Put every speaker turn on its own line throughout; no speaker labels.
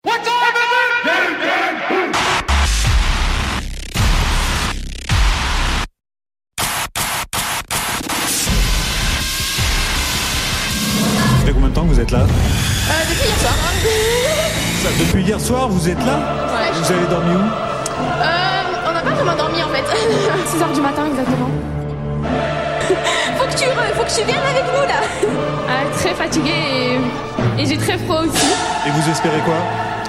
What time is it?
Ça fait combien de temps que vous êtes là Ça, Depuis hier soir, vous êtes là
Ouais.
Vous avez dormi où
Euh, on n'a pas vraiment dormi en fait.
6h du matin exactement.
faut que tu re- faut que tu viennes avec nous là.
Ah, très fatiguée et, et j'ai très froid aussi.
Et vous espérez quoi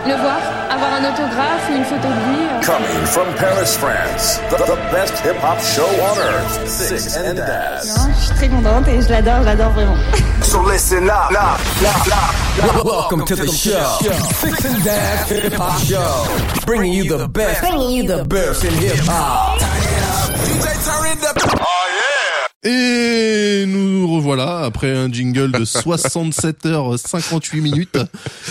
Le voir, avoir un autographe ou une photo de lui. euh.
Coming from Paris, France, the, the best hip hop show on earth, Six and Daz.
Je suis très contente et je l'adore, je l'adore vraiment.
So listen up, up, up, up.
Welcome to the show. Six and Dad Hip Hop Show. Bringing you the best. Bringing you the best in hip hop.
Et nous revoilà après un jingle de 67h58 minutes.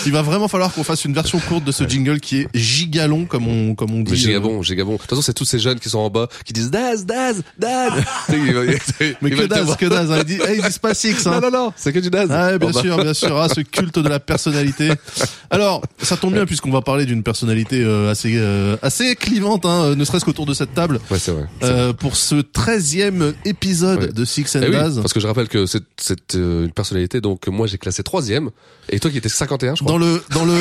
Il va vraiment falloir qu'on fasse une version courte de ce jingle qui est gigalon comme on comme on dit. euh,
Mais Gigabon, Gigabon. De toute façon, c'est tous ces jeunes qui sont en bas qui disent Daz, Daz, Daz. Tu sais, ils veulent- ils
Mais que
veulent
daze,
t'avoir.
que daze. hein. Ils disent, eh, ils disent pas six.
Non,
Hein.
non, non, bah. c'est que du Daz.
Ah, bien
En bas.
sûr, bien sûr. Ah, ce culte de la personnalité. Alors, ça tombe bien puisqu'on va parler d'une personnalité euh, assez euh, assez clivante, hein, euh, ne serait-ce qu'autour de cette table.
Ouais, c'est vrai. c'est vrai.
Euh, pour ce 13e épisode
Ouais.
de Six and
Eh oui,
Daz.
parce que je rappelle que c'est c'est, euh, une personnalité, donc moi j'ai classé troisième, et toi qui étais 51, je crois.
dans le dans le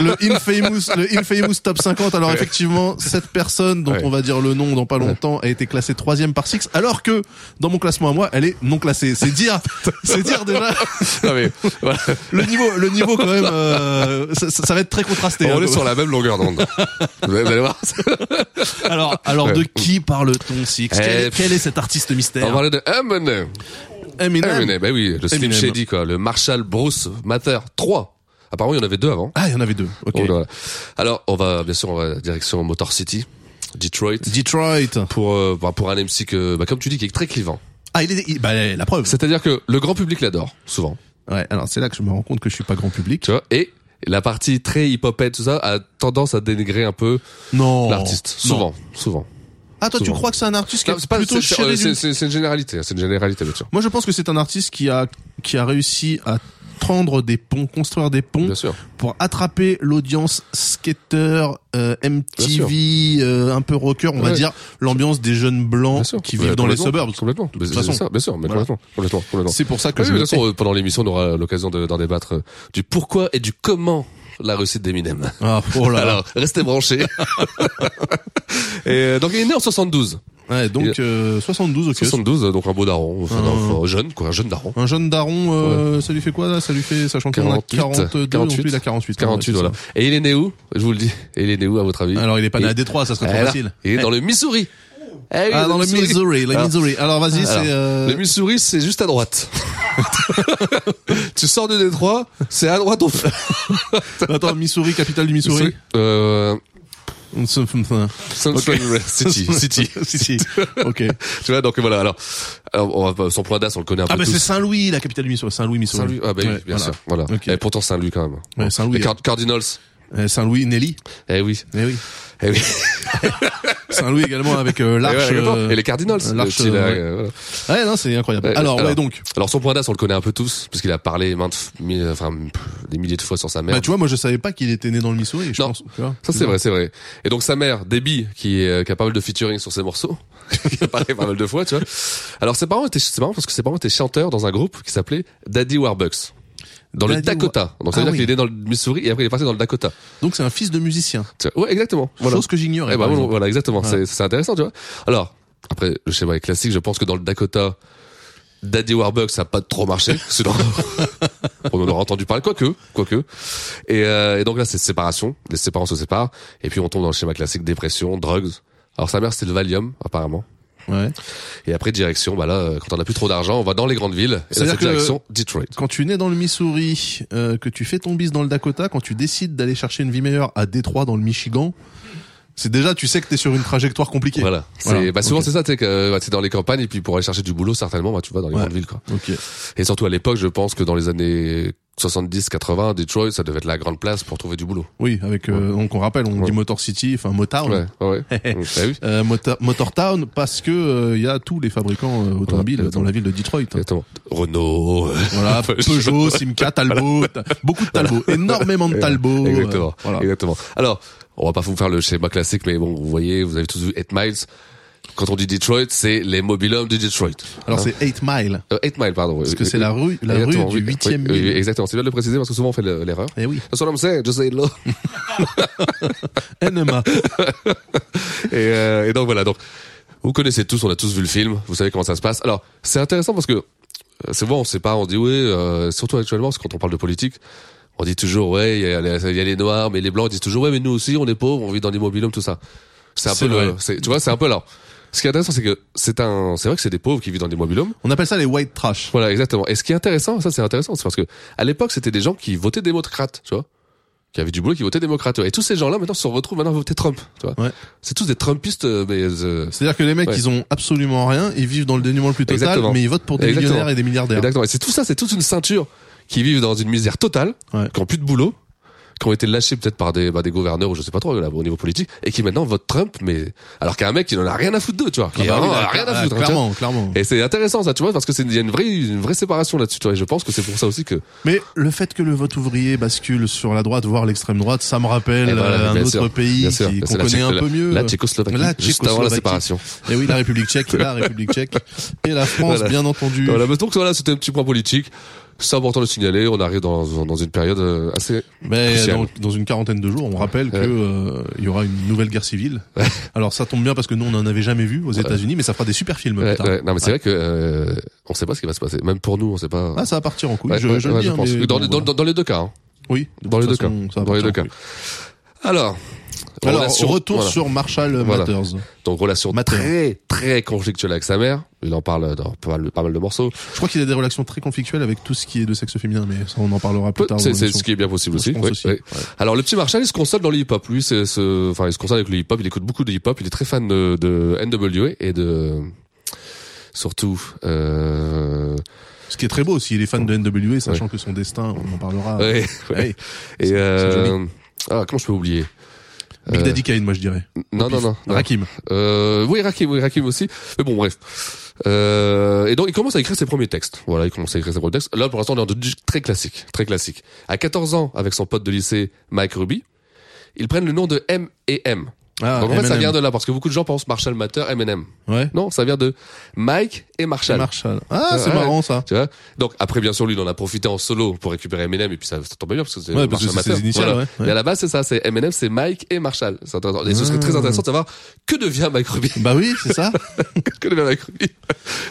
le infamous le infamous top 50 alors effectivement cette personne dont
Ouais.
on va dire le nom dans pas longtemps a été classée troisième par Six alors que dans mon classement à moi elle est non classée c'est dire c'est dire déjà
Ah, mais, voilà.
le niveau le niveau quand même euh, ça, ça- ça va être très contrasté
On
hein,
est
quoi.
sur la même longueur d'onde. Vous allez voir.
alors alors de
Ouais.
qui parle-t-on Six quel,
Eh,
est- quel est cet artiste
On
mystère
parlait de Eminem.
Eminem.
Eminem, bah oui, le Slim
Eminem.
Shady, quoi. Le Marshall Bruce Mather 3. Apparemment, il y en avait deux avant.
ah il y en avait deux ok
Oh, voilà. Alors, on va, bien sûr, on va direction Motor City, Detroit.
Detroit
pour euh, bah, pour un MC que bah, comme tu dis qui est très clivant.
ah il est il- bah, la preuve
C'est-à-dire que le grand public l'adore souvent,
ouais alors c'est là que je me rends compte que je suis pas grand public
tu vois et la partie très hip-hopette tout ça a tendance à dénigrer un peu
non
l'artiste
Oh, Non.
souvent, souvent.
Ah toi tu
Souvent.
crois que c'est un artiste qui
Non,
est
c'est pas-
plutôt Mmh.
c'est- c'est-
chéri
c'est
d'une-
c'est- c'est une généralité, hein, c'est une généralité bien sûr.
Moi je pense que c'est un artiste qui a qui a réussi à tendre des ponts, construire des ponts
Bien sûr.
pour attraper l'audience skater, euh,
Bien
MTV, euh, un peu rocker, on va
Ouais.
dire l'ambiance des jeunes
Bien
blancs
sûr.
qui
Ouais,
vivent dans les
complètement,
suburbs.
Complètement.
toute façon.
C'est ça, bien sûr, mais
Voilà.
complètement, complètement, complètement.
C'est pour ça que
Oui,
je
oui,
le
bien
fais.
sûr, euh, pendant l'émission, on aura l'occasion de- d'en débattre euh, du pourquoi et du comment la réussite d'Eminem.
Ah, oh là là.
Alors, restez branchés. et euh, donc, il est né en 72.
Ouais, donc euh, 72 ok.
72, donc un beau daron, enfin,
Ah.
un- un jeune, quoi, un jeune daron.
Un jeune daron, euh, ça lui fait quoi là Ça lui fait, sachant qu'on a
48,
42, donc lui, il a 48.
48,
ouais, c'est
voilà. Et il est né où Je vous le dis. Et il est né où, à votre avis
ça. Alors il est pas né à
Il-
Détroit, ça serait trop
Eh là,
facile.
Il est dans le Missouri. Eh oui,
Ah dans le Missouri, le
Alors,
Missouri. Alors vas-y, c'est
alors,
euh,
Le Missouri, c'est juste à droite. tu sors de Détroit, c'est à droite au fond.
attends Missouri, capitale du Missouri.
Euh,
Ok.
Central City. City.
City. Ok.
Tu vois, donc voilà. Alors, alors on va, son point d'as, on le connaît un
Ah
peu
bah c'est
tous.
Saint-Louis, la capitale du Missouri. Saint-Louis, ben Missouri.
Saint-Louis. Ah bah oui,
Ouais,
bien
voilà. Eh,
sûr. Voilà.
Ok.
Et pourtant Saint-Louis quand même.
Ouais, Saint-Louis,
Les Card- Cardinals.
Euh, Saint-Louis, Nelly.
Eh oui.
Eh oui.
Eh oui.
Saint-Louis également avec euh,
Et,
l'arche.
voilà, exactement.
euh,
Et les Cardinals.
l'arche,
le petit, là,
euh,
euh, voilà.
Ouais, non, c'est incroyable.
Ouais,
alors, ouais,
alors.
donc.
Alors son point d'as, on le connaît un peu tous, parce qu'il a parlé maintes, f- mille- enfin pff, des milliers de fois sur sa mère.
Bah, tu vois, moi, je savais pas qu'il était né dans le Missouri, je
Non.
pense. tu vois.
ça c'est vrai, c'est vrai. Et donc sa mère, Debbie, qui, est, euh, qui a pas mal de featuring sur ses morceaux, qui a parlé pas mal de fois, tu vois. Alors ses parents étaient, c'est marrant parce que ses parents étaient chanteurs dans un groupe qui s'appelait Daddy Warbucks. Dans le
Daddy Wa-
Dakota. Donc ça veut
Ah
dire qu'il
oui.
est né dans le Missouri et après il est passé dans le Dakota.
Donc, c'est un fils de musicien.
Tu vois. Ouais, exactement. Voilà.
Chose que j'ignorais.
Eh ben,
par
voilà,
exemple.
voilà, exactement.
Voilà.
C'est- C'est intéressant, tu vois. Alors, après, le schéma est classique. Je pense que dans le Dakota, Daddy Warbucks ça a pas trop marché. Sinon, on en aura entendu parler, quoique, quoique. Et, euh, et donc là, c'est séparation. Les ses parents se séparent. Et puis, on tombe dans le schéma classique dépression, drugs. Alors, sa mère, c'était le Valium, apparemment.
Ouais.
Et après, direction, bah là, euh, quand on n'a plus trop d'argent, on va dans les grandes villes. Et là,
C'est-à-dire
c'est
que-
direction Detroit.
Quand tu nais dans le Missouri, euh, que tu fais ton bis dans le Dakota, quand tu décides d'aller chercher une vie meilleure à Détroit, dans le Michigan, c'est déjà, tu sais que t'es sur une trajectoire compliquée.
Voilà. C'est- Bah, souvent, c'est ça, tu sais, que, euh, bah, t'es dans les campagnes, et puis pour aller chercher du boulot, certainement, bah, tu vas dans les
Ouais.
grandes villes, quoi.
Ok.
Et surtout à l'époque, je pense que dans les années 70, 80, Detroit, ça devait être la grande place pour trouver du boulot.
Oui, avec euh, donc on rappelle, on
Ouais.
dit Motor City, enfin Motown.
Ouais, ouais. eh ouais. T'as vu
Euh, Motor, Motor Town parce que euh, il y a tous les fabricants euh, automobiles
exactement.
dans la ville de Detroit.
Exactement. Renault. euh,
Voilà,
Enfin, je-
Peugeot, Simca, Talbot, beaucoup de Talbot, énormément de Talbot. euh,
Exactement.
voilà.
Exactement. Alors, on va pas vous faire le schéma classique, mais bon, vous voyez, vous avez tous vu 8 Miles. Quand on dit Detroit, c'est les mobilhommes de Detroit.
Alors
Hein
c'est 8 Mile,
Euh, 8 Miles, pardon.
parce que c'est la rue, la rue du 8e
oui,
mile.
Exactement. C'est bien de le préciser parce que souvent on fait le- l'erreur.
Eh oui,
That's what I'm saying, just say it low.
NMA.
et, euh, et donc voilà, donc vous connaissez tous, on a tous vu le film, vous savez comment ça se passe. Alors c'est intéressant parce que euh, c'est bon, on sait pas, on dit oui, euh, surtout actuellement, parce que quand on parle de politique, on dit toujours ouais, il y, a les- il y a les noirs, mais les blancs ils disent toujours ouais, mais nous aussi on est pauvres, on vit dans l'immobilium, tout ça. C'est un
C'est
peu le,
vrai.
c'est- tu vois, c'est un peu là. Ce qui est intéressant, c'est que c'est un, c'est vrai que c'est des pauvres qui vivent dans l'immobilium.
On appelle ça les white trash.
Voilà, exactement. Et ce qui est intéressant, ça c'est intéressant, c'est parce que à l'époque c'était des gens qui votaient démocrate, tu vois, qui avaient du boulot, qui votaient démocrate. ouais. Et tous ces gens-là maintenant se retrouvent maintenant à voter Trump, tu vois.
Ouais.
C'est tous des Trumpistes, euh, mais euh,
C'est-à-dire que les mecs,
Ouais.
ils ont absolument rien, ils vivent dans le dénuement le plus total,
Exactement.
mais ils votent pour des
Exactement.
millionnaires et des milliardaires.
Exactement. Et c'est tout ça, c'est toute une ceinture qui vivent dans une misère totale,
Ouais.
qui ont plus de boulot, qui ont été lâchés peut-être par des, bah, des gouverneurs ou je sais pas trop là, au niveau politique, et qui maintenant votent Trump, mais alors qu'un mec qui n'en a rien à foutre d'eux, tu vois, qui
Ah bah
vraiment
oui,
a
là,
rien à
ah,
foutre. hein, tu vois.
Clairement, clairement.
Et c'est intéressant ça, tu vois, parce que c'est il y a une vraie, une vraie séparation là-dessus, tu vois. Et je pense que c'est pour ça aussi que
Mais le fait que le vote ouvrier bascule sur la droite, voire l'extrême droite, ça me rappelle
Eh ben,
euh,
bien
un autre
sûr,
pays
bien sûr,
qui-
bien
qu'on
sûr, la
connaît
Tchèque-
un peu mieux.
la Tchécoslovaquie,
La
juste avant la
Tchécoslovaquie.
séparation.
Et oui, la République tchèque, la République tchèque et la France,
Voilà.
bien entendu.
Voilà, mais donc voilà, c'était un petit point politique. C'est important de le signaler. On arrive dans, dans une période euh, assez.
Mais
Crucial.
dans, dans une quarantaine de jours, on rappelle que
Ouais.
euh, il y aura une nouvelle guerre civile. Alors ça tombe bien parce que nous on n'en avait jamais vu aux États-Unis, mais ça fera des super films. plus
Ouais,
tard.
ouais. Non, mais c'est vrai que euh, on sait pas ce qui va se passer. Même pour nous, on sait pas.
Ah, ça va partir en couille.
Ouais,
je,
ouais,
je le
ouais,
dis,
je
hein,
pense.
mais
Dans,
bon,
dans-
voilà.
dans- dans les deux cas. hein.
oui, de
dans
toute
les deux
façon,
cas.
ça va
Dans les
partir
deux
en couille.
Alors,
Alors
relation-
retour
voilà.
sur Marshall
Voilà.
Matters.
Donc relation
Mater.
très très conflictuelle avec sa mère. Il en parle dans pas mal, pas mal de morceaux.
Je crois qu'il a des relations très conflictuelles avec tout ce qui est de sexe féminin, mais ça on en parlera plus
Peu-
tard. dans
C'est c'est
l'émission.
ce qui est bien possible
Je
aussi.
pense
oui,
aussi.
oui.
Ouais.
Alors le petit Marshall, il se console dans le hip-hop. Lui, c'est ce, enfin, il se console avec le hip-hop. Il écoute beaucoup de hip-hop. Il est très fan de, de N.W.A. et de surtout. Euh...
Ce qui est très beau aussi, il est fan de NWA, sachant que son destin, on en parlera.
ouais, ouais.
Ouais.
Et
C'est- c'est
euh...
joli.
ah, comment je peux oublier
Big
Euh,
Daddy Kane, moi je dirais.
Non, non, non, non.
Rakim.
Euh, oui, Rakim, oui, Rakim aussi. Mais bon, bref. Euh, et donc, il commence à écrire ses premiers textes. Voilà, il commence à écrire ses premiers textes. Là, pour l'instant, on est dans du très classique, très classique. À 14 ans, avec son pote de lycée, Mike Ruby, ils prennent le nom de M et M.
Ah,
donc, en fait, ça
M&M.
vient de là, parce que beaucoup de gens pensent Marshall Matter, M&M.
Ouais.
Non, ça vient de Mike et Marshall.
Marshall. Ah, c'est
Ouais.
marrant ça.
tu vois donc après bien sûr lui il en a profité en solo pour récupérer Eminem et puis ça, ça tombe bien parce que c'est
Ouais, parce
Marshall
que c'est
Mathers.
ses initiales, ouais, ouais.
mais à la base c'est ça c'est Eminem c'est Mike et Marshall C'est intéressant. et ce serait
Ah.
très intéressant de savoir que devient Mike Ruby
Bah oui, c'est ça.
que devient Mike Ruby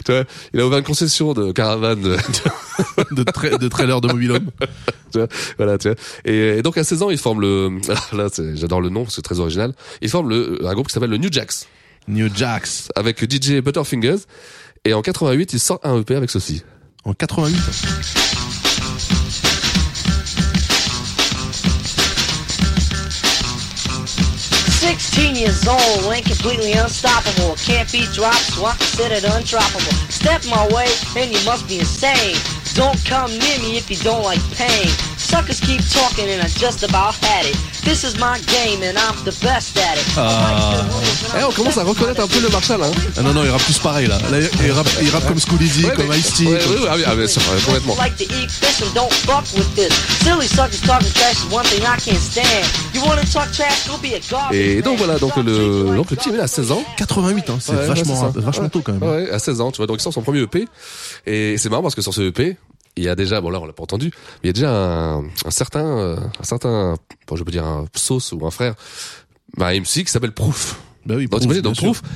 tu vois il a ouvert une concession de caravane de-
de, tra- de trailer de mobilhome.
tu vois, voilà tu vois et, et donc à 16 ans il forme le là c'est- j'adore le nom c'est très original il forme le un groupe qui s'appelle le New Jacks
New Jax
avec DJ Butterfingers et en 88 il sort un EP avec ceci
en 88.
Sixteen years old and completely unstoppable. Can't be dropped, so I consider it untroppable. Step my way, and you must be insane. Don't come near me if you don't like pain. Suckers keep talking, and I just about had it. This is my game, and I'm the best at it.
Ah, Eh, on commence à reconnaître un peu le Marshall hein
Ah non non, il rappe plus pareil là. Là, il rappe, il rappe comme Scoolizy,
Ouais,
comme
mais-
Ice-T.
ouais,
comme-
ouais, ouais, ah oui, ah, bien sûr, ouais, complètement.
like to eat fish and don't fuck with this. Silly suckers talking trash is one thing I can't stand. You wanna talk trash, go be a garbage
Et donc
man.
voilà, donc le, donc le petit, il a 16 ans.
88, hein, c'est
Ouais,
vachement,
ouais,
rap-
c'est ça.
vachement tôt quand même.
Ouais, à 16 ans, tu vois. Donc il sort son premier EP. Et c'est marrant parce que sur ce EP, il y a déjà, bon là on l'a pas entendu, mais il y a déjà un, un certain, euh, un certain, bon, je peux dire un sauce ou un frère, bah, un MC qui s'appelle Proof.
Bah oui,
Donc
Proof,
t'imagines, donc
bien sûr.
Proof,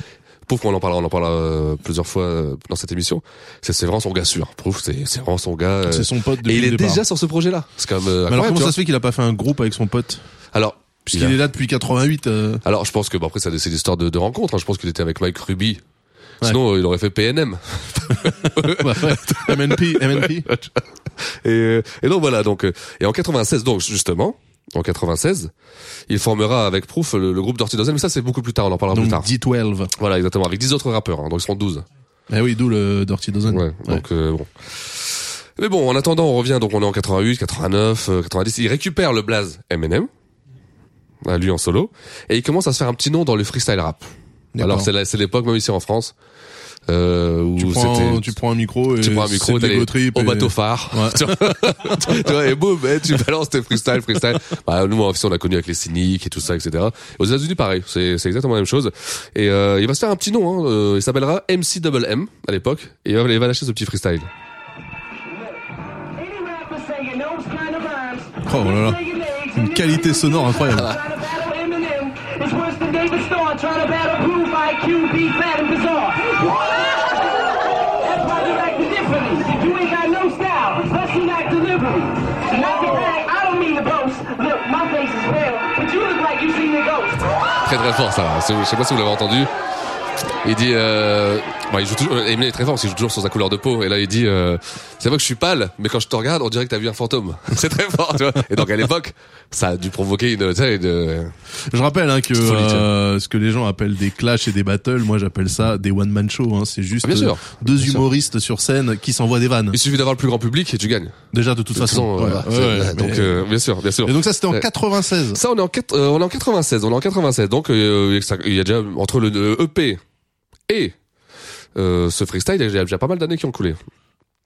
Proof, on en parle, on en parle euh, plusieurs fois euh, dans cette émission. C'est c'est vraiment son gars sûr. Proof, c'est c'est vraiment son gars. euh,
C'est son pote
et
depuis
il
le
est
départ.
déjà sur ce projet-là. C'est quand même. euh,
Mais Bah, alors
incroyable,
comment
tu
ça
vois.
se fait qu'il a pas fait un groupe avec son pote
Alors, il
Puisqu'il
a-
est là depuis 88. euh,
Alors, je pense que, bon, après, ça, c'est l'histoire de, de rencontre. hein. Je pense qu'il était avec Mike Ruby.
Ouais.
Sinon, euh, il aurait fait PNM.
bah ouais. MNP, MNP.
Et, euh, et donc, voilà. Donc, euh, et en 96, donc, justement, en 96, il formera avec Proof le, le groupe Dirty Dozen. Mais ça, c'est beaucoup plus tard. On en parlera
Donc
plus tard.
D12.
Voilà,
Eh
exactement. Avec 10 autres rappeurs. hein. donc, ils seront 12.
Ah oui, d'où le Dirty Dozen.
Ouais.
Ouais.
Donc, euh, bon. Mais bon, en attendant, on revient. Donc, on est en 88, 89, euh, 90. Il récupère le blaze Eminem, à lui en solo, et il commence à se faire un petit nom dans le freestyle rap.
D'accord.
Alors, c'est la- c'est l'époque, même ici en France, euh, où
Tu prends,
c'était...
un, tu prends un micro et
Tu prends un micro,
c'est de
t'as les-
l'égotrip
au
et-
bateau phare.
Ouais.
tu vois, tu vois, et boum, eh, tu balances tes freestyle, freestyle. Bah, nous, en fait, on l'a connu avec les cyniques et tout ça, etc. Aux États-Unis, pareil, c'est, c'est exactement la même chose. Et euh, il va se faire un petit nom, hein, euh, il s'appellera MC Double M à l'époque, et il va, il va lâcher ce petit freestyle.
Oh là là. Une qualité sonore incroyable.
Très très fort, ça. va. C'est- Je sais pas si vous l'avez entendu. Il dit, euh, bon, il joue toujours, Eminem est très fort parce qu'il joue toujours sur sa couleur de peau. Et là, il dit, euh, c'est vrai que je suis pâle, mais quand je te regarde, on dirait que t'as vu un fantôme. c'est très fort, tu vois. Et donc, à l'époque, ça a dû provoquer une, tu sais, une,
Je rappelle hein, que
Petite folie, tiens.
euh, ce que les gens appellent des clashs et des battles, moi j'appelle ça des one man show. Hein. C'est juste
Ah, bien sûr.
euh, deux
Bien sûr.
humoristes sur scène qui s'envoient des vannes.
Il suffit d'avoir le plus grand public et tu gagnes.
Déjà de toute façon.
Sans, euh,
voilà.
voilà,
Ouais,
c'est-
ouais,
donc
mais-
euh, bien sûr, bien sûr.
Et donc ça c'était en
Ouais.
96.
ça on est en quatre- euh, on est en 96, on est en 96. Donc euh, ça- il y a déjà entre le, le EP et euh, ce freestyle, il y a déjà pas mal d'années qui ont coulé.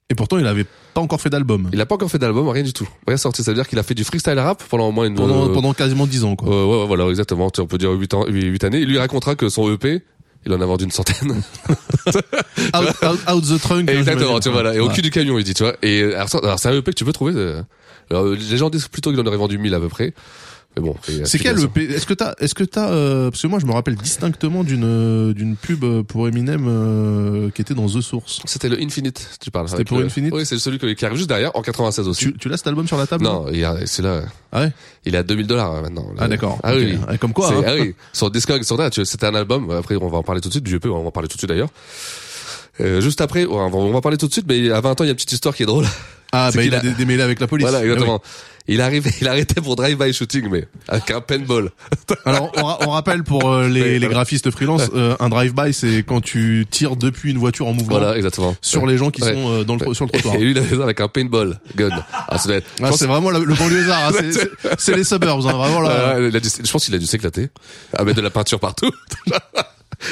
Et pourtant il avait pas encore fait d'album.
Il a pas encore fait d'album, rien du tout. Rien sorti, ça veut dire qu'il a fait du freestyle rap pendant au moins une
Pendant,
euh,
pendant quasiment 10 ans quoi.
euh, ouais, ouais, voilà, exactement. Tu- On peut dire 8 ans, huit- huit années. Il lui racontera que son EP, il en a vendu une centaine.
Out, out- out the trunk. hein,
Exactement,
j'imagine.
tu vois, voilà. Et au
Ouais.
cul du camion, il dit, tu vois. Et euh, alors, ça- alors, c'est un EP que tu peux trouver. euh, Alors, euh, les gens disent plutôt qu'il en aurait vendu 1000 à peu près. Mais bon. et, euh,
C'est quel E
bien sûr.
EP Est-ce que t'as, est-ce que t'as, euh, parce que moi je me rappelle distinctement d'une euh, d'une pub pour Eminem euh, qui était dans The Source.
C'était le Infinite, tu parles.
C'était
avec
pour
le-
Infinite
Oui, c'est celui qui qui arrive juste derrière, en 96 aussi.
Tu, Ah tu l'as cet album sur la table
Non, il y a- c'est là.
Ah ouais
Il est à 2000 dollars maintenant.
Ah d'accord.
Ah
Ok.
oui.
Ah, Comme quoi
C'est-
hein.
ah oui, sur Discog, sur là, tu vois, c'était un album. Après, on va en parler tout de suite du EP, on va en parler tout de suite d'ailleurs. Euh, juste après, on va, on va parler tout de suite, mais à 20 ans, il y a une petite histoire qui est drôle.
Ah
C'est
bah il
qu'il
a
a-
dé- démêlé avec la police.
Voilà,
Ah oui.
exactement. Il arrivait, il arrêtait pour drive-by shooting, mais avec un paintball.
Ah Alors, on, ra- on rappelle pour euh, les, les graphistes freelance, euh, un drive-by, c'est quand tu tires depuis une voiture en mouvement
Voilà, exactement.
sur les gens qui
Ouais.
sont euh, dans le, tro- sur le trottoir.
Et lui, il avait ça avec un paintball gun. Ah, ça doit être- je
Ah,
pense-
c'est vraiment le, le banlieusard, hein, c'est- c'est c'est les suburbs, hein, vraiment là.
Ah, il a dû- je pense qu'il a dû s'éclater à mettre de la peinture partout.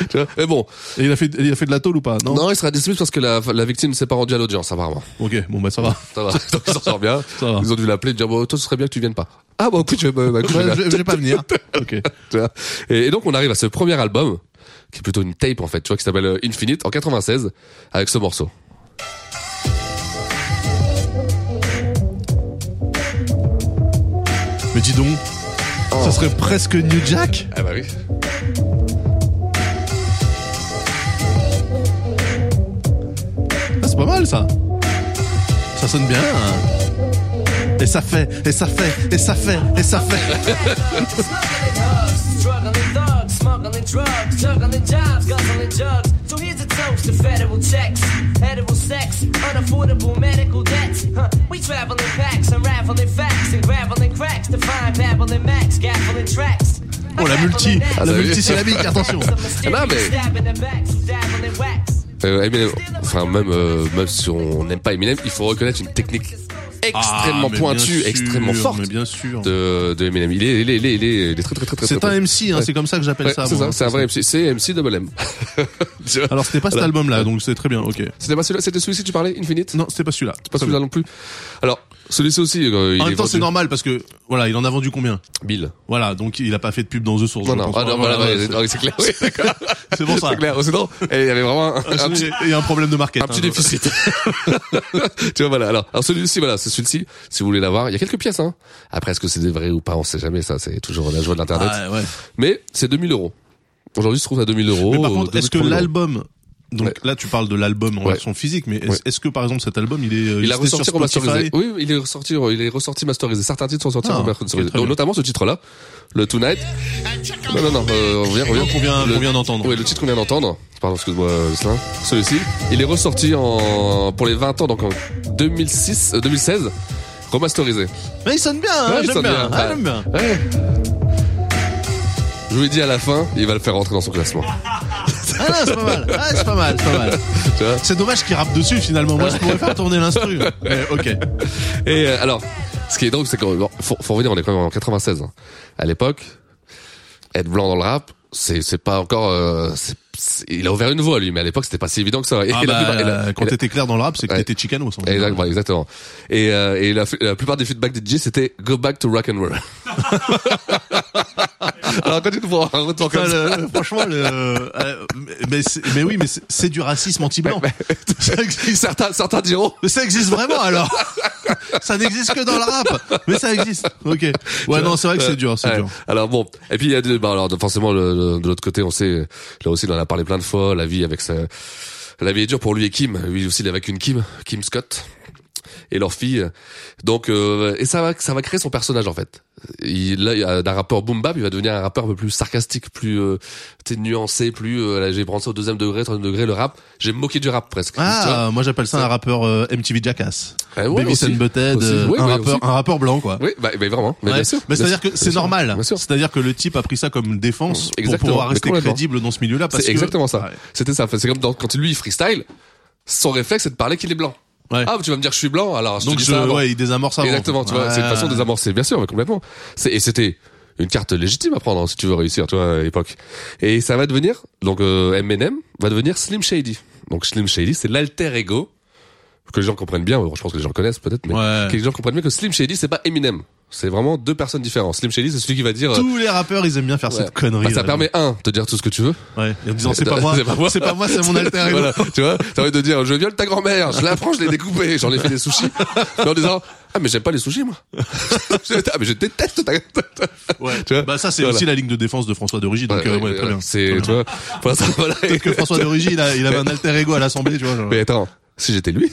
Tu vois, Mais bon,
Et il a fait, il a fait de la tôle ou pas Non.
non, il sera dismiss parce que la, la victime s'est pas rendue à l'audience apparemment.
Ok, bon bah ça va.
Ça va, donc il s'en sort bien.
Ça va.
Ils ont dû l'appeler, dire bon, toi ce serait bien que tu viennes pas. Ah bah écoute, je vais, bah, écoute, je vais
Ouais,
bien.
je, vais- je vais pas venir. Ok.
Tu vois. Et, et donc on arrive à ce premier album qui est plutôt une tape en fait, tu vois, qui s'appelle euh, Infinite en 96 avec ce morceau.
Mais dis donc,
Oh.
ça serait presque New Jack.
Ah bah oui.
Ah, c'est pas mal ça. Ça sonne bien. hein. Et ça fait, et ça fait, et ça fait, et ça fait. Oh la multi,
Ah,
la
bah oui.
multisyllabique, attention.
Ah Non mais euh, Eminem, enfin même euh, même si on n'aime pas Eminem, il faut reconnaître une technique extrêmement
Ah, mais
pointue,
bien sûr,
extrêmement forte
Mais bien sûr.
de, de Eminem. Il est, il est, il est, il est, il est très très très très.
C'est
très
un
bon.
MC, hein,
Ouais.
c'est comme ça que j'appelle
Ouais,
ça.
c'est
moi.
ça, c'est un vrai MC. C'est MC Double M. Tu vois
Alors c'était pas cet
Voilà.
album-là, donc c'est très bien. Ok.
C'était pas celui-là, c'était celui-ci que tu parlais, Infinite
Non, c'était pas celui-là.
Pas celui-là non plus. Alors, celui-ci aussi, euh, il
En
est
même temps, c'est
vendu
normal parce que voilà, il en a vendu combien
1000.
Voilà, donc il a pas fait de pub dans The Source.
Non,
je
non,
pense.
ah, non, voilà,
Voilà, voilà,
ouais,
c'est-
non, c'est clair, oui, d'accord.
c'est pour ça.
C'est clair, c'est non. Et il y avait vraiment un, un petit,
Il y a un problème de market.
un petit
hein.
déficit. tu vois, voilà. Alors, alors celui-ci, voilà, c'est celui-ci. Si vous voulez l'avoir, il y a quelques pièces, hein. Après, est-ce que c'est des vrais ou pas, on sait jamais, ça, c'est toujours la joie de l'internet.
Ah, ouais.
Mais c'est 2000 euros. Aujourd'hui, je trouve à 2000 euros.
Mais par
euh,
contre, est-ce que
2000 euros.
l'album donc
Ouais.
là, tu parles de l'album en
Ouais.
version physique, mais est-ce
Ouais.
est-ce que par exemple cet album, il est euh,
il a
listé sur
ressorti remasterisé.
Spotify
Oui, il est ressorti, euh, il est ressorti masterisé. Certains titres sont sortis
Ah,
remasterisés.
ok, très
Donc,
bien.
notamment ce titre-là, le Tonight. Non, non, non, euh, on revient, on revient.
Qu'on vient-
Le-
qu'on vient d'entendre.
Oui, le titre qu'on vient d'entendre. Pardon, excuse-moi, Jocelyn. Celui-ci, il est ressorti en, pour les 20 ans, donc en 2006, euh, 2016, remasterisé.
Mais il sonne bien, hein,
Ouais, il
j'aime
sonne
bien,
bien,
ah,
ouais.
j'aime bien.
Ouais. Je vous l'ai dit à la fin, il va le faire rentrer dans son classement.
Ah non, c'est pas mal. Ah, c'est pas mal, c'est pas mal.
tu vois.
C'est dommage qu'il rappe dessus finalement. Moi, je pourrais faire tourner l'instru. Mais ok.
Et euh, alors, ce qui est drôle, c'est qu'on bon, faut, faut revenir, on est quand même en 96. hein. À l'époque, être blanc dans le rap, c'est c'est pas encore. euh, c'est- c'est- il a ouvert une voie lui, mais à l'époque c'était pas si évident que ça. Et
Ah
la
bah,
plupart- et la-
euh, quand
et la-
t'étais clair dans le rap, c'est que
Ouais.
t'étais chicano. sans doute.
Exact- voilà, exactement. Et, euh, et la, la plupart des feedbacks des DJ c'était Go back to rock and roll. Alors quand tu te vois un retour
Enfin,
comme ça,
le- franchement, le, euh, mais, c'est- mais oui, mais c'est- c'est du racisme anti-blanc.
bah,
Ça existe.
certains certains diront
Mais ça existe vraiment alors Ça n'existe que dans le rap, mais ça existe. Ok. Ouais, non, c'est vrai que c'est dur, c'est
Euh, Ouais.
dur.
Alors bon, et puis il y a de, bah, alors forcément le- le- de l'autre côté, on sait là aussi, on en a parlé plein de fois. La vie avec sa, la vie est dure pour lui et Kim. Lui aussi, il est avec une Kim, Kim Scott et leur fille. Donc euh, et ça va, ça va créer son personnage en fait. Il, là, il y a d'un rappeur boom bap, il va devenir un rappeur un peu plus sarcastique, plus euh, tu sais, nuancé, plus. euh, là, j'ai prendre ça au deuxième degré, troisième degré, le rap. J'ai me moqué du rap presque. Tu vois
Ah, moi j'appelle ça un rappeur euh, MTV Jackass.
Eh ouais,
Baby
aussi.
Sun Butthead,
Aussi.
euh,
Ouais,
un,
ouais,
rappeur,
aussi.
un rappeur blanc quoi.
Oui, bah, bah, vraiment. Mais
Ouais.
bien sûr.
Mais
bien
c'est-à-dire
sûr,
que c'est
bien sûr,
normal.
Bien sûr.
C'est-à-dire que le type a pris ça comme défense pour
Exactement,
pouvoir
mais
rester
complètement.
crédible dans ce milieu-là. parce
C'est
que-
exactement ça.
Ouais.
C'était ça. C'est comme dans- quand lui il freestyle, son réflexe c'est de parler qu'il est blanc.
Ouais.
Ah, tu vas me dire je suis blanc, alors je te
Donc
dis
je,
ça avant.
ouais, il désamorce avant.
Exactement, tu vois,
Ouais.
c'est une façon de désamorcer, bien sûr, mais complètement. C'est, et c'était une carte légitime à prendre hein, si tu veux réussir, tu vois, à l'époque. Et ça va devenir, donc euh, M&M va devenir Slim Shady. Donc Slim Shady, c'est l'alter ego que les gens comprennent bien. Bon, je pense que les gens le connaissent peut-être, mais
Ouais.
que les gens comprennent bien que Slim Shady, c'est pas Eminem. C'est vraiment deux personnes différentes. Slim Shady, c'est celui qui va dire. euh,
Tous les rappeurs, ils aiment bien faire
ouais.
cette connerie.
Bah, ça
là.
permet un de dire tout ce que tu veux.
Ouais. Et En disant c'est pas moi,
C'est pas moi.
c'est pas moi, c'est mon alter ego.
Voilà, tu vois, ça envie de dire, je viole ta grand-mère, je la prends, je l'ai découpée, j'en ai fait des sushis. Mais en disant, ah, mais j'aime pas les sushis, moi. ah, mais je déteste ta,
Ouais.
Tu vois
Bah ça c'est
Voilà.
aussi la ligne de défense de François de Rugy, donc euh, ouais, très bien.
C'est,
Très
tu
bien.
vois, enfin, ça, voilà.
Peut-être que François de Rugy, il, a- il avait un alter ego à l'assemblée, tu vois. genre,
Mais attends, si j'étais lui.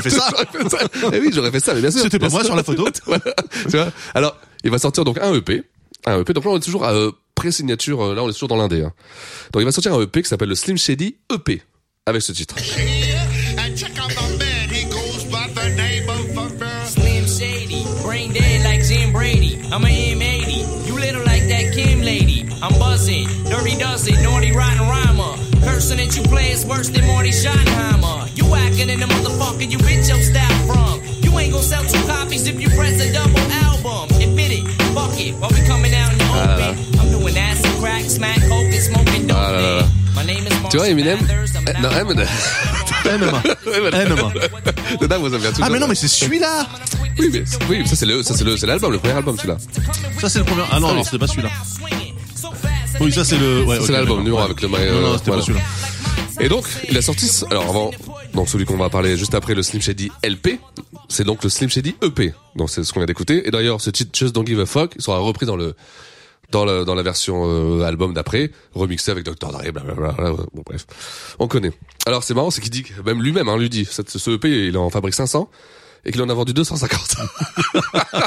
fait ça.
J'aurais fait ça. Eh oui, j'aurais fait ça, mais bien sûr.
C'était pas
Bien
moi
sûr.
sur la photo.
Voilà. Tu vois. Alors, il va sortir donc un EP. Un EP. Donc là, on est toujours à euh, pré-signature. euh, Là, on est toujours dans l'indé. hein. Donc, il va sortir un EP qui s'appelle le Slim Shady EP. Avec ce titre.
Slim Shady, brain dead like Jim Brady. I'm a M80, you little like that Kim lady. I'm buzzing, dirty dozen, naughty rotten rhymer. Cursing that you play is worse than Marty Schottenheimer. You acting in the motherfucker you bitch your style from. You ain't gonna sell two copies if you press a double album. Admit it, fuck it, while we coming out in the
Ah,
open. I'm doing acid crack, smack, coke, and smoking dope.
Ah là là là.
My name is
Tu vois,
Marshall
Eminem
Mathers, I'm an
Eh, Non, Eminem.
MMA.
Eh,
MMA.
Dada vous aime bien tout
Ah
ça.
hein. mais non mais c'est celui-là.
Oui, mais, oui, mais ça c'est le, ça c'est le, c'est l'album, le premier album celui-là.
Ça c'est le premier. Ah non non c'était pas celui-là. Oui ça c'est le. Ouais,
C'est
ok,
l'album
d'accord.
numéro un avec le ma-
Non non
euh,
c'était
voilà.
pas celui-là.
Et donc, il a sorti, ce- alors avant, donc celui qu'on va parler juste après, le Slim Shady LP, c'est donc le Slim Shady EP. Donc c'est ce qu'on vient d'écouter. Et d'ailleurs, ce titre Just Don't Give a Fuck sera repris dans le, dans la, dans la version euh, album d'après, remixé avec Dr. Dre, blablabla, bon bref. On connaît. Alors c'est marrant, c'est qu'il dit, que- même lui-même, hein, lui dit, cette- ce EP, il en fabrique 500, et qu'il en a vendu 250.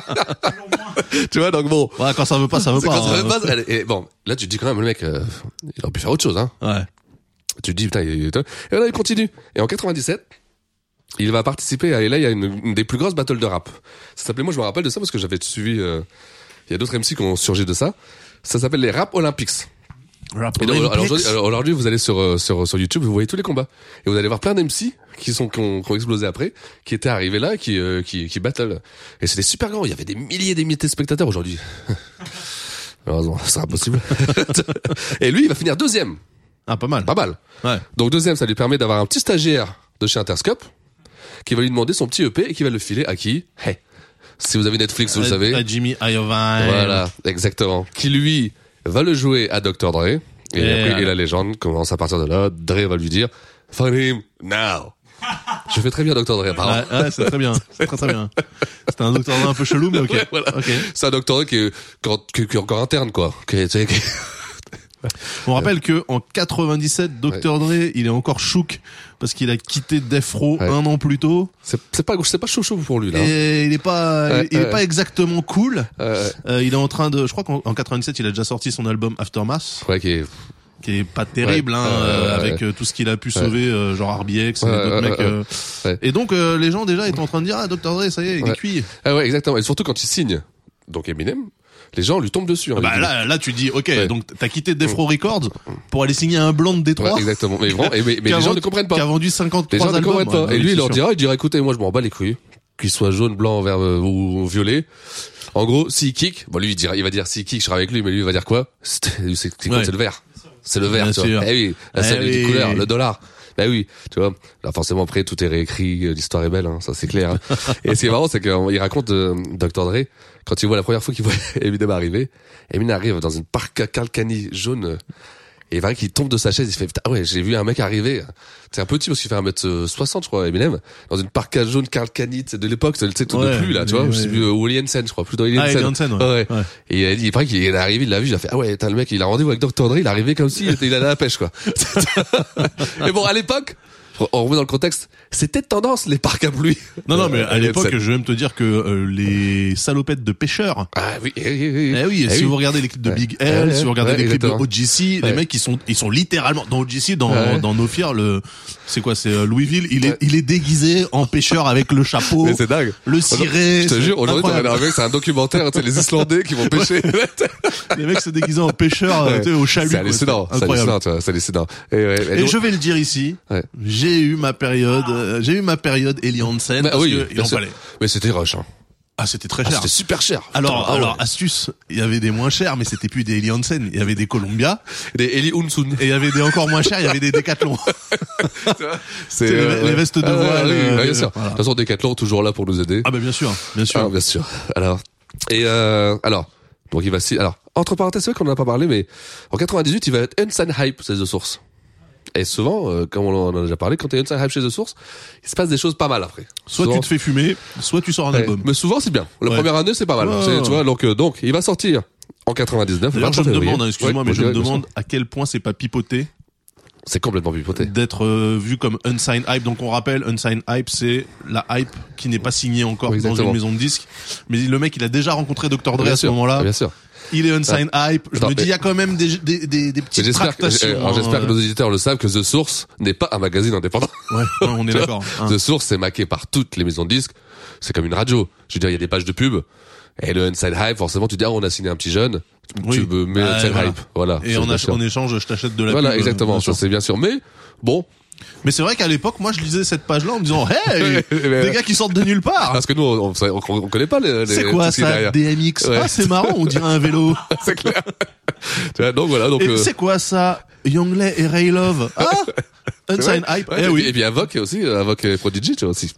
tu vois, donc bon.
Ouais quand ça veut pas ça veut
C'est quand ça
pas.
veut
hein.
pas, elle- et bon, là tu te dis quand même le mec, euh, il aurait pu faire autre chose, hein.
Ouais.
Tu te dis, putain, il- il- et là, il continue. Et en 97, il va participer à, et là, il y a une, une des plus grosses battles de rap. Ça s'appelait, moi, je me rappelle de ça parce que j'avais suivi, euh, il y a d'autres MC qui ont surgi de ça. Ça s'appelle les Rap Olympics.
Rap
Et donc, alors,
Olympics.
aujourd'hui, alors, aujourd'hui, vous allez sur, euh, sur, sur YouTube, vous voyez tous les combats. Et vous allez voir plein d'MC qui sont, qui ont, qui ont explosé après, qui étaient arrivés là, qui, euh, qui, qui battle. Et c'était super grand. Il y avait des milliers et des milliers de spectateurs aujourd'hui. Malheureusement, c'est impossible. et lui, il va finir deuxième.
Ah pas mal.
Pas mal.
Ouais.
Donc deuxième, ça lui permet d'avoir un petit stagiaire de chez Interscope qui va lui demander son petit EP et qui va le filer à qui Hey, si vous avez Netflix, vous le
À-
savez.
à Jimmy Iovine.
Voilà, exactement. Qui lui va le jouer à Dr Dre et,
Et
après, et la
voilà.
légende commence à partir de là. Dre va lui dire Find him now. Je fais très bien Dr Dre. apparemment.
Ouais, ouais, c'est très bien, c'est très très bien. C'était un docteur un peu chelou, mais ok.
Ouais, voilà.
Ok.
C'est un Dr Dre qui est, quand- qui- qui est encore interne quoi. Qui est- tu sais, qui-
On rappelle que en 97, Dr Dre, il est encore chouk parce qu'il a quitté Death Row
Ouais.
un an plus tôt
C'est c'est pas c'est pas chaud chaud pour lui là.
et il est pas,
Ouais,
il est
ouais.
pas exactement cool.
Euh,
Euh, il est en train de, je crois qu'en en 97, il a déjà sorti son album Aftermath,
ouais, qui est-
qui est pas terrible,
Ouais.
hein,
Euh,
euh,
ouais.
avec euh, tout ce qu'il a pu sauver, euh, genre RBX et
Ouais,
d'autres
ouais,
mecs.
ouais,
euh.
ouais.
Et donc euh, les gens déjà étaient en train de dire, ah Dr Dre, ça y est, il
Ouais.
est cuit.
Ah ouais, exactement. Et surtout quand il signe, donc Eminem, les gens lui tombent dessus. hein,
Bah
évidemment.
là, là, tu dis, ok,
Ouais. Mm.
donc t'as quitté Defro Records pour aller signer un blanc de Détroit.
Ouais, exactement. Mais, vraiment, et- mais, mais
qui a
les gens
vendu-
ne comprennent pas.
Qui a vendu
Les
53
gens ne
albums. hein.
comprennent
ouais,
pas.
dans
Et lui, il leur
l'édition.
dira, il dira, écoutez, moi, je m'en bats les couilles. Qu'il soit jaune, blanc, vert euh, ou violet. En gros, s'il kick, bon, lui, il, dira, il va dire, s'il kick, je serai avec lui, mais lui, il va dire quoi? C'est c'est- c'est quoi?
Ouais.
C'est le vert. C'est le vert,
Bien
tu vois.
sûr.
Eh oui, la
Eh
seule et unique
oui.
couleur, le dollar. Bah oui, tu vois. Là, forcément, après, tout est réécrit, euh, l'histoire est belle, hein, ça, c'est clair. hein. et ce qui est marrant, c'est qu'il raconte, euh, Dr. Dre, quand il voit la première fois qu'il voit Eminem arriver, Eminem arrive dans une parka calcani jaune, euh, et il va qu'il tombe de sa chaise, il fait, putain, ah ouais, j'ai vu un mec arriver. C'est un petit parce qu'il fait 1m60, je crois, Eminem, dans une parka jaune calcani, tu sais, de l'époque, tu sais, tout
Ouais,
de plus, là, tu vois.
ouais,
Je sais
ouais.
plus, euh, Willie Hansen, je crois, plus dans Willie
Ah, Eddie
Hansen.
Hansen, ouais.
Ouais.
Ouais.
Et il, a dit- il paraît qu'il est arrivé, il l'a vu, il a fait, ah ouais, putain, le mec, il a rendez-vous avec Dr. Dre, il est arrivé comme s'il était, il allait à la pêche, quoi. Mais bon, à l'époque, on remet dans le contexte, c'était tendance, les parcs à pluie.
Non, non, mais à
Euh,
l'époque,
Hansen.
je vais même te dire que euh, les salopettes de pêcheurs.
Ah oui, eh, eh, eh,
Eh oui,
eh
si vous regardez les clips de
Ouais.
Big
Ouais,
L,
ouais,
si vous regardez
ouais,
les clips de
exactement.
OGC, les
Ouais.
mecs ils sont ils sont littéralement dans OGC dans
Ouais.
dans No Fear, le c'est quoi c'est euh, Louisville, il est
Ouais.
il est déguisé en pêcheur avec le chapeau,
Mais c'est dingue.
le ciré.
Je te
c'est
jure, aujourd'hui, t'aurais
incroyable.
un mec, c'est un documentaire, tu sais, les Islandais qui vont pêcher.
les mecs se déguisent en pêcheur euh,
Ouais.
tu sais, au chalut.
C'est
quoi,
hallucinant,
c'est
c'est
incroyable.
hallucinant, tu vois, c'est hallucinant. Et, ouais, et
Et
donc-
je vais le dire ici,
Ouais.
j'ai eu ma période, euh, j'ai eu ma période Eli Hansen
Bah
parce
oui,
que il
bien
en
sûr.
fallait.
Mais c'était rush, hein.
Ah c'était très
Ah,
cher.
c'était super cher.
alors
Putain, ah
alors
ouais.
astuce, il y avait des moins chers mais c'était plus des Eli Hansen, il y avait des Columbia
des Eli Unsun.
et il y avait des encore moins chers, il y avait des Decathlon.
C'est
les- les vestes de
ah, ouais,
voile,
oui,
euh,
oui,
euh,
bien sûr.
voilà.
De toute façon, Decathlon toujours là pour nous aider.
Ah bah bien sûr, bien sûr.
Ah, bien sûr. Alors et euh, alors donc il va si alors entre parenthèses c'est vrai qu'on n'en a pas parlé mais en 98 il va être Unsigned Hype chez The Source. Et souvent, euh, comme on en a déjà parlé, quand t'es Unsigned Hype chez The Source, il se passe des choses pas mal après.
Soit
Souvent-
tu te fais fumer, soit tu sors un
Ouais.
album.
Mais souvent c'est bien. La
Ouais.
première année c'est pas mal.
Ouais,
C'est-
ouais.
Tu vois donc euh, donc il va sortir en 99. le
D'ailleurs, je
23
me
février.
demande, hein, excuse-moi,
Ouais,
mais je me
ouais, bien sûr.
demande à quel point c'est pas pipoté
C'est complètement pipoté.
d'être euh, vu comme unsigned hype. Donc on rappelle, unsigned hype, c'est la hype qui n'est pas signée encore
Oui,
dans
exactement.
une maison de disques. Mais le mec, il a déjà rencontré Dr Dre
Bien
à ce
sûr. Ah,
moment-là.
Bien sûr. Ah.
Il est unsigned hype. Je
Attends,
me dis, il y a
mais-
quand même des, des, des, des
Mais
petites
J'espère que,
tractations.
euh, alors,
hein,
j'espère que
euh,
nos auditeurs le savent que The Source n'est pas un magazine indépendant.
ouais, ouais, on est
Tu vois,
d'accord. hein.
The Source c'est maqué par toutes les maisons de disques. C'est comme une radio. Je veux dire, il y a des pages de pub. Et le Inside Hype, forcément, tu dis, ah, on a signé un petit jeune. Tu-
Oui.
Tu me mets
Ah,
Inside
voilà.
Hype. Voilà.
Et
Ça,
en,
bien
ach-
sûr.
en échange, je t'achète de la
Voilà,
pub, euh,
exactement.
bien
Ça,
sûr.
c'est bien sûr. Mais, bon.
Mais c'est vrai qu'à l'époque, moi, je lisais cette page-là en me disant, hey, des gars qui sortent de nulle part.
Parce que nous, on, on, on connaît pas les, les-
Ah. C'est
Ah, tout
quoi
ce qui est derrière.
ça, DMX
Ouais.
Ah, c'est marrant, on dirait un vélo.
C'est clair. Tu vois, donc voilà, donc.
Et
euh,
c'est quoi ça Youngley et Ray Love Ah Unsigned Hype
ouais,
Eh
et, puis- et
oui
puis Avoc aussi, euh, Avoc et Prodigy, tu vois aussi.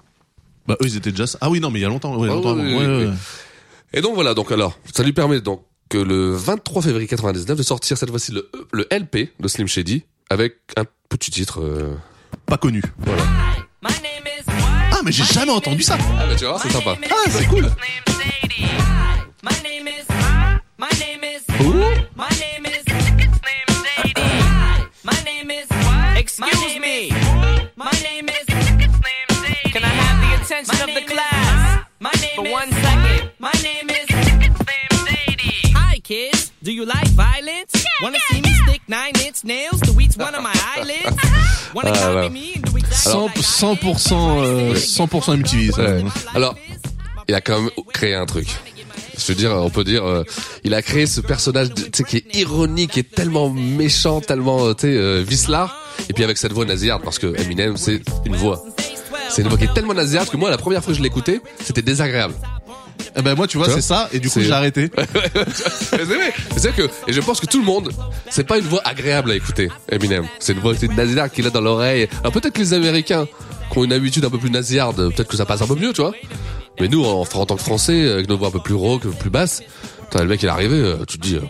Bah eux ils étaient déjà... Ah oui non mais il y a longtemps, ouais,
Ah,
longtemps
oui,
avant.
oui,
Ouais,
oui.
ouais.
Et donc voilà, donc alors, ça lui permet donc que le 23 février 99 de sortir cette fois-ci le, le LP de Slim Shady avec un petit titre. euh,
Pas connu.
My name is.
Ah mais j'ai jamais entendu ça
Ah bah tu vois, c'est sympa.
Ah c'est cool
My name is. My name is. My name is. My name is. Excuse me. My name is. Can I have the attention of the class? My name for one second. My name is. Hi kids, do you like violence? Wanna see me stick nine inch nails to each one of my eyelids? Wanna
Ah,
copy
là.
me and do exactly
Alors-
like I
100%,
am?
euh, 100% MTV, ça.
Ouais.
Alors, il a quand même créé un truc. Je veux dire, on peut dire, euh, il a créé ce personnage de- tu sais, qui est ironique et tellement méchant, tellement euh, tu sais, euh, vicelard. Et puis avec cette voix nasillarde, parce que Eminem, c'est une voix. C'est une voix qui est tellement nasillarde que moi, la première fois que je l'écoutais, c'était désagréable.
Eh ben moi tu vois
Tu
c'est
vois
ça et du coup
C'est-
j'ai arrêté.
Mais c'est vrai. Mais C'est vrai que, et je pense que tout le monde, c'est pas une voix agréable à écouter, Eminem. C'est une voix c'est une nasillarde qu'il a dans l'oreille. Alors peut-être que les Américains, qui ont une habitude un peu plus nasillarde, peut-être que ça passe un peu mieux, tu vois. Mais nous, en, en tant que Français, avec nos voix un peu plus rauques, plus basses, putain, le mec il est arrivé, euh, tu te dis, euh, pff,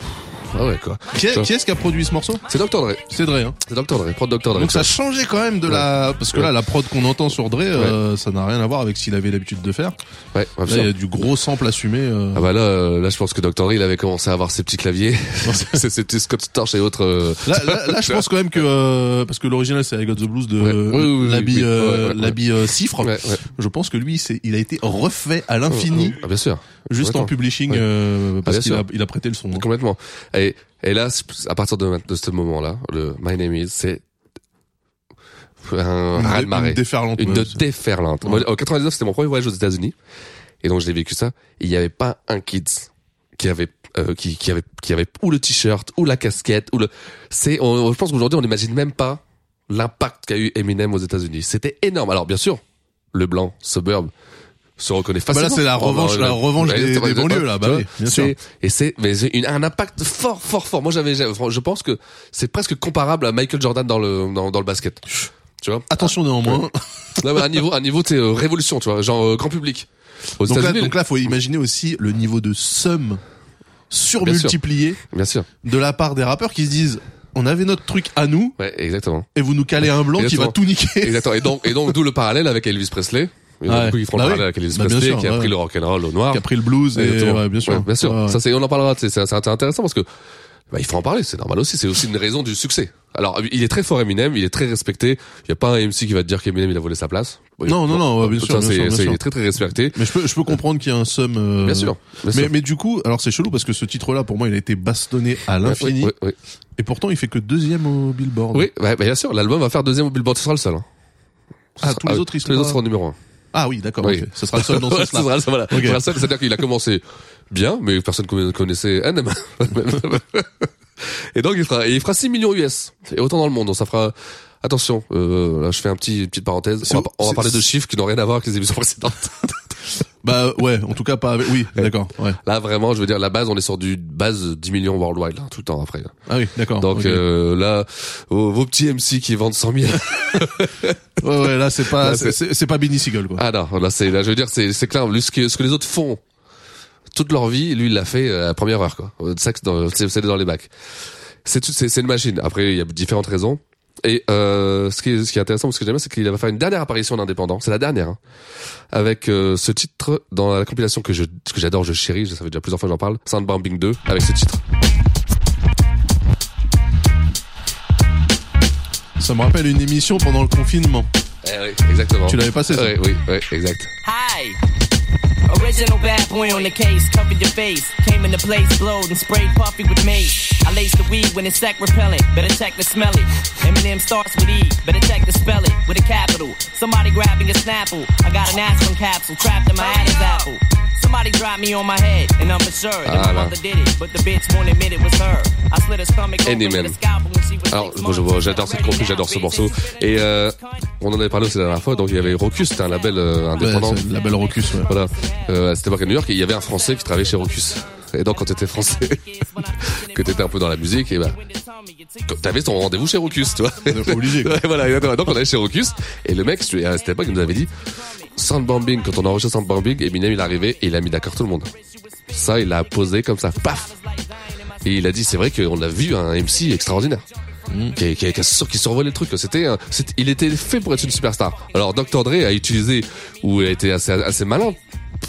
ah ouais, quoi.
Qui, est,
Tu vois.
qui est-ce qui a produit ce morceau
C'est Dr. Dre.
C'est Dre hein.
C'est Dr. Dre. Prends Dr. Dre.
Donc ça changeait quand même de la... Parce que là
Ouais.
la prod qu'on entend sur Dre euh, ça n'a rien à voir avec ce qu'il avait l'habitude de faire.
Ouais,
Là il y
absolument.
a du gros sample assumé. euh.
Ah bah là, euh, là je pense que Dr. Dre il avait commencé à avoir ses petits claviers, ses, ses petits Scott Storch et autres. euh,
Là, là, là, je pense quand même que euh, parce que l'original c'est I Got the Blues de
Ouais.
euh,
Oui, oui, oui,
l'habit
oui.
euh,
Ouais, ouais, ouais.
l'habit euh, cifre.
Ouais, ouais.
Je pense que lui c'est il a été refait à l'infini
Ah bien sûr.
juste
Attends.
en publishing
Ouais. Ah,
euh, parce
bien
qu'il a,
sûr.
il a prêté le son. hein.
Complètement. Et, et là, c'est- à partir de, ma- de ce moment-là, le My Name Is, c'est un
Une,
raz de
dé- une
marée.
déferlante.
Une
ouais,
de
c'est-
déferlante. Moi, en 99, c'était mon premier voyage aux États-Unis. Et donc, j'ai vécu ça. Il n'y avait pas un kids qui avait euh, qui, qui avait qui avait ou le t-shirt ou la casquette ou le c'est on- je pense qu'aujourd'hui on n'imagine même pas l'impact qu'a eu Eminem aux États-Unis. C'était énorme. Alors bien sûr, le blanc suburb se reconnaît
là,
facilement.
c'est la
Oh,
revanche-
bah,
la
bah,
revanche
bah,
des-
exactement,
des
exactement.
banlieues, là, bah
Tu vois,
oui, bien
c'est- Et c'est mais c'est une- un impact fort fort fort. Moi j'avais j'avais- je pense que c'est presque comparable à Michael Jordan dans le dans, dans le basket. Tu vois
Attention néanmoins.
Là, bah, un niveau un niveau t'es, euh, révolution, tu vois, genre euh, grand public. Aux
Donc là,
États-Unis,
donc là, faut imaginer aussi le niveau de somme surmultiplié
bien sûr.
de la part des rappeurs qui se disent on avait notre truc à nous
Ouais, exactement.
et vous nous calez un blanc qui
Exactement.
va tout niquer.
Exactement. Et donc, et donc, d'où le parallèle avec Elvis Presley. Et donc,
Ouais.
Du coup, ils font
Bah
le
oui.
parallèle avec Elvis
Bah, bien
Presley
sûr,
qui a
ouais.
pris le rock'n'roll au noir.
Qui a pris le blues et
Exactement.
ouais, bien sûr.
Ouais, bien sûr.
Ouais, ouais.
Ça, c'est, on en parlera. C'est, c'est, c'est intéressant parce que, bah, il faut en parler. C'est normal aussi. C'est aussi une raison du succès. Alors, il est très fort Eminem. Il est très respecté. Il y a pas un MC qui va te dire qu'Eminem il a volé sa place. Oui.
Non, non, non, ouais, bien
Tout
sûr,
ça,
bien
c'est-
sûr, bien
c'est-
sûr.
Il est très très respecté.
Mais je peux, je peux comprendre qu'il y a un somme. euh,
Bien sûr. Bien sûr.
Mais, mais du coup, alors c'est chelou parce que ce titre-là, pour moi, il a été bastonné à l'infini.
Ouais, ouais, ouais.
Et pourtant, il fait que deuxième au Billboard.
Oui, bah, bah, bien sûr. L'album va faire deuxième au Billboard. Ce sera le seul. hein.
Ah,
Ce
tous
sera-
les autres, ils
tous les
sont
autres
pas-
seront numéro un.
Ah oui, d'accord.
Oui.
ok. Ce sera le seul dans ce
Ouais,
sens-là.
sera le seul, voilà.
Ok.
Ce sera le seul, c'est-à-dire qu'il a commencé bien, mais personne ne connaissait Eminem. et donc, il fera, et il fera 6 millions US. Et autant dans le monde. Donc, ça fera, attention, euh, là, je fais un petit, une petite parenthèse.
C'est
On va,
où-
pas- on va
c'est-
parler de
c'est-
chiffres qui n'ont rien à voir avec les émissions précédentes.
Bah ouais, en tout cas pas avec. Oui, d'accord. Ouais.
là, vraiment, je veux dire, la base, on est sur du base 10 millions worldwide, là, tout le temps après.
Ah oui, d'accord.
Donc,
ok.
euh, là, vos, vos petits MC qui vendent 100 000.
ouais, ouais, là c'est pas,
là,
c'est- c'est c'est pas Benny Siegel quoi.
ah, non, là, c'est, là, je veux dire, c'est, c'est clair. Lui, ce que, ce que les autres font toute leur vie, lui, il l'a fait euh, à la première heure, quoi. Euh, sac dans- C'est c'est dans les bacs. C'est tout- c'est c'est une machine. Après, il y a différentes raisons. Et euh, ce qui est ce qui est intéressant, ce que j'aime, bien, c'est qu'il va faire une dernière apparition d'indépendant. C'est la dernière, hein. avec euh, ce titre dans la compilation que je que j'adore, je chéris. Ça fait déjà plusieurs fois que j'en parle. Soundbombing 2 avec ce titre.
Ça me rappelle une émission pendant le confinement.
Eh oui, exactement.
Tu l'avais passé, ça
Oui, oui, oui, exact.
Hi. Original bad boy on the case, covered your face. Came into place, blowed and sprayed puffy with mace. I laced the weed when it's sack repellent. Better check the smell it. Eminem starts with E. Better check the spell it with a capital. Somebody grabbing a snapple. I got an aspirin capsule trapped in my
Oh,
Adam's apple. Somebody dropped me on my head, and I'm assured that
Ah,
my
là.
mother did it, but the bitch won't admit it was her. I slit her stomach open
Eminem.
with a scalpel when she was
Alors,
six
bon, je-
months.
j'adore cette compil, j'adore ce morceau. Et euh, on en avait parlé aussi la dernière fois. Donc il y avait Rocus, c'était un label euh,
Ouais,
indépendant.
c'est la belle Rocus. Ouais.
Voilà. Euh, à cette époque à New York, il y avait un Français qui travaillait chez Rocus. Et donc, quand t'étais français, que t'étais un peu dans la musique, et ben, quand t'avais ton rendez-vous chez Rocus, tu vois.
Obligé. Quoi.
Ouais, voilà, exactement. Donc, on allait chez Rocus, et le mec, tu- à cette époque, il nous avait dit, Soundbombing, quand on a enregistré Soundbombing, Eminem, il est arrivé, et il a mis d'accord tout le monde. Ça, il l'a posé comme ça, paf! Et il a dit, c'est vrai qu'on a vu un MC extraordinaire.
Mm.
Qui, qui, qui, sur- qui survolait le truc. C'était, un- c'était- il était fait pour être une superstar. Alors, Dr. Dre a utilisé, ou a été assez, assez malin,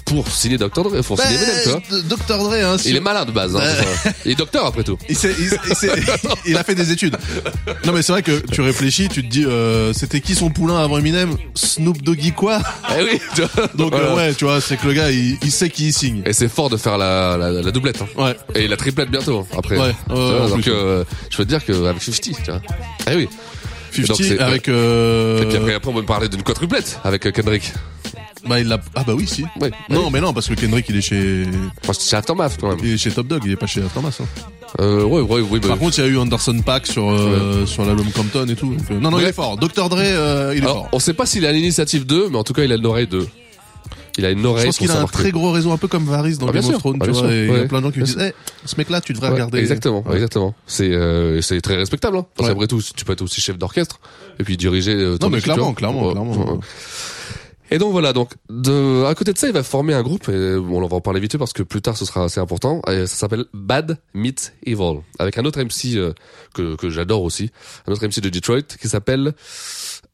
pour signer Dr. Dre, pour
Bah,
signer Eminem, tu vois.
Docteur Dre, hein,
Il
si-
est malin de base. Hein, enfin, il est docteur après tout.
Il, s'est- il s'est- il s'est- il a fait des études. Non mais c'est vrai que tu réfléchis, tu te dis euh, c'était qui son poulain avant Eminem Snoop Doggy quoi
Eh oui. tu vois.
Donc euh,
Voilà.
ouais, tu vois, c'est que le gars il, il sait qui il signe.
Et c'est fort de faire la, la, la doublette. Hein.
Ouais.
Et la triplette bientôt. hein, Après.
Ouais, ouais,
Tu vois,
ouais, en
donc
plus.
euh, je veux te dire qu'avec 50, tu vois. Eh oui. Donc,
50
c'est-
avec euh,
Et puis après, après, on peut me parler d'une quadruplette avec euh, Kendrick.
bah il l'a ah bah oui si.
Ouais.
Non mais non parce que Kendrick il est chez
Enfin, c'est Aftermath quand même.
il est chez Top Dog, il est pas chez Aftermath. hein.
Euh, ouais, ouais, oui. bah,
Par contre, il y a eu Anderson Paak sur euh, sur l'album Compton et tout. Donc, euh, non non, il
Ouais. Ah.
est fort. Dr Dre euh, il est
alors,
fort.
on sait pas s'il a l'initiative 2, mais en tout cas, il a une oreille 2. Il a une oreille.
Je pense
pour
qu'il a un
savoir que-
très gros réseau, un peu comme Varys dans
Ah, bien
Game of
sûr.
Thrones,
Ah,
tu
bien
vois.
sûr.
et Il y a
Ouais.
plein de gens qui
Bien
disent, Eh, ce mec-là, tu devrais
Ouais,
regarder.
Exactement,
Ouais.
exactement. C'est euh, c'est très respectable. Hein. Parce
Ouais.
qu'après tout, tu peux être aussi chef d'orchestre et puis diriger. euh, ton
Non mais
équipe, tu
clairement,
vois.
clairement,
Ouais,
clairement.
ouais. Et donc voilà, donc de, à côté de ça, il va former un groupe. Et bon, on va en parler vite fait parce que plus tard, ce sera assez important. Et ça s'appelle Bad Meets Evil avec un autre MC euh, que que j'adore aussi, un autre MC de Detroit qui s'appelle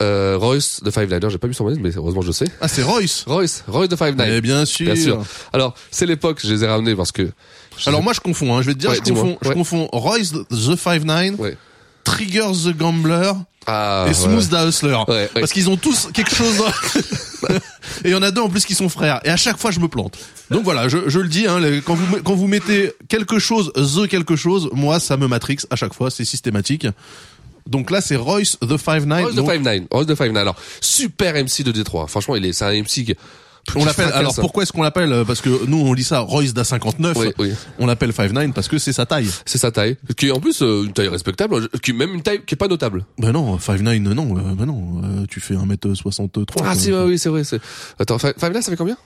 euh, Royce de Five Nine. J'ai pas vu son nom, mais heureusement, je le sais.
Ah, c'est Royce.
Royce, Royce de Five
Eh
Nine.
bien sûr.
Bien sûr. Alors, c'est l'époque. Je les ai ramenés parce que.
Alors moi, je confonds. Hein. Je vais te dire,
Ouais,
je
dis-moi.
confonds. Je
Ouais.
confonds Royce the Five Nine,
Ouais.
Trigger the Gambler
Ah,
et
ouais.
Smooth the Hustler.
ouais.
Parce qu'ils ont tous quelque chose. dans- et il y en a deux en plus qui sont frères. Et à chaque fois, je me plante. Donc voilà, je, je le dis. Hein, les- quand vous me- quand vous mettez quelque chose, the quelque chose, moi, ça me matrix à chaque fois. C'est systématique. Donc là, c'est Royce the Five Nine.
Royce de
donc-
Five Nine. Royce de Five Nine. Alors, super MC de Détroit. Franchement, il est, c'est un MC qui, Tout
On
qui
l'appelle.
fracasse,
Alors
ça.
pourquoi est-ce qu'on l'appelle euh, Parce que nous on lit ça Royce da 59.
Oui, oui.
On l'appelle 59 parce que c'est sa taille.
C'est sa taille, qui est en plus euh, une taille respectable, qui est même une taille qui est pas notable.
Ben non, 59 non, euh, ben non, euh, tu fais 1m63. quoi.
Ah si, ouais, oui, c'est vrai. c'est- Attends, Five Five Nine, ça fait combien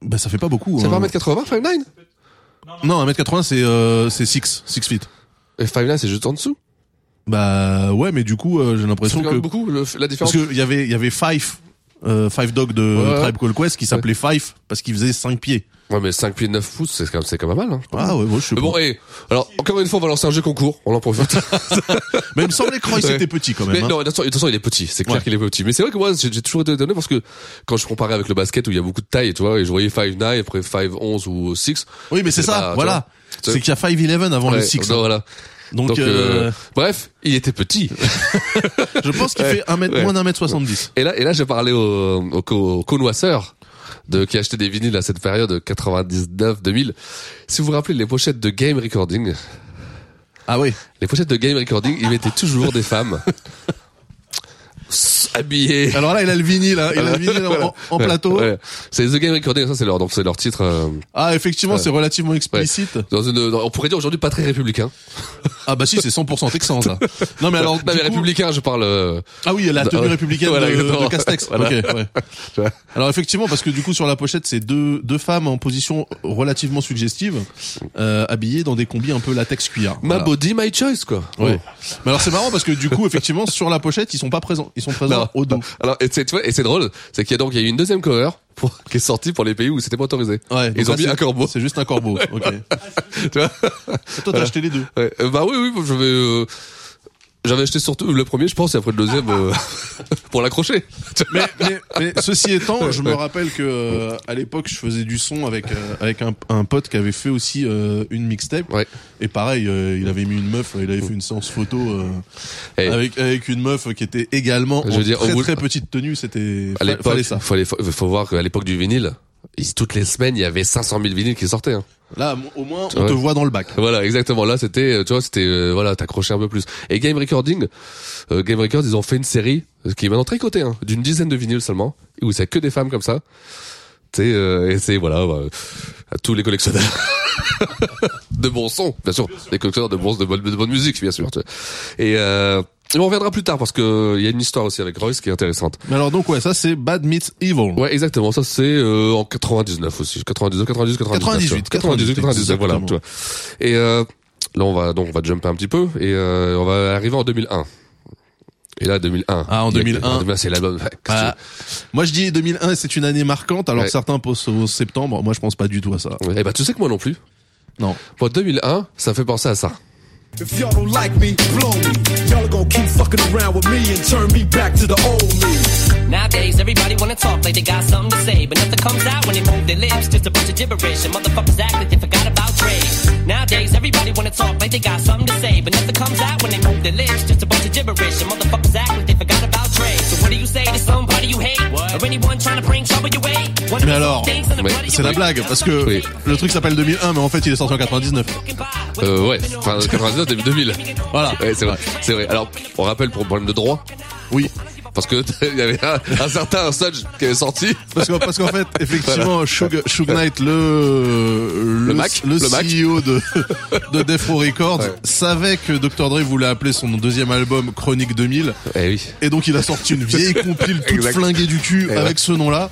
Ben ça fait pas beaucoup.
C'est
hein.
pas 1m80, Five Nine
Non, 1m80 c'est euh, c'est 6 6 feet.
Et Five Nine, c'est juste en dessous.
Bah ouais, mais du coup, euh, j'ai
C'est
l'impression
quand
que
même beaucoup le- la différence.
parce que il y avait il y avait Fife euh, Five Dog de
Ouais, ouais.
Tribe Called Quest qui s'appelait Fife parce qu'il faisait 5 pieds.
Ouais, mais 5 pieds 9 pouces, c'est quand même, c'est quand même pas mal. Hein.
Ah ouais, moi je sais
Mais bon,
pas.
et alors encore une fois, on va lancer un jeu concours. On en profite.
Mais Oh, il me semblait que Royce
Ouais.
était petit quand
mais
même. hein.
non, de toute façon- de toute façon, il est petit. C'est clair
Ouais.
qu'il est petit. Mais c'est vrai que moi, j'ai j'ai toujours été étonné parce que quand je comparais avec le basket où il y a beaucoup de tailles, tu vois, et je voyais 5 9 après 5 11 ou 6.
Oui, mais c'est
c'est
ça,
pas-
voilà.
tu vois.
C'est qu'il y a 5'11 avant Oh, le 6. hein.
voilà.
Donc,
Donc,
euh,
euh, bref, il était petit.
je pense qu'il fait un mètre
Ouais.
moins d'un mètre 70.
Et là, et là, j'ai parlé au, au, co- au connoisseur de qui achetait des vinyles à cette période 99-2000. Si vous vous rappelez les pochettes de Game Recording,
Ah oui.
les pochettes de Game Recording, ils mettaient toujours des femmes s- habillées.
Alors là, il a le vinyle, hein. il a le vinyle en, en
Ouais,
plateau.
ouais. C'est The Game Recording, ça c'est leur donc c'est leur titre. euh,
Ah, effectivement,
Ouais.
c'est relativement explicite.
dans une, dans- on pourrait dire aujourd'hui pas très républicain.
Ah bah si, c'est 100% texan ça. Non mais alors,
non,
du
mais
coup-
républicain, je parle. euh,
ah oui, la
Ah,
tenue
ouais.
républicaine
Voilà,
de,
exactement.
de Castex.
Voilà.
Ok, ouais.
tu vois.
Alors effectivement, parce que du coup sur la pochette, c'est deux deux femmes en position relativement suggestive, euh, habillées dans des combis un peu latex cuir.
My
Voilà.
body, my choice, quoi. Oh.
Ouais. Mais alors c'est marrant parce que du coup effectivement sur la pochette ils sont pas présents, ils sont présents
Non.
au dos.
Alors, et c'est, tu vois, et c'est drôle, c'est qu'il y a donc, il y a eu une deuxième cover pour, qui est sortie pour les pays où c'était pas autorisé.
Ouais, donc
Ils ont
là,
mis
c'est-
un corbeau.
C'est juste un corbeau. Ok.
Tu vois?
Toi t'as acheté les deux.
Ouais. Euh, bah oui, oui, je vais, euh, j'avais acheté surtout le premier, je pense, et après le deuxième, euh, pour l'accrocher. Tu vois
Mais, mais, mais ceci étant, je me
Ouais.
rappelle que euh, à l'époque je faisais du son avec euh, avec un, un pote qui avait fait aussi euh, une mixtape.
Ouais.
Et pareil, euh, il avait mis une meuf, euh, il avait fait une séance photo euh,
Eh.
avec avec une meuf qui était également
Je
en
veux dire, au
très
bout-
très petite tenue. C'était
À
fa-
l'époque,
fallait
faut,
ça.
aller- faut, faut voir qu'à l'époque du vinyle, ils- toutes les semaines, il y avait 500 000 vinyles qui sortaient. hein.
Là, au moins, on
Ouais.
te voit dans le bac.
Voilà, exactement. Là, c'était, euh, tu vois, c'était, euh, voilà, t'accrochais un peu plus. Et Game Recording, euh, Game Records, ils ont fait une série euh, qui est maintenant très cotée, hein, d'une dizaine de vinyles seulement, où c'est que des femmes comme ça. Tu sais, euh, et c'est voilà, bah, à tous les collectionneurs de bons sons, bien sûr, les collectionneurs de bons, de bonne, de bonne musique, bien sûr. tu vois. Et euh, et on reviendra plus tard parce que euh, il y a une histoire aussi avec Royce qui est intéressante.
Mais alors donc ouais, ça c'est Bad Meets Evil.
Ouais, exactement. Ça, c'est euh, en 99 aussi. 99, 98, 98. 98,
98,
99, voilà. Tu vois. Et euh, là, on va donc on va jumper un petit peu et euh, on va arriver en 2001. Et là, 2001.
Ah, en
Il y a-
2001.
en 2001, c'est l'album.
Bah, moi je dis 2001 c'est une année marquante alors
Ouais.
que certains posent au septembre moi je pense pas du tout à ça
Eh ben, tu sais que moi non plus.
non
Moi, 2001, ça me fait penser à ça.
If y'all don't like me, blow me. Y'all are gonna keep fucking around with me and turn me back to the old me.
Nowadays, everybody wanna talk like they got something to say, but nothing comes out when they move their lips. Just a bunch of gibberish, and motherfuckers act like they forgot about trade. Nowadays, everybody wanna talk like they got something to say, but nothing comes out when they move their lips. Just a bunch of gibberish, and motherfuckers act like they forgot about trade. So what do you say to somebody you hate, or anyone trying to bring trouble your way? One of
Mais
the
alors,
things on the
mais
bloody
c'est la
way.
blague parce que
Oui.
le truc s'appelle 2001 mais en fait il est sorti en 99
Euh, ouais, enfin, 99, début 2000.
Voilà.
Ouais, c'est vrai. C'est vrai. Alors, on rappelle pour problème de droit,
oui
parce que il y avait un, un certain Sudge qui avait sorti.
parce qu'en parce qu'en fait effectivement Suge Suge Knight le
Le Mac,
le,
le Mac.
CEO de de Death Row Records savait que Dr Dre voulait appeler son deuxième album Chronique 2000
Eh oui.
Et donc il a sorti une vieille compile toute
Exact. Eh
flinguée du cul
ouais.
avec ce nom-là,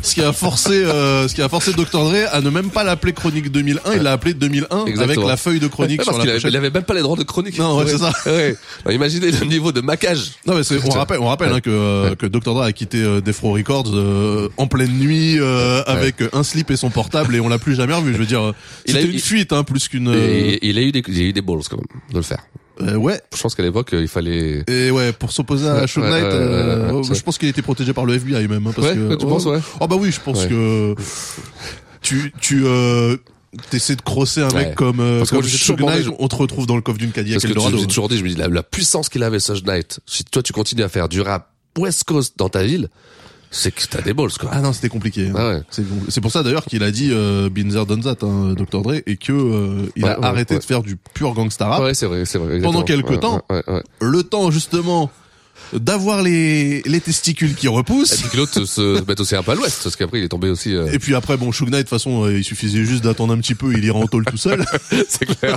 ce qui a forcé euh, ce qui a forcé Dr Dre à ne même pas l'appeler Chronique 2001, il l'a appelé 2001 avec
Exactement.
la feuille de chronique
Ouais,
sur
parce
la
qu'il avait,
pochette.
il avait même pas les droits de chronique.
Non, ouais, c'est ça.
Ouais. Alors, imaginez le niveau de maquage.
Non mais c'est- on rappelle on rappelle hein, que euh, que Dr Dre a quitté euh, Death Row Records euh, en pleine nuit euh, avec un slip et son portable et on l'a plus jamais revu. Je veux dire, euh,
Il a
c'était
eu-
une fuite hein, plus qu'une euh,
Et il a eu des, il a eu des balls quand même de le faire.
euh, ouais.
Je pense qu'à l'époque il fallait.
Et ouais, pour s'opposer à
Ouais,
Show
ouais,
Knight,
ouais, ouais,
euh,
ouais,
oh,
ouais.
je pense qu'il était protégé par le FBI même. hein, parce
Ouais,
que,
tu penses, ouais.
Ah bah oui, je pense
Ouais.
que tu tu euh, t'essaies de crosser un
Ouais.
mec comme euh,
Parce que
comme
moi, je suis
Suge
toujours
Knight,
bandé,
on te retrouve dans le coffre d'une Cadillac
Parce que tu-
Eldorado.
j'ai toujours dit, je me dis la, la puissance qu'il avait Sage Knight. Si toi tu continues à faire du rap West Coast dans ta ville, c'est que t'as des balls quoi.
Ah non, c'était compliqué. hein.
Ah ouais.
C'est c'est pour ça d'ailleurs qu'il a dit euh, Binzer done that, hein, Dr Dre, et que euh, il
Ouais,
a
ouais,
arrêté
ouais.
de faire du pur gangsta rap.
ouais, c'est vrai, c'est vrai.
Ah. Pendant
exactement.
quelque
Ouais,
temps.
ouais, ouais, ouais.
Le temps justement d'avoir les, les testicules qui
Et
repoussent.
puis que l'autre se se mette aussi un peu à l'ouest, parce qu'après il est tombé aussi. euh,
Et puis après, bon, Shug Knight, de toute façon, euh, il suffisait juste d'attendre un petit peu, il ira en tôle tout seul.
c'est clair.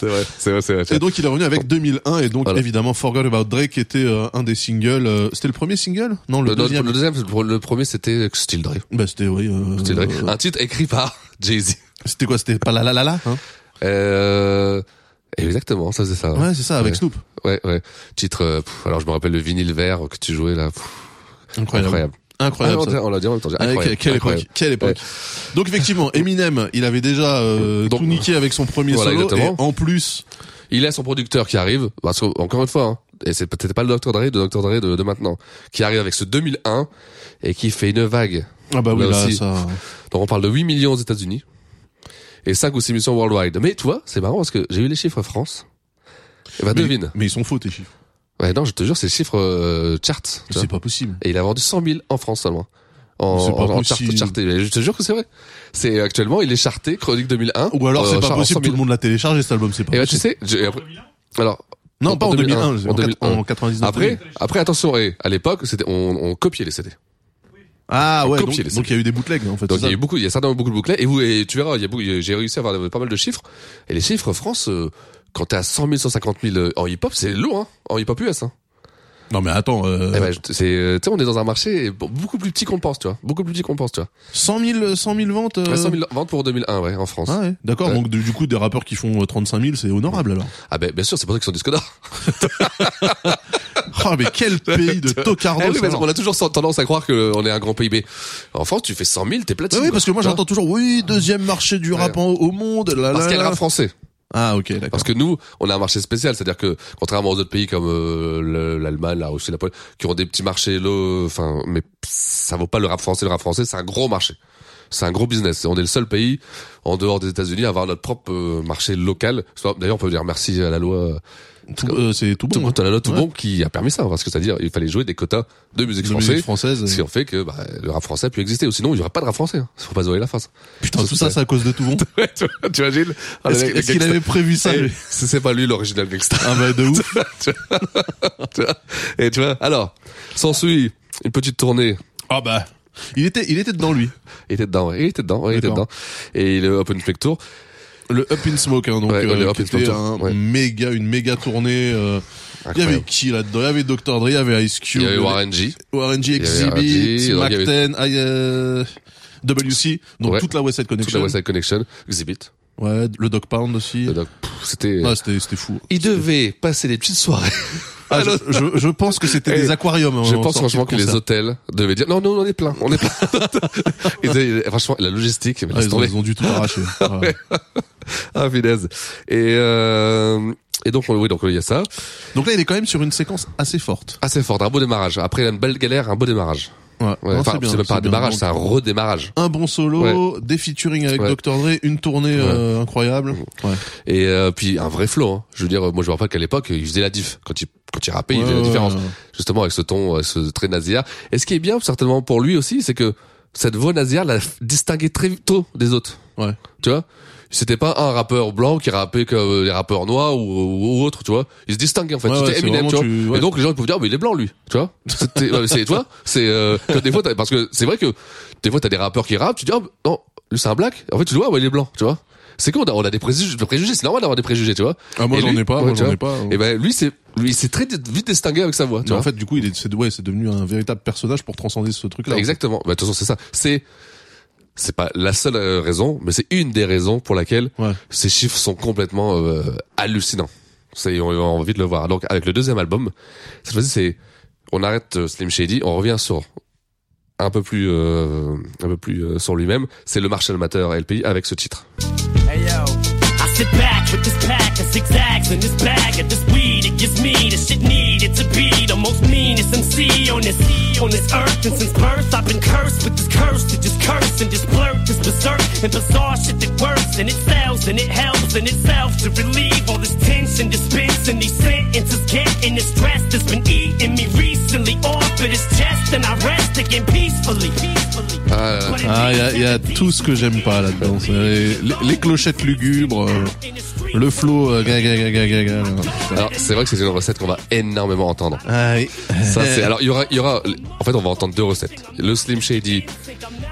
C'est vrai, c'est vrai, c'est vrai.
Et donc, il est revenu avec 2001, et donc,
Voilà.
évidemment, Forgot About Drake était euh, un des singles. euh, c'était le premier single Non, le
le, non,
deuxième.
le deuxième, le, le premier c'était Still Dre.
Bah, c'était, oui. euh,
Still Dre.
euh,
Un titre écrit par Jay-Z.
c'était quoi C'était pas la la la la hein
Euh, exactement, ça faisait ça.
Ouais, c'est ça, avec
Ouais.
Snoop.
Ouais, ouais. Titre, euh, pff, alors je me rappelle le vinyle vert que tu jouais là. pff,
Incroyable. Incroyable.
Ah,
ça.
on, on l'a dit en même temps. j'ai-
Ah,
Incroyable.
quelle
incroyable.
époque, quelle époque. Donc effectivement, Eminem, il avait déjà euh,
Donc,
tout niqué avec son premier
voilà,
solo
exactement.
et en plus,
Il a son producteur qui arrive, parce que, encore une fois, hein, et c'est peut-être pas le Dr Dre, le Dr Dre de, de maintenant, qui arrive avec ce 2001 et qui fait une vague.
ah bah oui
Là
là,
aussi.
ça,
Donc on parle de 8 millions aux États-Unis et 5 ou 6 millions worldwide. Mais tu vois, c'est marrant parce que j'ai eu les chiffres France. Et bah
mais,
devine.
mais ils sont faux tes chiffres.
Ouais, non, je te jure, c'est les chiffres euh, charts. tu vois.
C'est pas possible.
Et il a vendu 100 000 en France seulement. En,
C'est pas
en, en chart-
possible.
charté. Mais je te jure que c'est vrai. C'est actuellement, il est charté, Chronique 2001.
Ou alors
euh,
c'est
char-
pas
en
possible,
100
tout
000.
le monde l'a téléchargé cet album, c'est pas
Et bah, tu
possible.
sais, je- et après- alors,
non, pas en 2001, c'est en,
2001.
en 99.
Après, après, attention, et à l'époque, c'était, on, on copiait les CD.
ah ouais, donc
copier,
donc
les
il y a eu des bootlegs en fait.
Donc
c'est
il y a eu
ça.
beaucoup, il y a certainement beaucoup de bouclets. Et vous, et tu verras, il y a beaucoup, j'ai réussi à avoir pas mal de chiffres. Et les chiffres France, euh, quand t'es à 100 000, 150 000 euh, en hip-hop, c'est lourd, hein, en hip-hop US. Hein.
Non mais attends, euh,
Eh ben, je- c'est, euh, tu sais, on est dans un marché bon, beaucoup plus petit qu'on le pense, tu vois, beaucoup plus petit qu'on le pense, tu vois.
100 000 100 000 ventes. euh,
Ouais, 100 000 ventes pour 2001, ouais, en France.
Ah ouais, d'accord.
Ouais.
Donc du du coup, des rappeurs qui font euh, 35 000, c'est honorable alors.
Ah ben, bien sûr, c'est pour ça qu'ils sont disque d'or.
Oh mais quel pays de tocardos.
Eh oui, mais
alors.
on a toujours tendance à croire que on est un grand pays, mais en France, tu fais 100 000, t'es platine.
Ah oui, parce que moi
tu vois.
j'entends toujours oui, deuxième marché du rap en- au monde. Là,
Parce
là,
qu'il y a le
là.
rap français.
Ah ok, d'accord.
Parce que nous, on a un marché spécial, c'est-à-dire que contrairement aux autres pays comme euh, le- l'Allemagne, la Russie, la Pologne, qui ont des petits marchés, le, enfin, mais ça vaut pas le rap français. Le rap français, c'est un gros marché, c'est un gros business. On est le seul pays en dehors des États-Unis à avoir notre propre euh, marché local. Soit- D'ailleurs, on peut dire merci à la loi,
Tout- euh, c'est tout
tout,
bon. hein.
à la loi tout
Ouais.
bon qui a permis ça, hein, parce que c'est-à-dire il fallait jouer des quotas de musique
De
française.
musique française.
Ce qui en fait que bah, le rap français a pu exister, ou sinon il n'y aurait pas de rap français. hein. Faut pas se voiler la face.
Putain, euh, tout ça, c'est à cause de tout bon.
tu vois- tu imagines Ah, le
Est-ce
mec-
est-ce
le
qu'il
gangsta-
avait prévu ça
Eh,
lui
c'est c'est pas lui l'original gangster.
Ah bah de ouf.
Tu vois Tu vois Et tu vois, alors, s'ensuit une petite tournée.
Ah bah. Il était, il était dedans lui.
Il était dedans, ouais, il était dedans, ouais, il était
D'accord.
dedans. Et le Open Mic Tour.
Le Up in Smoke, hein, donc
Ouais, ouais, le
euh,
Up
qui
in Smoke
était
Tour,
un
ouais.
méga, une méga tournée. euh, il y avait
Incroyable.
qui là-dedans Il y avait Dr Dre, il y avait Ice Cube,
Il y avait Warren G.
Warren G,
il y avait Warren G,
Exhibit,
donc
Mac
il y avait-
10, I, euh, WC, donc
Ouais.
toute la West Side
Toute la
Connection.
West Side Connection, Exhibit.
Ouais, le Dog Pound aussi.
Et donc, pff, C'était.
Ah, c'était, c'était fou.
Il devait passer des petites soirées.
Ah, je, je, je pense que c'était
Eh,
des aquariums. hein,
Je
en
pense
sortie Ah,
franchement
de
que les
concert.
hôtels devaient dire non, non, on est plein, on est plein. Ils avaient- franchement, la logistique, mais
Ah,
laisse
ils, ont,
tomber.
ils ont dû tout arracher. Ouais.
Ah, punaise. Et euh, et donc on- oui, donc il y a ça.
Donc là, il est quand même sur une séquence assez forte.
Assez fort, un beau démarrage. Après il y a une belle galère, un beau démarrage.
Ouais.
Ouais,
Non,
enfin,
bien,
c'est même pas un
bien.
démarrage,
Donc,
c'est un redémarrage.
un bon solo, des featuring avec
Ouais.
Dr Dre, une tournée euh, incroyable. Ouais.
Et euh, puis un vrai flow. Hein. Je veux dire, euh, moi je me rappelle qu'à l'époque, il faisait la diff. Quand il quand il rappait, il
Ouais,
faisait la
ouais,
différence.
ouais.
Justement avec ce ton, euh, ce trait nasillard. Et ce qui est bien certainement pour lui aussi, c'est que cette voix nasillard l'a f- distingué très tôt des autres.
Ouais.
Tu vois, c'était pas un rappeur blanc qui rappait comme euh, les rappeurs noirs ou, ou, ou autres. Tu vois, il se distinguait en fait.
Ouais, ouais,
c'était
c'est
Eminem.
vraiment
Tu vois.
tu- ouais.
Et donc les gens ils pouvaient dire, Ah, mais il est blanc lui. Tu vois, c'était, ouais, mais c'est tu vois, c'est euh, que des fois t'as- parce que c'est vrai que des fois t'as des rappeurs qui rappent, tu dis Ah, non, lui c'est un black. En fait tu le vois, ouais, il est blanc. Tu vois. C'est con, on a, on a des préjugés, des préjugés, c'est normal d'avoir des préjugés, tu vois.
Ah, moi,
Et
j'en
lui-
ai pas,
ouais,
moi,
tu
j'en
vois.
ai pas. hein.
Et ben lui c'est lui c'est très vite distingué avec sa voix, tu
Mais en
vois.
fait, du coup, il est, c'est, ouais, c'est devenu un véritable personnage pour transcender ce truc-là.
Exactement. Bah, de toute façon, c'est ça. C'est c'est pas la seule euh, raison, mais c'est une des raisons pour laquelle
Ouais.
ces chiffres sont complètement euh, hallucinants. C'est on a envie de le voir. Donc avec le deuxième album, cette fois-ci c'est on arrête euh, Slim Shady, on revient sur un peu plus euh, un peu plus euh, sur lui-même, c'est le Marshall Matter LP avec ce titre.
Hey yo.
I sit back with this pack of zigzags and this bag of this weed. It gives me the shit needed to be the most meanest MC on this on this earth. And since birth, I've been cursed with this curse to just curse and just blurt, just berserk and bizarre shit that works and it sells and it helps in itself to relieve all this tension, dispense and these sentences get in this stress that's been eating me recently off of this chest and I rest again peacefully. peacefully. But it
Ah, il y a, il y a
takes
tout ce que j'aime pas là-dedans. C'est les, les clochettes lugubres. euh,
in the street
Le flow. euh, ga, ga, ga, ga, ga, ga.
Alors, c'est vrai que c'est une recette qu'on va énormément entendre.
Ah oui.
Ça, c'est,
Euh,
alors, il y aura, il y aura, en fait, on va entendre deux recettes. Le Slim Shady,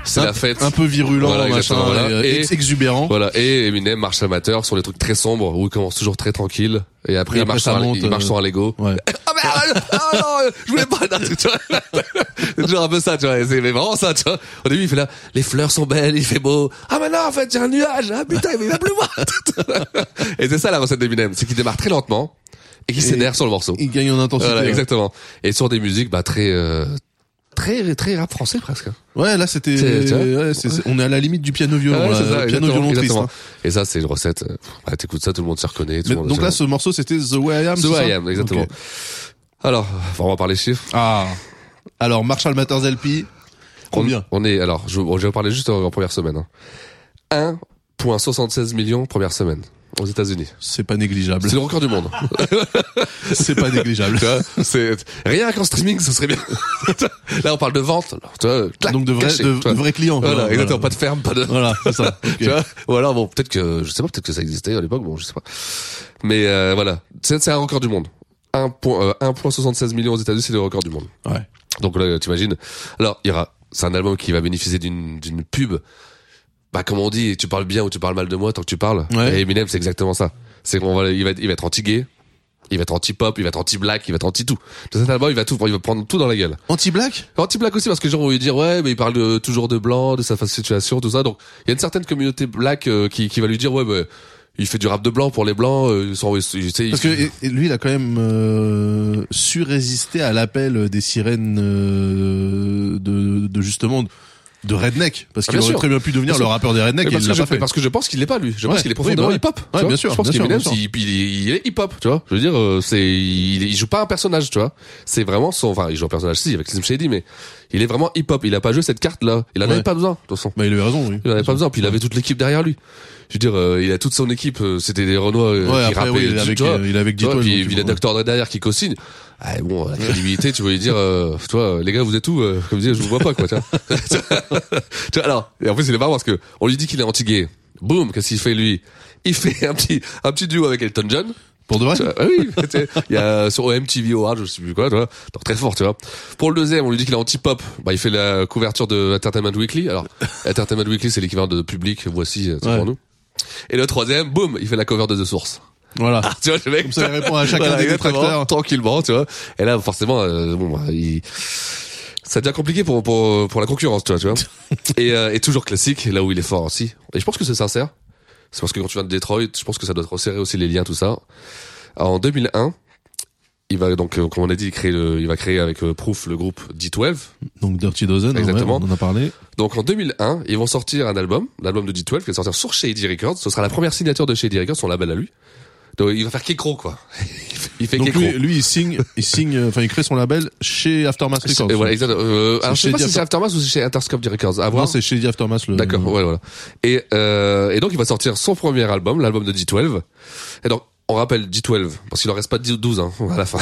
c'est
un-
la fête.
Un peu virulent,
Voilà,
machin,
exactement, voilà.
et, euh,
Et-
ex- exubérant.
Voilà, et Eminem, Marche Amateur, sur les trucs très sombres, où il commence toujours très tranquille, et après,
Et
il,
après,
marche
ça
sur, un-
monte,
il marche
euh,
sur un Lego.
Ouais.
Ah, mais, ah, ah, non, je voulais pas, d'un truc, tu vois. C'est toujours un peu ça, tu vois, et c'est mais vraiment ça, tu vois. Au début, il fait là, les fleurs sont belles, il fait beau. Ah, mais non, en fait, j'ai un nuage, ah, putain, mais il va pleuvoir. et c'est ça, la recette d'Eminem, c'est qu'il démarre très lentement, et qu'il s'énerve sur le morceau.
Il gagne en intensité. hein.
Voilà,
ouais.
exactement. Et sur des musiques, bah, très, euh, très, très rap français, presque.
Ouais, là c'était.
C'est- tu vois
ouais, c'est- c'est- on est à la limite du piano violon.
Ah ouais,
là,
c'est ça,
piano
exactement,
violon triste.
exactement.
hein.
Et ça, c'est une recette. euh, pff, Bah, t'écoutes ça, tout le monde s'y reconnaît. Tout
Mais
le monde,
donc là, ce morceau c'était The Way I Am.
The
c'est
Way
ça
I Am, exactement.
Ok.
Alors, enfin, on va parler chiffres.
Ah. Alors Marshall Matters LP. Combien
on, on est, alors, je, bon, je vais en parler juste en, en première semaine. Hein. 1,76 millions première semaine aux États-Unis.
C'est pas négligeable.
C'est le record du monde.
C'est pas négligeable.
Tu vois, c'est rien qu'en streaming, ce serait bien. Là, on parle de vente. Tu vois, clac,
donc de vrais,
caché,
de,
tu vois.
de vrais clients. quoi.
Voilà, exactement. Pas de ferme, pas de.
Voilà, c'est ça. Ok.
Tu vois Ou alors bon, peut-être que je sais pas, peut-être que ça existait à l'époque, bon, je sais pas. Mais euh, voilà, c'est c'est un record du monde. 1 point, euh, 1,76 millions aux États-Unis, c'est le record du monde.
Ouais.
Donc là, t'imagines. Alors, il y aura. C'est un album qui va bénéficier d'une d'une pub. Bah, comme on dit, tu parles bien ou tu parles mal de moi tant que tu parles.
Ouais.
Et Eminem, c'est exactement ça. C'est qu'on va, il va, il va être anti-gay. Il va être anti-pop, il va être anti-black, il va être anti-tout. Dans cet album, il va tout, il va prendre tout dans la gueule.
Anti-black
Anti-black aussi parce que les gens vont lui dire ouais mais il parle de- toujours de blanc, de sa fa- situation, tout ça. Donc il y a une certaine communauté black euh, qui, qui va lui dire ouais bah, il fait du rap de blanc pour les blancs. euh, ils sont, ils- ils- tu sais,
Parce que
ils-
et- et lui, il a quand même euh, su résister à l'appel des sirènes euh, de, de justement de redneck, parce qu'il
Ah, bien
aurait
sûr.
très bien pu devenir
Bien
le
sûr.
rappeur des rednecks.
Mais
Et
parce,
il
que
l'a
je,
pas fait.
parce que je pense qu'il l'est pas lui. Je pense
Ouais.
qu'il est
Oui, bah
profondément
ouais.
hip-hop. tu
Ouais,
vois.
bien sûr,
Je pense
bien sûr,
qu'Eminem,
bien sûr.
il, il- il est hip-hop, tu vois. Je veux dire, euh, c'est, il, il joue pas un personnage, tu vois. C'est vraiment son, enfin, il joue un personnage si avec Slim Shady, mais il est vraiment hip-hop. Il a pas joué cette carte là. Il en
Ouais.
avait pas besoin, de toute façon.
Bah, il avait raison, oui.
Il en avait pas besoin, puis il avait toute l'équipe derrière lui. Je veux dire, euh, il a toute son équipe, euh, c'était des Renois euh,
Ouais,
qui
après,
rappaient,
oui, il
tu-
avec-
tu vois,
il avec
tu vois,
Ditto,
puis
donc,
il a
bon.
Dr. Dre derrière qui co-signe. Ah, bon, la crédibilité, tu voulais dire, euh, tu vois, les gars, vous êtes où euh, Comme je disais, je vous vois pas, quoi, tu vois. tu vois, alors, et en plus, il est marrant parce que on lui dit qu'il est anti-gay. Boum, qu'est-ce qu'il fait, lui Il fait un petit, un petit duo avec Elton John.
Pour de vrai
Tu vois, ah oui, tu sais, il y a sur MTV Awards, je sais plus quoi, tu vois, donc très fort, tu vois. Pour le deuxième, on lui dit qu'il est anti-pop. Bah, il fait la couverture de Entertainment Weekly. Alors, Entertainment Weekly, c'est l'équivalent de public. Voici, euh, c'est
Ouais.
pour nous. Et le troisième, boum, il fait la cover de The Source.
Voilà.
Tu vois, le mec.
Comme ça, il répond à Ah, chacun des
exactement,
détracteurs.
Tranquillement, tu vois. Et là, forcément, euh, bon, bah, il- ça devient compliqué pour, pour, pour la concurrence, tu vois, tu vois. et, euh, et toujours classique, là où il est fort aussi. Et je pense que c'est sincère. C'est parce que quand tu viens de Detroit, je pense que ça doit te resserrer aussi les liens, tout ça. Alors, en 2001, il va donc, euh, comme on a dit, il, crée le- il va créer avec euh, Proof le groupe D12.
Donc Dirty Dozen,
Exactement.
ouais, on en a parlé.
Donc en 2001, ils vont sortir un album, l'album de D12 qui va sortir sur Shady Records. Ce sera la première signature de Shady Records, son label à lui. Donc il va faire Kekro quoi. Il fait
Donc
Kekro.
lui, lui, il signe, il signe, euh, enfin, il crée son label chez Aftermath Records.
Et voilà, exactement. Euh, alors je
chez
sais pas si
Diapha-
c'est Aftermath ou c'est chez Interscope Records. À
Non,
voir.
c'est chez The Aftermath le.
D'accord, ouais, voilà. Et, euh, et donc, il va sortir son premier album, l'album de D12. Et donc, on rappelle D12, parce qu'il en reste pas 10 12 hein, à la fin.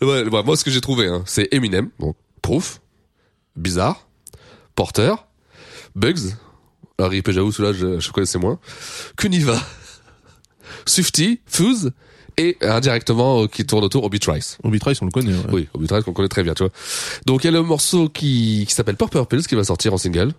Ouais, ouais, moi, ce que j'ai trouvé, hein, c'est Eminem, donc Proof, Bizarre, Porter, Bugs, Larry Pejahou, celui-là, je, je connaissais moins, Kuniva, Swifty, Fuse, et euh, indirectement, euh, qui tourne autour, Obi Trice.
Obitrice, on le connaît. ouais.
Oui, Obi Trice qu'on connaît très bien, tu vois. Donc, il y a le morceau qui, qui s'appelle Purple Pills, qui va sortir en single.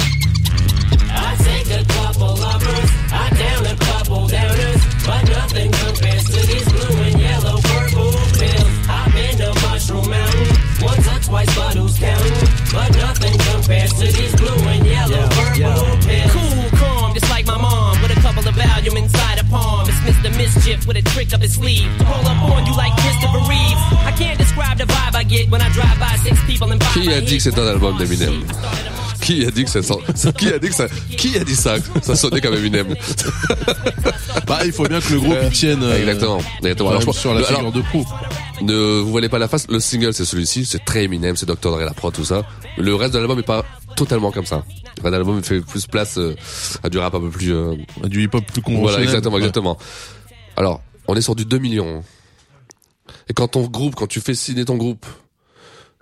I take a couple uppers, I down a couple downers, but nothing compares to these blue and yellow purple pills. I've been to Mushroom Mountain, once or twice, but who's counting? But nothing compares to these blue and yellow purple pills. Cool, calm, just like my mom, with a couple of volume inside a palm. It's Mr. Mischief with a trick up his sleeve. To pull up on you like Christopher Reeves. I can't describe the vibe I get when I drive by six people and buy
Qui
my
a dit que
hits.
c'est un album d'Eminem Qui a dit que ça sent- ça- Qui a dit que ça Qui a dit ça Ça sonnait comme Eminem.
Bah, il faut bien que le groupe il tienne. euh,
Exactement. Exactement.
quand
Alors, je
même
pense-
sur la
le- alors,
figure de proue.
ne vous voyez pas la face. Le single c'est celui-ci, c'est très Eminem, c'est Dr Dre, la prod, tout ça. Le reste de l'album est pas totalement comme ça. Le reste de l'album fait plus place euh, à du rap un peu plus. euh,
Du hip-hop plus conventionnel.
voilà, exactement,
H&M. Ouais.
exactement. Alors, on est sur du 2 millions. Et quand ton groupe, quand tu fais signer ton groupe,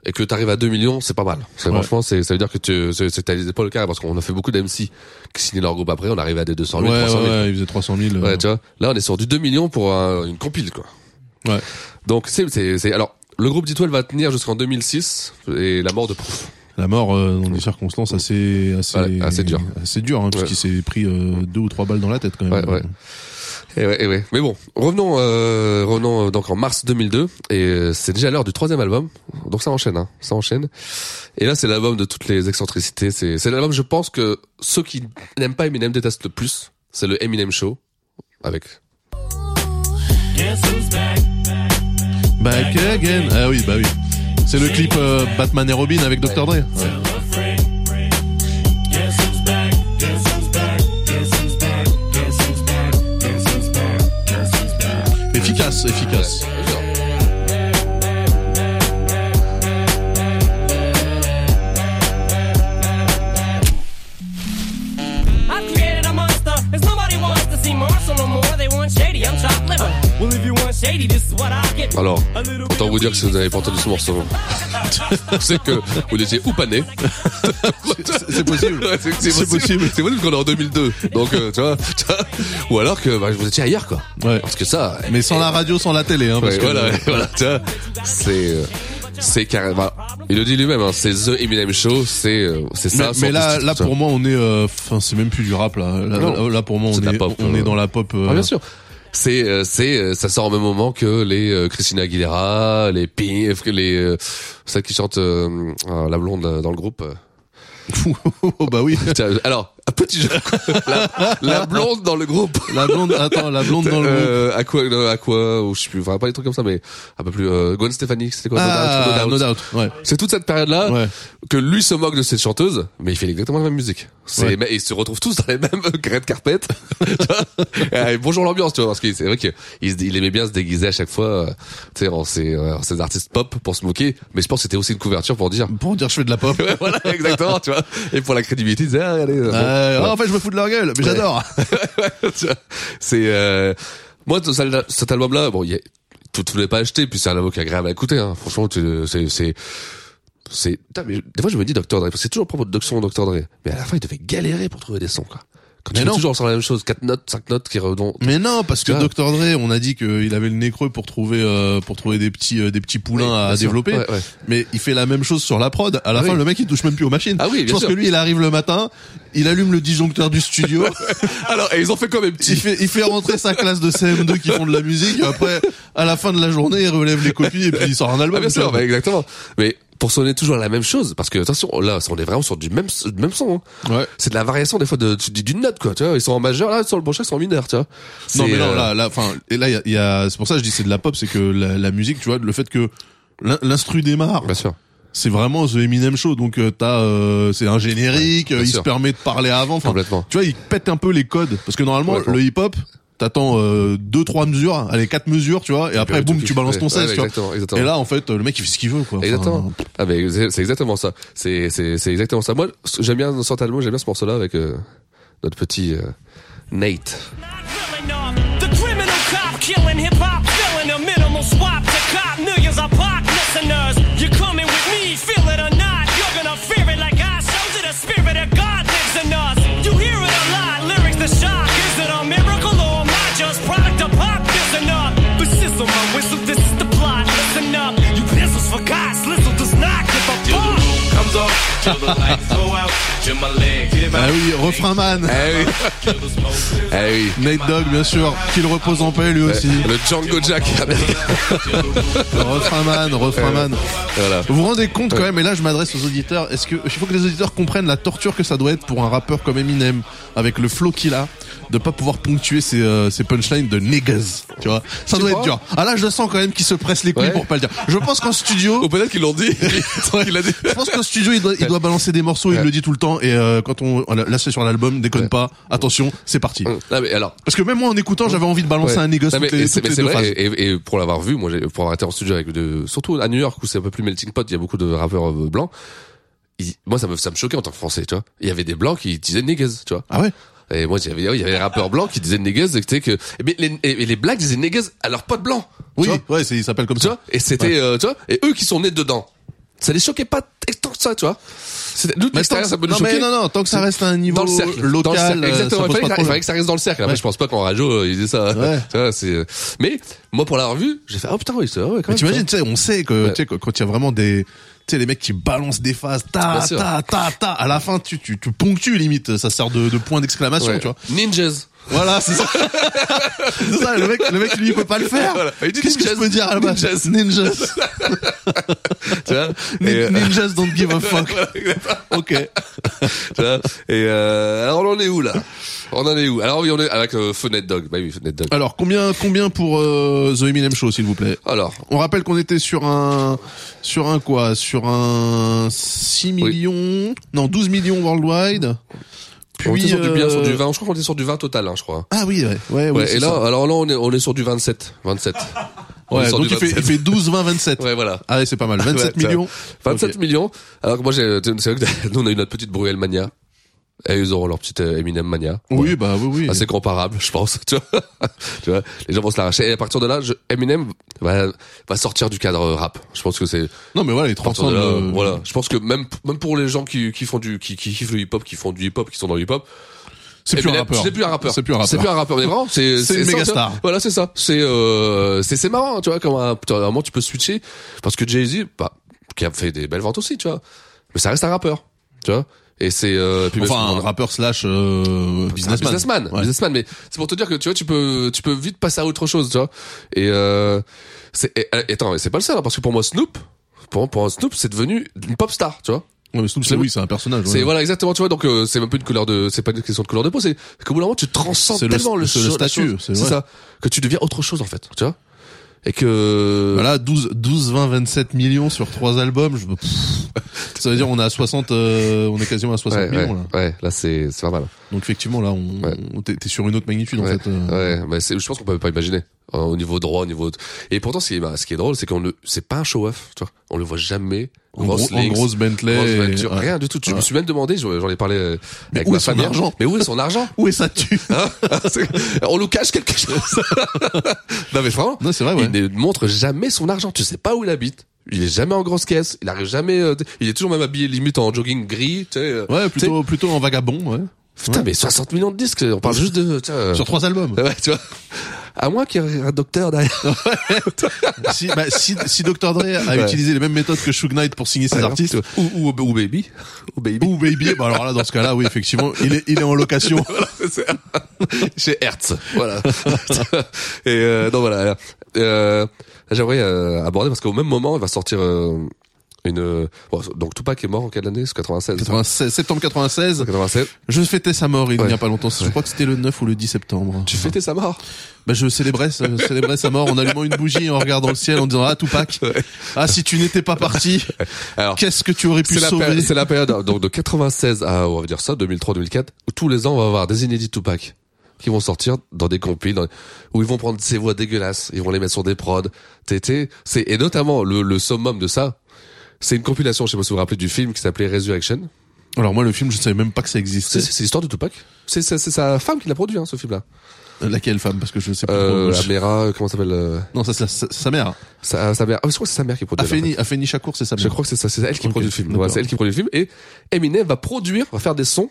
et que t'arrives à 2 millions, c'est pas mal. C'est-
Ouais.
Franchement, c'est, ça veut dire que tu, c'est- c'est- t'as pas le cas parce qu'on a fait beaucoup d'MC qui signaient leur groupe après, on arrivait à des 200 000,
ouais,
300 000.
ouais, il faisait 300 000. euh,
Ouais, tu vois. Là, on est sur du 2 millions pour un- une compile, quoi.
Ouais.
Donc, c'est, c'est, c'est, alors, le groupe D12 va tenir jusqu'en 2006 et la mort de Proof.
La mort euh, dans des circonstances assez assez
Ouais, assez dures.
assez dures, hein, parce
Ouais.
qu'il s'est pris euh, deux ou trois balles dans la tête quand même.
Ouais, ouais. Et Eh ouais, et ouais. Mais bon, revenons, euh, revenons euh, donc en mars 2002 et euh, c'est déjà l'heure du troisième album. Donc ça enchaîne, hein, ça enchaîne. Et là, c'est l'album de toutes les excentricités. C'est, c'est l'album, je pense que ceux qui n'aiment pas Eminem détestent le plus. C'est le Eminem Show avec.
Back again. Ah oui, bah oui. C'est le clip euh, Batman et Robin avec Dr Dre. Efficace, efficace.
I created a monster, cause nobody wants to see Marshall no more. They want shady, I'm chopped liver. Well, if you want shady, this is what I get.
Alors, autant vous dire que si vous n'avez pas entendu ce morceau, c'est que vous n'étiez ou pas né.
C'est possible.
Ouais, c'est- C'est
C'est
possible.
possible.
C'est possible qu'on est en 2002. Donc, euh, tu vois, tu vois. ou alors que bah, vous étiez ailleurs, quoi.
Ouais.
Parce que ça.
Mais sans la radio, sans la télé, hein, parce
Ouais,
que
voilà, ouais, voilà, tu vois, c'est euh, c'est carrément. Il le dit lui-même, hein, c'est the Eminem Show, c'est euh, c'est
Mais,
ça.
mais là, là pour moi, on est, euh, enfin, c'est même plus du rap là. Là,
Non.
là, pour moi,
C'est
on
de la
est,
pop,
on
euh.
est dans la pop. euh,
Ah, bien sûr. C'est euh, c'est euh, ça sort au même moment que les euh, Christina Aguilera, les Pif, les euh, celle qui chante euh, euh, la blonde euh, dans le groupe. euh.
oh, bah oui.
Tiens, Alors, un petit jeu. la, la blonde dans le groupe.
La blonde, attends, la blonde dans le groupe.
Euh, à quoi, non, à quoi, ou je sais plus, enfin, pas des trucs comme ça, mais un peu plus, euh, Gwen Stefani, c'était quoi, No Doubt,
Ah,
No Doubt.
no doubt. Ouais.
C'est toute cette période-là
Ouais.
que lui se moque de cette chanteuse, mais il fait exactement la même musique. C'est
Ouais.
mais ils se retrouvent tous dans les mêmes grades carpet. Tu vois Euh, et bonjour l'ambiance, tu vois, parce que c'est vrai qu'il se- il aimait bien se déguiser à chaque fois, euh, tu sais, en ces, euh, en ces artistes pop pour se moquer. Mais je pense que c'était aussi une couverture pour dire.
Pour dire je fais de la pop.
Ouais, voilà, exactement, tu vois. Et pour la crédibilité, il disait, ah, allez, euh, bon,
Euh,
ouais.
oh, en fait, je me fous de leur gueule, mais j'adore.
Tu vois, c'est euh, moi tout ça- cet album là bon il y a tout tu l'as pas acheté puis c'est un album qui est agréable à écouter hein. franchement tu- c'est c'est c'est putain, mais des fois je me dis Dr Dre parce que c'est toujours propre de son Dr Dre mais à la fin il devait galérer pour trouver des sons quoi quand tu
Mais
fais
non. Mm.
toujours sur la même chose quatre notes cinq notes qui redont
Mais non, parce que
Tu vois.
Dr Dre, on a dit qu'il avait le nez creux pour trouver euh, pour trouver des petits euh, des petits poulains
Oui, bien
à
sûr.
développer.
Ouais, ouais.
Mais il fait la même chose sur la prod. À la
Ah
fin,
oui.
le mec il touche même plus aux machines.
Ah oui, bien
Je pense
sûr.
que lui, il arrive le matin, il allume le disjoncteur du studio.
alors et ils ont fait quand même
Il fait, il fait rentrer sa classe de CM2 qui font de la musique. et Après, à la fin de la journée, il relève les copies et puis il sort un album.
Ah, bien
tu vois.
sûr, bah, exactement. Mais pour sonner toujours la même chose, parce que attention, là, on est vraiment sur du même, du même son. hein.
Ouais.
C'est de la variation des fois de, tu dis d'une note quoi. Tu vois, ils sont en majeur là, sur le prochain, ils sont en mineur. Tu vois. C'est,
Non mais non
euh,
là là enfin et là il y a, il y a- c'est pour ça que je dis c'est de la pop c'est que la, la musique tu vois le fait que l'in- l'instru démarre
Bien sûr.
c'est vraiment The Eminem Show donc euh, t'as euh, c'est un générique
Ouais, bien
euh, il
sûr.
se permet de parler avant enfin,
Complètement.
tu vois il pète un peu les codes parce que normalement
Complètement.
le hip hop t'attends euh, deux trois mesures allez quatre mesures tu vois et après
puis,
boum
tu
tu balances
kiffes.
ton
Ouais,
16 tu vois
exactement, exactement.
et là en fait euh, le mec il fait ce qu'il veut quoi Enfin,
Exactement. Ah mais c'est c'est exactement ça. C'est c'est c'est exactement ça. Moi j'aime bien sentalement j'aime bien ce morceau-là avec euh, notre petit euh, Nate.
Killing off The criminal cop killing hip hop, filling a minimal swap to cop millions of pop listeners. You're coming with me, feel it or not. You're gonna fear it like I shows you the spirit of God lives in us. You hear it a lot, lyrics the shock. Is it a miracle or am I just product of pop? Listen up, this is on my whistle, this is the plot. Listen up, you pistols for God, Slizzle does not give a fuck.
comes off till the lights go out till my legs give
ah
out
oui refrain man
Eh oui,
till the smoke
eh oui.
Nate Dogg bien sûr qu'il repose en paix lui aussi
Le Django Jack.
refrain man refrain man
Euh, voilà.
Vous vous rendez compte quand même, et là je m'adresse aux auditeurs, est-ce que il faut que les auditeurs comprennent la torture que ça doit être pour un rappeur comme Eminem, avec le flow qu'il a, de pas pouvoir ponctuer ses, euh, ses punchlines de niggas, tu vois Ça doit
pas.
être dur. Ah là je le sens quand même qu'il se presse les couilles
Ouais.
pour pas le dire. Je pense qu'en
Ou
studio...
peut-être qu'ils l'ont dit. Il a dit.
Je pense qu'en studio il doit, il doit balancer des morceaux, il
Ouais.
le dit tout le temps et euh, quand on là c'est sur l'album, déconne pas, attention, c'est parti.
Non mais alors
Parce que même moi en écoutant j'avais envie de balancer
Ouais.
un négoce
Non, mais-
toutes les,
et c'est-
toutes
mais
les
c'est
deux
vrai,
phrases.
Et, et- et pour l'avoir vu, moi, j'ai- pour avoir été en studio avec de, surtout à New York où c'est un peu plus melting pot, il y a beaucoup de rappeurs euh, blancs. il- moi, ça me, ça me choquait en tant que français, tu vois. Il y avait des blancs qui disaient niggas, tu vois.
Ah ouais
Et moi, il y avait, il y avait des rappeurs blancs qui disaient niggas, et que, tu sais, que, et mais les, et- et les blacks disaient niggas à leurs potes blancs. tu
Oui,
vois.
ouais, c'est- il s'appelle comme
Tu
ça.
vois. Et c'était, euh, tu vois, et eux qui sont nés dedans. ça les choquait pas tant que ça, tu vois. C'était- Nous, de
Mais
l'extérieur,
tant que-
ça peut nous
non, mais
choquer.
non, non, tant que ça reste à un niveau
dans le cercle,
local,
dans le cercle.
euh,
Exactement.
ça
il
pose
fallait
pas de
que- il fallait
problème.
que ça reste dans le cercle. Après,
Ouais.
je pense pas qu'en radio, euh, ils disaient ça.
Ouais.
Tu vois, c'est, mais, moi, pour l'avoir vu, j'ai fait, oh putain, oui, c'est vrai, ouais, quand
Mais
même,
t'imagines, tu sais, on sait que
Ouais.
tu sais, quand- quand il y a vraiment des, tu sais, les mecs qui balancent des phases, ta,
Bien sûr.
ta, ta, ta, à la fin, tu, tu, tu ponctues limite, ça sert de, de point
ça.
d'exclamation,
Ouais.
tu vois.
Ninjas.
Voilà, c'est ça. c'est ça, le mec, le mec, lui, il peut pas le faire.
Voilà. Il dit
Qu'est-ce que je
ninjas.
peux dire à la base?
Ninjas.
Ninjas.
tu vois.
Nin-
Et, euh,
Ninjas don't give a fuck. ok.
tu vois. Et, euh, alors, on en est où, là? On en est où? Alors, oui, on est avec, euh, Fenêtre Dog. Bah oui, Fenêtre Dog.
Alors, combien, combien pour, euh, The Eminem Show, s'il vous plaît?
Alors.
On rappelle qu'on était sur un, sur un quoi? Sur un 6 millions, non, 12 millions worldwide.
on était
Puis,
sur du bien, sur du
euh,
20. Je crois qu'on est sur du 20 total, hein, je crois.
Ah oui, ouais, ouais, oui,
Ouais,
c'est
et là,
ça.
alors là, on est, on est sur du 27. 27. On est
ouais,
sur
donc
du
il fait, il
27.
fait 12, 20, 27.
Ouais, voilà.
Ah ouais, c'est pas mal.
Ouais,
27
tu vois.
millions.
27
Ok.
millions. Alors que moi, j'ai, tu sais, c'est vrai que nous, on a eu notre petite Bruel Mania. Et ils auront leur petite euh, Eminem Mania.
Oui, bah oui, oui.
Assez comparable, je pense. Tu vois, tu vois, les gens vont se l'arracher. Et à partir de là, je- Eminem va, va sortir du cadre rap. Je pense que c'est.
non, mais voilà, les euh,
à partir
30
de là,
de...
euh, Voilà. Je pense que même même pour les gens qui qui font du qui qui kiffent le hip hop, qui font du hip hop, qui sont dans le hip hop,
C'est plus un
Eminem,
rappeur.
C'est plus un rappeur.
C'est plus un rappeur.
C'est plus un rappeur. Mais vraiment, c'est
C'est une
ça, tu
méga
vois.
star.
Voilà, c'est ça. C'est euh, c'est c'est marrant, tu vois. Comme un, putain, à un moment, tu peux switcher parce que Jay Z, bah, qui a fait des belles ventes aussi, tu vois. Mais ça reste un rappeur, tu vois. Et c'est euh, puis
Enfin,
même-
un rappeur slash euh,
c'est un
businessman.
businessman,
Ouais.
businessman. Mais c'est pour te dire que tu vois, tu peux, tu peux vite passer à autre chose, tu vois. Et euh, c'est, et, et attends, mais c'est pas le seul, hein, parce que pour moi, Snoop, pour moi, pour un Snoop, c'est devenu une pop star, tu vois.
Ouais, mais Snoop, c'est oui, c'est un personnage.
C'est
ouais.
voilà exactement tu vois donc euh, c'est même plus une couleur de c'est pas une question de couleur de peau c'est qu'au bout d'un moment tu transcendes
C'est le-
tellement le,
c'est le
cho- la
statut,
chose,
c'est
c'est
vrai.
ça que tu deviens autre chose en fait tu vois et que
Voilà, 12, 12, 20, 27 millions sur trois albums. Je... pff, Ça veut dire on est à 60, euh, on est quasiment à 60
ouais,
millions
ouais,
là.
ouais là c'est c'est pas mal
Donc effectivement là, on,
Ouais.
on- t'es t'es sur une autre magnitude
ouais,
en fait. euh.
ouais mais c'est je pense qu'on peut pas imaginer hein, au niveau droit au niveau et pourtant ce qui est bah, ce qui est drôle c'est qu'on le c'est pas un show off tu vois on le voit jamais
En,
Grosse
gros, en
Links,
grosse Bentley.
grosse
et-
voiture,
ouais.
rien du tout je me suis même demandé j'en j'en ai parlé euh,
Mais
avec
où
ma
est son
famille
argent
mais où est son argent
Où est ça tu
Hein C'est- on nous cache quelque chose. non mais vraiment,
Non, c'est vrai, ouais.
il ne montre jamais son argent. Tu sais pas où il habite. Il est jamais en grosse caisse. Il arrive jamais. euh, t- il est toujours même habillé limite en jogging gris. Tu sais, euh,
Ouais,
tu sais.
plutôt plutôt en vagabond, ouais.
Putain,
ouais.
mais 60 millions de disques. On parle juste de. tu sais, euh,
Sur trois albums.
Ouais, tu vois. À moins qu'il y ait un docteur derrière.
si, bah, si, si Dr. Dre a
Ouais.
utilisé les mêmes méthodes que Suge Knight pour signer ses artistes,
Ou, ou, ou baby. Ou baby.
ou Baby, bah alors là, dans ce cas-là, oui, effectivement, il est, il est en location.
C'est- chez Hertz voilà et euh, non voilà euh, j'aimerais euh, aborder parce qu'au même moment il va sortir euh, une euh, bon, donc Tupac est mort en quelle année c'est 96
96, septembre 96,
96
je fêtais sa mort il n'y
Ouais.
a pas longtemps. Je crois que c'était le 9 ou le 10 septembre.
tu fêtais sa mort
Bah, je célébrais, ce- je célébrais sa mort en allumant une bougie et en regardant le ciel en disant, ah, Tupac, ah, si tu n'étais pas parti,
alors
qu'est-ce que tu aurais pu
c'est la,
sauver?
péri- c'est la période hein. donc de 96 à on va dire ça 2003 2004 où tous les ans on va avoir des inédits Tupac qui vont sortir dans des compiles dans- où ils vont prendre ces voix dégueulasses ils vont les mettre sur des prods t'es- t'es- c'est et notamment le, le summum de ça c'est une compilation je sais pas si vous vous rappelez du film qui s'appelait Resurrection
Alors moi, le film, je savais même pas que ça existait.
C'est c'est l'histoire de Tupac. C'est c'est- c'est sa femme qui l'a produit, hein, ce film-là.
Euh, Laquelle femme? Parce que bah, je sais plus.
Euh,
trop.
la Mera, euh, comment ça s'appelle euh,
Non, ça, ça- ça- sa mère.
sa, sa mère. Ah, je crois que c'est sa mère qui produit.
Afeni, Afeni Shakur, c'est sa mère.
Je crois que c'est ça. C'est elle qui
Ok,
produit le film. Voilà,
d'accord.
c'est elle qui produit le film. Et Eminem va produire, va faire des sons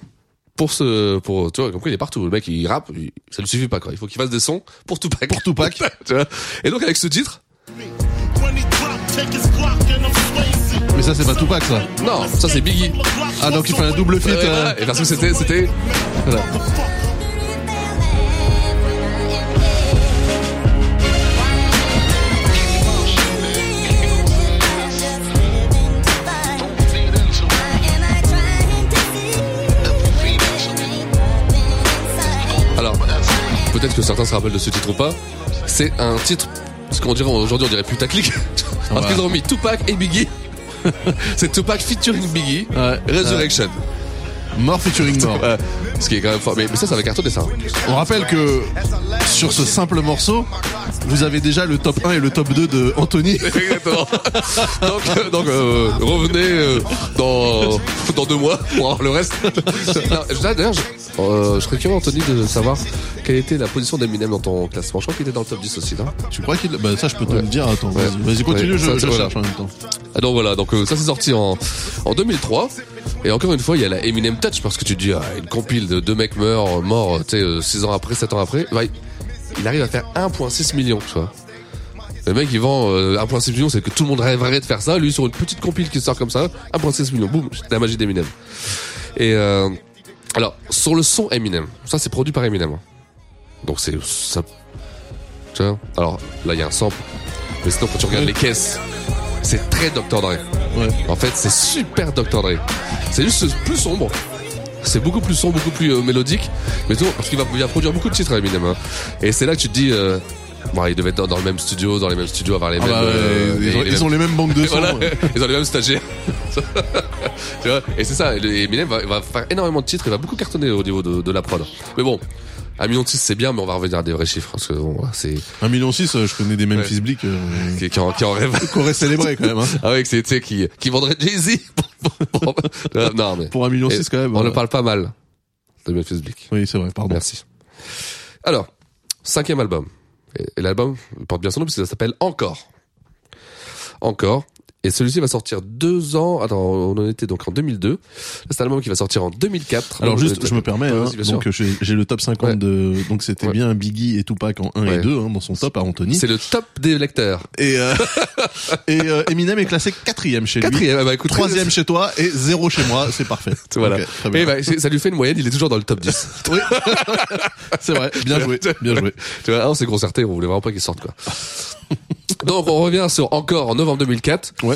pour ce, pour tu vois, comme quoi il est partout. Le mec, il rappe, il- ça lui suffit pas quoi. Il faut qu'il fasse des sons pour Tupac. Pour Tupac. tu vois. Et donc avec ce titre,
Mais ça, c'est pas Tupac, ça.
non, ça c'est Biggie.
Ah, donc il fait un double feat.
Ouais, ouais,
euh,
ouais. Et parce que c'était, c'était, voilà. Alors, peut-être que certains se rappellent de ce titre ou pas. C'est un titre, ce qu'on dirait aujourd'hui, on dirait putaclic. Parce
Ouais.
qu'ils ont mis Tupac et Biggie. c'est Tupac featuring Biggie.
Ouais.
Resurrection.
Mort featuring mort.
Euh, ce qui est quand même fort. Mais, mais ça, ça va cartonner ça.
On rappelle que sur ce simple morceau, vous avez déjà le top 1 et le top 2 de Anthony.
Exactement. Donc, euh, donc, euh, revenez euh, dans, dans deux mois pour avoir le reste. Non, je- D'ailleurs, je, euh, je serais curieux, Anthony, de savoir quelle était la position d'Eminem dans ton classement. Je crois qu'il était dans le top 10 aussi, non
Tu crois qu'il. Bah, ça, je peux te
Ouais.
le dire. Attends,
Ouais.
vas-y, vas-y, continue,
Ouais,
je,
ça,
je
c'est- voilà.
cherche en même temps.
Ah donc voilà, donc euh, ça c'est sorti en, en 2003. Et encore une fois, il y a la Eminem Touch parce que tu te dis ah, une compile de deux mecs meurent, euh, morts, tu sais, 6 ans après, 7 ans après. Bah, il- il arrive à faire 1,6 million, tu vois. Le mec, il vend euh, 1,6 million, c'est que tout le monde rêverait de faire ça. Lui, sur une petite compile qui sort comme ça, 1,6 million, boum, c'est la magie d'Eminem. Et euh, alors, sur le son Eminem, ça c'est produit par Eminem. hein. Donc c'est ça. Tu vois Alors là, il y a un sample. Mais sinon, quand tu regardes les caisses, c'est très Dr. Dre. En fait, c'est super Dr. Dre. C'est juste plus sombre. C'est beaucoup plus sombre, beaucoup plus euh, mélodique. Mais tout, parce qu'il va, il va produire beaucoup de titres, Eminem. hein. Et c'est là que tu te dis, euh, bon, il devait être dans, dans le même studio, dans les mêmes studios, avoir les
Ah
mêmes.
bah, ouais,
euh,
ils, ont,
les- les
ils ont
mêmes-
les mêmes banques de
et
sang.
voilà,
ouais.
ils ont les mêmes stagiaires. tu vois et c'est ça, et le- et Eminem va, va faire énormément de titres, il va beaucoup cartonner au niveau de, de la prod. Mais bon, 1,6 million c'est bien, mais on va revenir à des vrais chiffres, parce que bon, voilà, c'est...
1,6 million, euh, je connais des Memphis
Ouais.
Bleak euh,
Qui, qui en, qui en rêve.
qui auraient célébré quand même. Hein.
Ah ouais, que c'est, tu sais, qui, qui vendrait Jay-Z. pour- pour- pour- non, mais...
Pour 1,6 million,
Et
quand même.
On ne
euh,
parle pas mal de Memphis Bleak.
Oui, c'est vrai, pardon.
Merci. Alors, cinquième album. Et, et l'album il porte bien son nom puisque ça s'appelle Encore. Encore. Et celui-ci va sortir deux ans. Attends, on en était donc en 2002. C'est un album qui va sortir en 2004.
Alors
Donc,
juste,
euh,
je me permets,
Ouais,
hein,
vas-y, bien sûr.
donc j'ai j'ai le top 50
Ouais.
de, donc c'était
Ouais.
bien Biggie et Tupac en 1 et
Ouais.
2 hein, dans son top à Anthony.
C'est le top des lecteurs.
Et, euh, et euh, Eminem est classé quatrième chez lui,
Quatrième, ah bah écoute,
troisième chez toi et zéro chez moi, c'est parfait.
Voilà.
Ok, très bien.
et bah, c'est- ça lui fait une moyenne, il est toujours dans le top 10.
Oui. c'est vrai, bien joué, bien joué.
tu vois, ah, on s'est concerté, on voulait vraiment pas qu'il sorte, quoi. Donc, on revient sur encore en novembre 2004.
Ouais.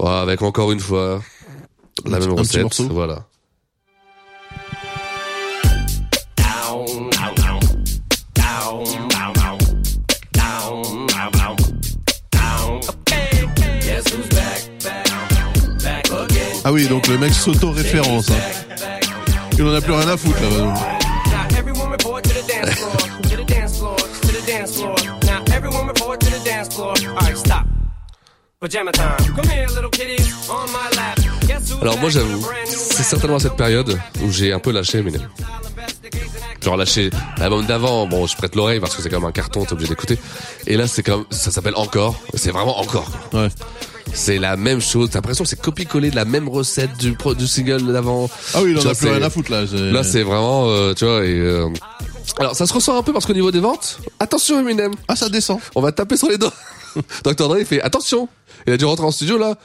Ouais, avec encore une fois la même
Un petit- un petit
recette.
morceau.
Voilà.
Ah oui, donc le mec s'auto-référence. Hein. Il en a plus rien à foutre là. bah, donc.
Now everyone report to the dance floor, to the dance floor, to the dance floor. Now everyone report to the dance floor. All right, stop. Pajama time. Come here, little kitties, on my lap. Guess who's
Alors moi
back
j'avoue,
with a brand new
c'est
rap?
certainement à cette période où j'ai un peu lâché Eminem. Genre lâché l'album d'avant, bon je prête l'oreille parce que c'est quand même un carton, t'es obligé d'écouter. Et là c'est quand même, ça s'appelle encore, c'est vraiment encore.
Ouais.
C'est la même chose, t'as l'impression que c'est copier-coller de la même recette du, pro- du single d'avant.
Ah oui,
Tu
il en
vois,
a plus
c'est-
rien à foutre là.
Là c'est vraiment, euh, tu vois, et... euh, Alors ça se ressent un peu parce qu'au niveau des ventes, attention Eminem,
Ah ça descend.
on va taper sur les doigts. Dr Dre il fait attention. Il a dû rentrer en studio là.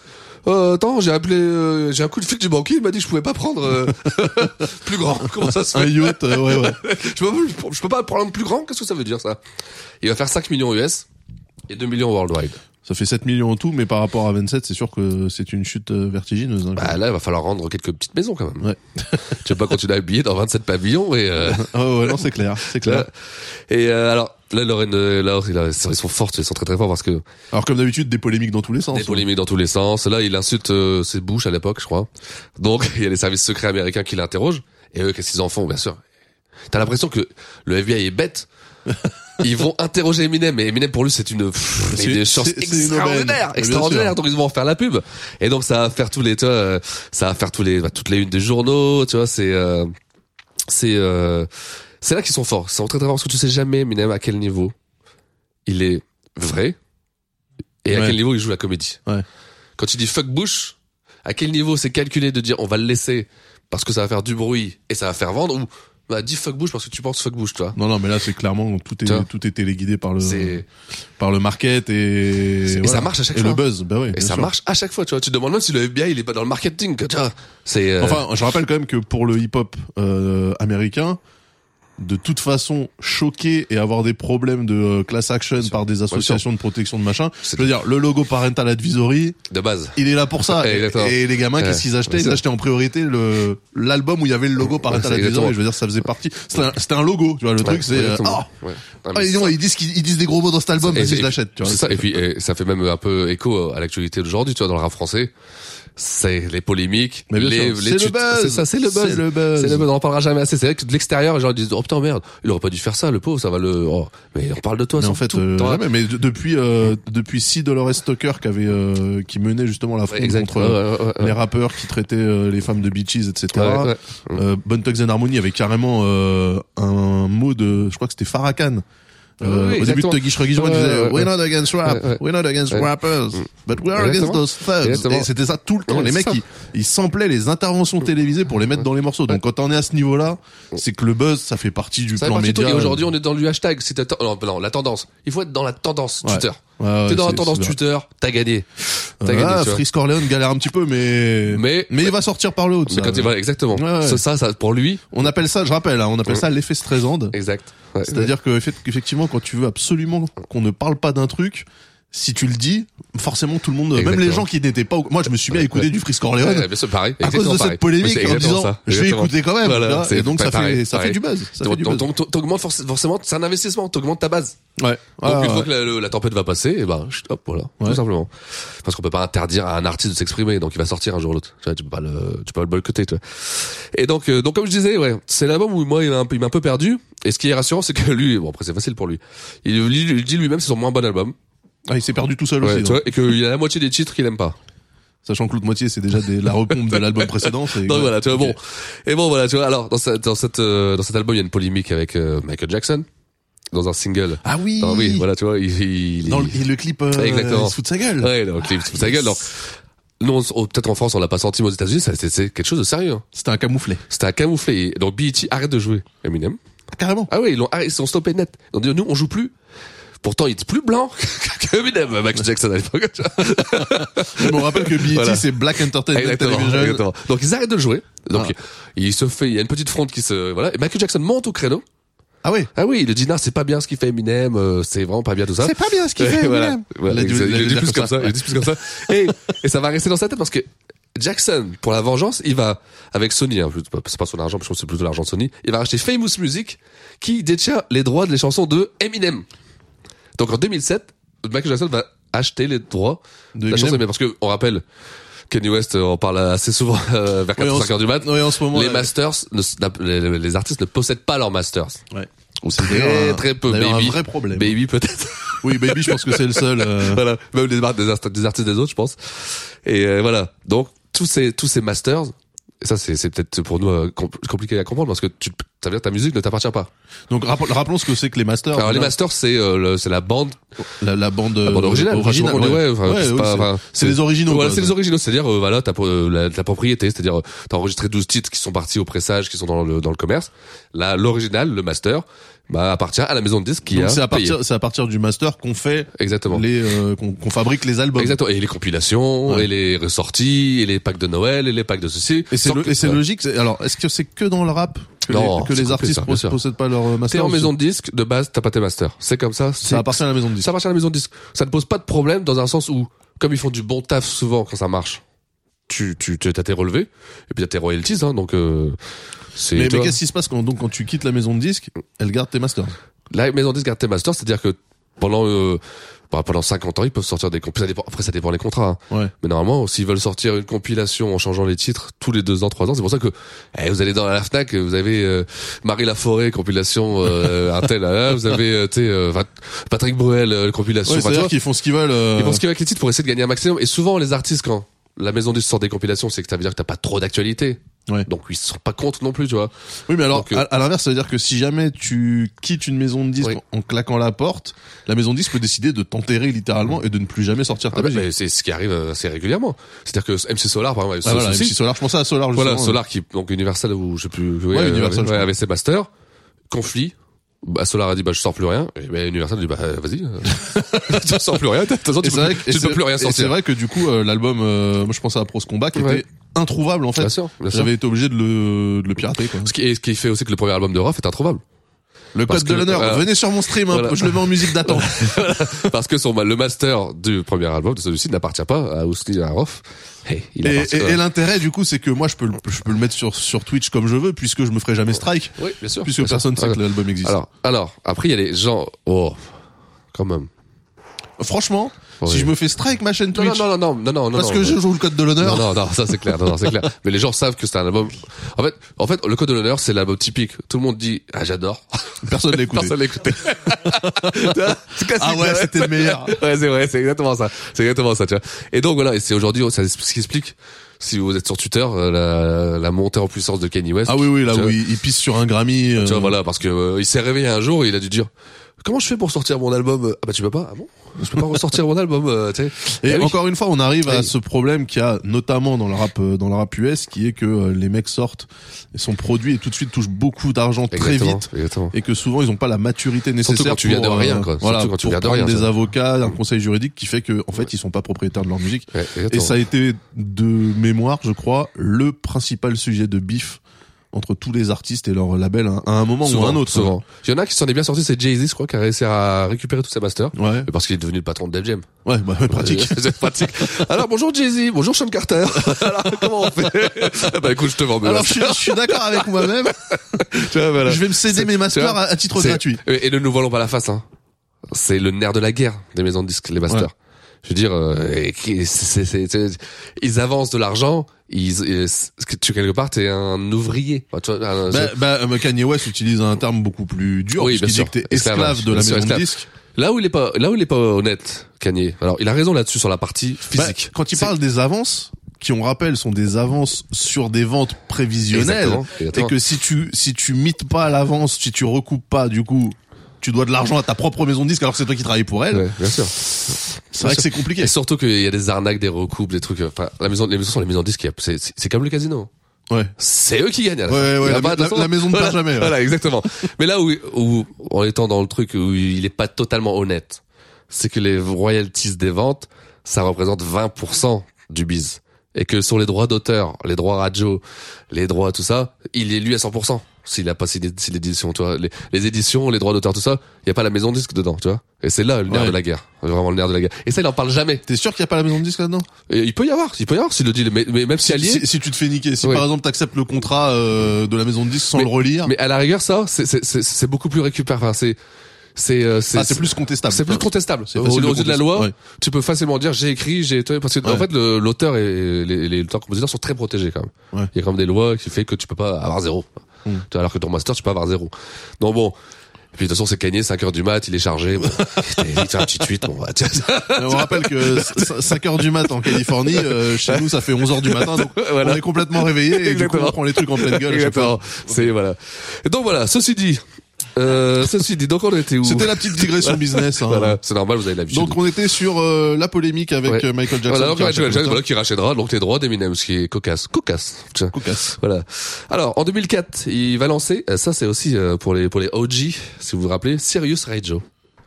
Euh, attends, j'ai appelé, euh, j'ai un coup de fil du banquier, il m'a dit que je pouvais pas prendre euh, plus grand. Comment ça se
Un
fait
yacht, euh, ouais ouais.
je, peux, je peux- je peux pas prendre plus grand. Qu'est-ce que ça veut dire ça Il va faire 5 millions US et 2 millions worldwide.
Ça fait 7 millions en tout, mais par rapport à 27, c'est sûr que c'est une chute euh, vertigineuse. hein, quoi.
Bah là, il va falloir rendre quelques petites maisons quand même.
Ouais.
Tu vas pas continuer à habiller dans 27 pavillons et euh,
Ah ouais, non, c'est clair, c'est clair.
et euh, alors là, Lorraine, euh, là, il a- ils sont forts, ils sont très très forts parce que
Alors comme d'habitude, des polémiques dans tous les sens. hein.
Des polémiques dans tous les sens. Là, il insulte euh, ses Bush à l'époque, je crois. Donc, il y a les services secrets américains qui l'interrogent. Et eux, qu'est-ce qu'ils en font, bien sûr T'as l'impression que le FBI est bête. Ils vont interroger Eminem, et Eminem pour lui c'est une, pff,
C'est-
une chance
c'est- c'est une aubaine. Bien
extraordinaire,
sûr.
extraordinaire. Donc ils vont en faire la pub, et donc ça va faire tous les, tu vois, euh, ça va faire tous les, bah, toutes les unes des journaux, tu vois, c'est, euh, c'est, euh, c'est là qu'ils sont forts. Ils sont très très forts parce que tu sais jamais Eminem à quel niveau il est vrai et à
Ouais.
quel niveau il joue la comédie.
Ouais.
Quand tu dis fuck Bush, à quel niveau c'est calculé de dire on va le laisser parce que ça va faire du bruit et ça va faire vendre ou bah dis fuck Bush parce que tu penses fuck Bush toi.
Non, non, mais là, c'est clairement tout est
Tiens.
tout est téléguidé par le
C'est
par le market et
C'est- et
voilà.
ça marche à chaque
et
fois.
le buzz, bah oui.
et
bien
ça
sûr.
marche à chaque fois tu vois. Tu te demandes même si le FBI il est pas dans le marketing quoi, tu vois. C'est euh,
Enfin, je rappelle quand même que pour le hip-hop euh, américain, de toute façon, choquer et avoir des problèmes de euh, class action par des associations de protection de machin, je
C'est-
veux dire, le logo parental advisory,
de base.
il est là pour ça.
Ouais,
Et,
exactement.
et les gamins,
Ouais,
qu'est-ce qu'ils
c'est
achetaient Ils
ça.
achetaient en priorité le l'album où il y avait le logo parental
c'est
advisory.
exactement.
Je veux dire, ça faisait partie. C'était un, c'était un logo, tu vois. Le truc, c'est euh,
exactement.
oh,
Ouais. Ah,
ah,
mais
ils, ont- ils disent qu'ils ils disent des gros mots dans cet album,
Et
vas-y,
c'est-
je bah, l'achète. tu vois.
C'est ça. Et puis et ça fait même un peu écho à l'actualité d'aujourd'hui, tu vois, dans le rap français. c'est les polémiques,
Mais bien
les,
sûr,
les
c'est le
tut-
buzz.
c'est ça, c'est le buzz,
C'est le buzz.
c'est le buzz. On en parlera jamais assez. C'est vrai que de l'extérieur, les gens ils disent oh putain merde, il aurait pas dû faire ça, le pauvre, ça va le. oh, mais on parle de toi.
Mais
c'est
en fait,
tout le
euh,
temps.
jamais. Mais de- depuis euh, depuis si Dolores Stoker qui avait euh, qui menait justement la
Ouais,
fronde
exact.
contre
Ouais,
euh,
ouais, ouais, ouais.
les rappeurs qui traitaient euh, les femmes de bitches, etc.
Ouais, ouais.
Euh, Bone Thugs and Harmony avait carrément euh, un mot de, je crois que c'était Farrakhan.
Ouais,
Euh,
ouais,
au début de
exactement.
Tuggy Shruggy Shrug, il
Ouais,
disait
ouais, ouais.
We're not against rap,
Ouais, ouais.
we're not against
Ouais. Mm.
rappers, but we're against
Exactement.
those thugs.
Exactement.
Et c'était ça tout le temps.
Ouais,
les
c'est
mecs,
ça. Mm.
ils, ils samplaient les interventions télévisées pour les mettre dans les morceaux. Donc quand on est à ce niveau-là, c'est que le buzz, ça fait partie du
Ça fait
plan
partie de
média. euh,
tout. Et aujourd'hui, on est dans le hashtag. Si t'as- non, non, la tendance. Il faut être dans la tendance
Ouais.
Twitter.
Ouais, ouais,
T'es dans la
c'est-
tendance
c'est vrai.
Twitter, t'as gagné. T'as
Ah,
gagné. tu vois.
Freeze Corleone galère un petit peu, mais
Mais-
mais il va sortir par le haut. de
C'est
ça.
quand il va exactement.
bah, Ouais, ouais.
Ça, ça, ça, pour lui,
On appelle ça, je rappelle, hein, on appelle ça l'effet Streisand.
exact. Ouais.
C'est-à-dire que effe- qu'effectivement, quand tu veux absolument qu'on ne parle pas d'un truc, si tu le dis, forcément tout le monde, même
Exactement.
les gens qui n'étaient pas, au- moi je me suis mis à
Ouais,
écouter
ouais.
du Freeze Corleone.
Ouais, bien sûr, pareil.
à cause
Exactement
de cette
pareil. Mais
polémique
c'est
en
exactement
disant
ça.
je vais
Exactement.
écouter quand même
Voilà,
tu vois.
c'est
et donc ça
pareil,
fait ça fait
pareil.
du buzz ça fait
Donc,
du buzz
donc, donc, T'augmentes forc- forcément, c'est un investissement. T'augmentes ta base.
ouais
Donc
Ah,
une fois
ouais.
que la, le- la tempête va passer, et ben chut, hop voilà,
Ouais.
tout simplement. Parce qu'on peut pas interdire à un artiste de s'exprimer, donc il va sortir un jour ou l'autre. Tu, vois, tu peux pas le, tu peux pas le boycotter. tu vois. Et donc, euh, donc comme je disais, ouais, c'est l'album où moi il m'a un, peu- il m'a un peu perdu. Et ce qui est rassurant, c'est que lui, bon après c'est facile pour lui. Il, il- il dit lui-même c'est son moins bon album,
Ah, il s'est perdu tout seul
Ouais,
aussi
tu
donc.
vois, et qu'il a la moitié des titres qu'il aime pas.
sachant que l'autre moitié c'est déjà des- la repompe de l'album précédent c'est-
Donc voilà, tu vois,
Ok.
bon. Et bon, voilà, tu vois, alors, dans, ce- dans, cette, euh, dans cet album, il y a une polémique avec euh, Michael Jackson, dans un single.
ah oui
Ah oui, voilà, tu vois, il... il,
dans le,
il-
et le clip euh,
Ouais, exactement.
il se fout de sa gueule
Ouais, donc, il se fout de sa gueule, non. Non, on- on- peut-être en France, on l'a pas senti, mais aux États-Unis, ça, c'est- c'est quelque chose de sérieux. hein.
c'était un camouflet
C'était à camoufler. Et Donc, BET arrête de jouer Eminem.
Ah, carrément
Ah oui, ils l'ont arrêté, ils se sont stoppés net. Ils ont dit, nous, on joue plus. Pourtant, il était plus blanc que Eminem, Max Jackson à l'époque. tu vois.
je me rappelle que BET
Voilà.
c'est Black Entertainment
Exactement,
Television
exactement. Donc ils arrêtent de le jouer. Donc
Ah.
il, il se fait, il y a une petite fronde qui se, voilà. Et Michael Jackson monte au créneau.
ah oui
Ah oui, il le dit non, c'est pas bien ce qu'il fait Eminem, euh, c'est vraiment pas bien tout ça.
c'est pas bien ce qu'il
Ouais,
fait
Euh, voilà.
Eminem.
Voilà,
Il a dû-
il
il a
il
dû
le dit
dire
plus comme ça, il
ouais.
le dit plus comme ça. Et, et ça va rester dans sa tête parce que Jackson, pour la vengeance, il va avec Sony, hein, c'est pas- c'est pas son argent, je pense que c'est plutôt l'argent de Sony. Il va racheter Famous Music, qui détient les droits des chansons de Eminem. Donc en 2007, Michael Jackson va acheter les droits
De
de la
Eminem.
chanson Eminem parce que on rappelle. Kenny West, euh, on parle assez souvent euh, vers
Ouais,
4
en
5 heures du mat.
ce- ouais, en ce moment, euh,
les
ouais.
masters, ne- les, les artistes ne possèdent pas leurs masters.
Ouais.
Ou c'est
D'ailleurs,
très
un-
très peu.
d'ailleurs, un
Baby,
vrai problème.
Baby peut-être.
oui baby je pense que c'est le seul euh,
voilà, même des, mar- des, ast- des artistes des autres, je pense. Et euh, voilà, donc tous ces tous ces masters, et ça c'est c'est peut-être pour nous euh, com- compliqué à comprendre parce que tu ça veut dire que ta musique ne t'appartient pas.
donc rappel- rappelons ce que c'est que les masters
Alors les
Là,
masters c'est euh, le- c'est la bande
La, la bande,
la bande
euh,
originale,
originale,
franchement,
ouais.
ouais, enfin,
Ouais,
c'est
oui,
pas-
c'est-
enfin,
c'est les originaux.
Voilà,
quoi.
c'est les originaux, c'est-à-dire euh, voilà, t'as euh, la, la propriété, c'est-à-dire euh, t'as enregistré 12 titres qui sont partis au pressage, qui sont dans le dans le commerce. Là, l'original, le master, bah appartient à la maison de disques qui
Donc
a
c'est à
payé.
partir, c'est à partir du master qu'on fait
Exactement.
les, euh, qu'on qu'on fabrique les albums.
Exactement. Et les compilations,
Ouais.
et les ressorties, et les packs de Noël, et les packs de ceci.
Et c'est
Sans
le-
que-
et c'est
Ouais.
logique. c'est- Alors, est-ce que c'est que dans le rap que
Non,
les, que
c'est
les
coupé,
artistes
ça, bien
pos-
sûr.
possèdent pas leur euh,
T'es
master
en maison de disque, de base, t'as pas tes masters. C'est comme ça. c'est-
Ça appartient à la maison de disque.
Ça appartient à la maison de disque. Ça ne pose pas de problème dans un sens où, comme ils font du bon taf souvent quand ça marche, tu, tu, tu as tes relevés, et puis t'as tes royalties, hein, donc, euh, c'est,
Mais,
tu
mais
vois,
qu'est-ce qui se passe quand, donc, quand tu quittes la maison de disque Elle garde tes masters.
la maison de disque garde tes masters, c'est-à-dire que pendant, euh, bah, pendant 50 ans, ils peuvent sortir des comp- ça dépend, après ça dépend des contrats, hein.
Ouais.
Mais normalement, s'ils veulent sortir une compilation en changeant les titres tous les deux ans, trois ans, c'est pour ça que eh, vous allez dans la Fnac, vous avez euh, Marie Laforêt compilation euh, un tel, euh, vous avez euh, tu sais, euh, Pat- Patrick Bruel euh, compilation.
Ouais,
enfin, tu
C'est-à-dire
vois,
qu'ils font ce qu'ils veulent. euh,
Ils font ce qu'ils veulent avec les titres pour essayer de gagner un maximum. Et souvent, les artistes quand la maison du sort des compilations, c'est que ça veut dire que t'as pas trop d'actualité.
Ouais.
Donc ils se sont pas contre non plus, tu vois.
Oui, mais alors,
Donc, euh,
à, à l'inverse, ça veut dire que si jamais tu quittes une maison de disque
Oui.
en en claquant la porte, la maison de disque peut décider de t'enterrer littéralement et de ne plus jamais sortir ta
Ah bah,
musique.
mais c'est ce qui arrive euh, assez régulièrement. C'est-à-dire que MC Solar, par exemple, avec
Ah,
ce
voilà,
souci,
MC Solar, je pensais à Solar justement.
Voilà, Solar qui donc Universal ou je sais plus oui,
Ouais,
euh,
Universal,
ouais,
je crois.
avec ses masters, conflit. Bah, Solar a dit bah je sors plus rien et bah, Universal a dit bah euh, vas-y euh, tu sors plus rien de toute façon
Et
tu,
c'est
peux,
vrai que-
tu
et c'est-
peux plus rien
et
sortir
C'est vrai que du coup, euh, l'album, euh, moi je pensais à Pros Combat qui
Ouais.
était introuvable en
bien
fait.
sûr bien sûr
J'avais été obligé de le, de le pirater quoi.
ce qui, et ce qui fait aussi que le premier album de Ruff est introuvable
Le
parce
code
que-
de l'honneur,
voilà.
venez sur mon stream, hein,
Voilà.
je le mets en musique d'attente.
parce que son le master du premier album de celui-ci n'appartient pas à Ousli à Ruff Hey, il
et
appartient
et-
à-
et l'intérêt du coup, c'est que moi je peux, le- je peux le mettre sur, sur Twitch comme je veux puisque je me ferai jamais strike.
oui bien sûr
Puisque
bien sûr.
personne ne sait que l'album existe.
alors alors après il y a les gens oh quand même
Franchement, si
Ouais.
je me fais strike ma chaîne
Non,
Twitch.
non, non, non, non, non, non,
Parce
non,
que
non.
je joue le code de l'honneur.
Non, non, non, ça c'est clair, non, non, c'est clair. Mais les gens savent que c'est un album. En fait, en fait, le Code de l'honneur, c'est l'album typique. Tout le monde dit, ah, j'adore.
Personne l'écoute.
Personne l'a écouté. C'est classique,
Ah ouais,
là,
c'était le meilleur.
Ouais, c'est vrai, c'est exactement ça. C'est exactement ça, tu vois. Et donc voilà, et c'est aujourd'hui, ça ce qui explique, si vous êtes sur Twitter, euh, la, la montée en puissance de Kanye West.
Ah oui, oui, là
Tu
où
vois.
il, il pisse sur un Grammy. euh,
Tu vois, voilà, parce que euh, il s'est réveillé un jour et il a dû dire. Comment je fais pour sortir mon album Ah bah tu peux pas, ah bon Je peux pas ressortir mon album, euh, tu sais.
Et
Ah oui.
encore une fois, on arrive à
Oui.
ce problème qu'il y a notamment dans le rap, euh, dans le rap US, qui est que euh, les mecs sortent et sont produits et tout de suite touchent beaucoup d'argent très
Exactement,
vite.
exactement.
Et que souvent ils n'ont pas la maturité nécessaire
quand tu viens de
pour, euh,
rien, quoi. Surtout
Voilà,
quand tu
pour
viens de
prendre
rien,
des
ça.
avocats, un conseil juridique qui fait que en fait ils sont pas propriétaires de leur musique.
Ouais,
Et
exactement.
ça a été de mémoire, je crois, le principal sujet de bif entre tous les artistes et leur label hein, à à un moment ou à un autre.
Souvent. Il y en a qui s'en est bien sorti, c'est Jay-Z, je crois, qui a réussi à récupérer tous ses masters.
Ouais,
Mais Parce qu'il est devenu le patron de Def Jam.
ouais, bah, ouais, pratique.
Euh, c'est pratique. Alors bonjour Jay-Z, bonjour Sean Carter. Alors comment on fait Bah écoute, je te vends mes
Alors je
masters.
suis, je suis d'accord avec moi-même.
Tu vois, voilà.
Je vais me céder mes
Tu
masters
vois,
à, à titre
c'est-
gratuit.
Et et ne nous voilons pas la face, hein. C'est le nerf de la guerre des maisons de disques, les masters.
Ouais.
Je veux dire, euh, et qui- c'est- c'est- c'est- c'est- ils avancent de l'argent, ils, et c'est- tu quelque part t'es un ouvrier. Enfin, tu vois, un-
Bah, bah, euh, Kanye West utilise un terme beaucoup plus dur,
Oui,
puisqu'il
bien
dit
sûr.
que t'es
Esclavage.
esclave de la
Bien sûr,
maison de
esclave.
disque.
Là où il est pas, là où il est pas honnête, Kanye. Alors, il a raison là-dessus sur la partie physique.
Bah, quand il
C'est-
parle des avances, qui on rappelle sont des avances sur des ventes prévisionnelles,
Exactement, exactement.
et que si tu si tu mites pas à l'avance, si tu recoupes pas, du coup, tu dois de l'argent à ta propre maison de disque alors que c'est toi qui travailles pour elle.
Ouais, bien sûr.
C'est vrai que c'est compliqué.
Et surtout qu'il y a des arnaques, des recoupes, des trucs. Enfin, la maison, les maisons sont les maisons de disques. il y a- C'est, c'est- c'est comme le casino.
Ouais.
C'est eux qui gagnent. à la
Ouais,
fin.
ouais,
Il y a
la-
pas-
la-
façon-
la maison ne perd
Voilà,
jamais, ouais.
Voilà, exactement. Mais là où, où, en étant dans le truc où il est pas totalement honnête, c'est que les royalties des ventes, ça représente 20% du biz. Et que sur les droits d'auteur, les droits radio, les droits, tout ça, il est lui à 100%. S'il a pas signé, s'il édition, tu vois, les, les éditions, les droits d'auteur, tout ça, il y a pas la maison de disque dedans, tu vois. Et c'est là le nerf
Ouais.
de la guerre. Vraiment le nerf de la guerre. Et ça, il en parle jamais.
T'es sûr qu'il y a pas la maison de disque là-dedans
Et il peut y avoir, il peut y avoir s'il le dit, mais, mais même si allié.
si, si tu te fais niquer, si
Ouais.
par exemple t'acceptes le contrat euh, de la maison de disque sans
Mais-
le relire,
Mais à la rigueur, ça, c'est- c'est c'est- c'est beaucoup plus récupère. Enfin, c'est c'est euh, c'est
ah, c'est plus contestable.
c'est plus contestable.
C'est
Au,
facile de
aux yeux de la loi,
contester,
tu peux facilement dire j'ai écrit, j'ai parce que en
Ouais.
fait le- l'auteur et les, les auteurs compositeurs sont très protégés quand même.
Ouais. Hmm.
Il y a quand même des lois qui fait que tu peux pas avoir zéro. Tu vois, alors que ton master, tu peux avoir zéro. Donc bon. Et puis de toute façon, c'est gagné, 5 heures du mat, il est chargé. Bon, il fait un petit tweet. Bon, bah, voilà, tu vois.
Mais on rappelle que 5 heures du mat en Californie, euh, chez nous ça fait 11 heures du matin, donc
Voilà.
on est complètement réveillé et du coup
Exactement.
on prend les trucs en pleine gueule. à chaque fois.
Exactement. C'est voilà. Et donc voilà. Ceci dit, euh, ceci dit, donc on était où
C'était la petite digression business. hein.
Voilà, c'est normal, vous avez l'habitude.
Donc on était sur euh, la polémique avec
Ouais.
euh, Michael Jackson.
Voilà, donc,
qui
Michael
rachète
Jackson,
l'auteur.
voilà, qui rachètera donc les droits d'Eminem, ce qui est cocasse. Cocasse. Tiens.
Cocasse.
Voilà. Alors, en 2004, il va lancer, euh, ça c'est aussi euh, pour les pour les OG, si vous vous rappelez, Sirius Radio.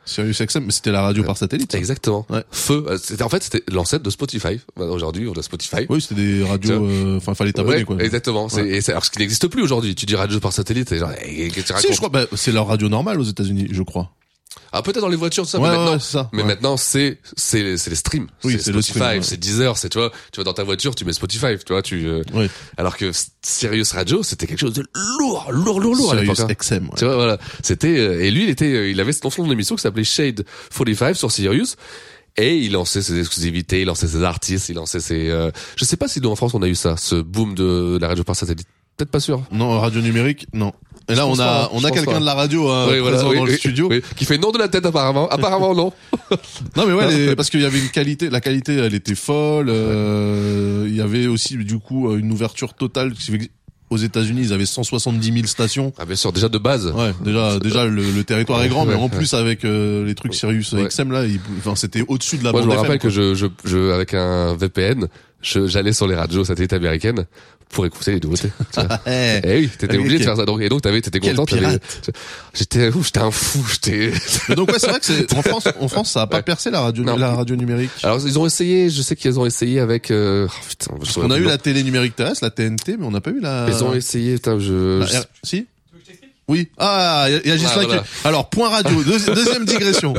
Sirius XM, mais c'était la radio par satellite. ça.
Exactement.
Ouais.
Feu. euh, C'était en fait c'était l'ancêtre de Spotify. Bah, Aujourd'hui, on a Spotify.
Oui, c'était des radios. euh, Enfin, fallait t'abonner
Ouais,
quoi.
Exactement. C'est
Ouais.
et c'est- alors ce qui n'existe plus aujourd'hui. Tu dis radio par satellite, et genre, eh, qu'est-ce que tu
Si,
racontes
je crois, bah, c'est leur radio normale aux États-Unis, je crois.
Ah peut-être dans les voitures tout ça,
Ouais,
mais maintenant,
ouais, c'est ça.
mais
Ouais.
maintenant c'est c'est c'est les streams,
Oui,
c'est
c'est le
Spotify,
stream, ouais.
c'est Deezer, c'est tu vois, tu vas dans ta voiture, tu mets Spotify, tu vois, tu euh,
Ouais.
alors que S- Sirius Radio c'était quelque chose de lourd, lourd, lourd, lourd à
Sirius
l'époque. hein.
XM. ouais.
Tu vois, voilà, c'était euh, et lui il était, euh, il avait son son d'émission qui s'appelait Shade 45 sur Sirius. Et il lançait ses exclusivités, il lançait ses artistes, il lançait ses... euh, Je sais pas si nous en France on a eu ça, ce boom de la radio par satellite. Peut-être pas sûr.
Non, radio numérique, non. Et là, on
pense
a,
pas,
on
je
a
pense
quelqu'un
pas.
de la radio hein,
Oui, voilà,
présent
oui,
dans le
oui,
studio.
oui, qui fait non de la tête apparemment. Apparemment non.
Non mais
Hein?
ouais, les- parce qu'il y avait une qualité, la qualité elle était folle. euh, il y avait aussi du coup euh, une ouverture totale. qui fait que Aux États-Unis, ils avaient 170 000 stations.
Ah bien sûr, déjà de base.
Ouais, déjà, déjà le, le territoire est grand, mais
Ouais,
en
ouais.
plus avec euh, les trucs Sirius
Ouais.
XM là, ils- enfin c'était au-dessus de la
Moi, je
bande
me
FM,
rappelle que je,
quoi.
je, je, avec un VPN, je, j'allais sur les radios satellites américaines pour écouter les nouveautés. tu vois.
Eh,
Eh oui, t'étais
Ah oui,
obligé de
quel-
faire ça. Donc, et donc, t'avais, t'étais
quel
content. t'avais-
pirate.
tu- J'étais, ouf, j'étais un fou. J'étais.
Mais donc ouais, c'est vrai que c'est en France, en France ça a pas
Ouais.
percé la radio,
Non. Ah,
la radio numérique.
Alors, ils ont essayé. Je sais qu'ils ont essayé avec. Euh... oh, putain, je me
on
souviens
a
plus
eu
le
la télé numérique terrestre, la TNT, mais on n'a pas eu la.
nom. Ils ont essayé. Putain, je.
la
je-
bah, R- Si. Oui. Ah, il y a, il y a Ghislain
Ah, voilà.
qui- Alors point radio. deuxi- deuxième digression.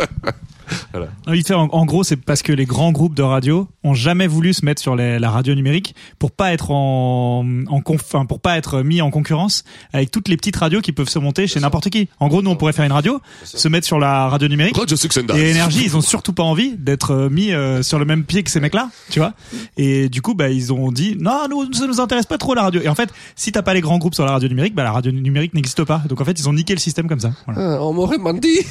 Voilà.
Non, vite fait, en, en gros, c'est parce que les grands groupes de radio ont jamais voulu se mettre sur les- la radio numérique pour pas être en, en conf- enfin, pour pas être mis en concurrence avec toutes les petites radios qui peuvent se monter chez n'importe qui. En gros, nous, on pourrait faire une radio, se mettre sur la radio numérique.
Radio Success and Dance.
Et énergie, ils ont surtout pas envie d'être euh, mis euh, sur le même pied que ces mecs-là, tu vois. Et du coup, bah, ils ont dit, non, nous, ça nous intéresse pas trop la radio. Et en fait, si t'as pas les grands groupes sur la radio numérique, bah, la radio numérique n'existe pas. Donc en fait, ils ont niqué le système comme ça. Voilà.
Ah, on m'aurait menti.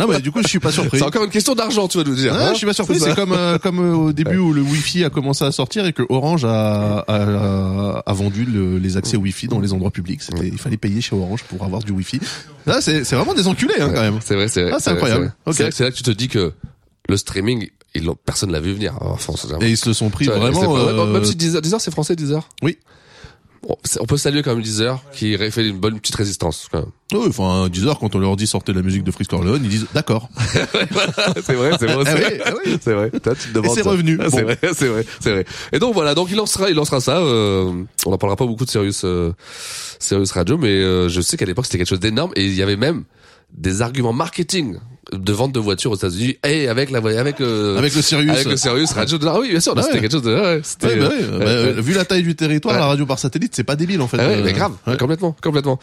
Non, mais du coup, je suis pas surpris. C'est encore une question d'argent, tu vas nous dire. hein.
Ah, je suis pas surpris. C'est comme euh, comme euh, au début où le Wi-Fi a commencé à sortir et que Orange a a, a vendu le- les accès Wi-Fi dans les endroits publics. C'était- Il fallait payer chez Orange pour avoir du Wi-Fi. Là, c'est c'est vraiment des enculés hein, quand même.
C'est vrai, c'est vrai.
Ah, c'est incroyable.
vrai,
Ok.
C'est vrai. C'est là que tu te dis que le streaming, ils l'ont- personne l'a vu venir Oh, en France.
Et ils se le sont pris
Ouais,
vraiment.
c'est pas-
euh,
Même si Deezer, Deezer, c'est français, Deezer.
Oui.
Bon, c'est- on peut saluer quand même Deezer, qui ré- fait une bonne petite résistance. quand même.
ouais, enfin, 10 heures quand on leur dit sortez la musique de Frisk Corleone, ils disent d'accord.
c'est vrai, c'est vrai.
Ah
c'est
oui,
vrai.
ah oui.
C'est vrai. Toi, tu te demandes
Et c'est
ça.
revenu.
Ah, C'est
Bon.
vrai, c'est vrai, c'est vrai. Et donc voilà, donc il lancera, il lancera ça. euh, on n'en parlera pas beaucoup de Sirius, euh, Sirius Radio, mais euh, je sais qu'à l'époque c'était quelque chose d'énorme et il y avait même des arguments marketing de vente de voitures aux États-Unis et avec la voie- avec euh,
Avec le Sirius.
avec le Sirius Radio. Ah oui, bien sûr, là,
Ouais.
c'était quelque chose de. ouais, c'était,
Ouais, bah ouais,
euh,
bah,
ouais.
euh, vu la taille du territoire,
Ouais.
la radio par satellite, c'est pas débile en fait.
Ah ouais,
Euh,
mais grave,
ouais.
complètement, complètement.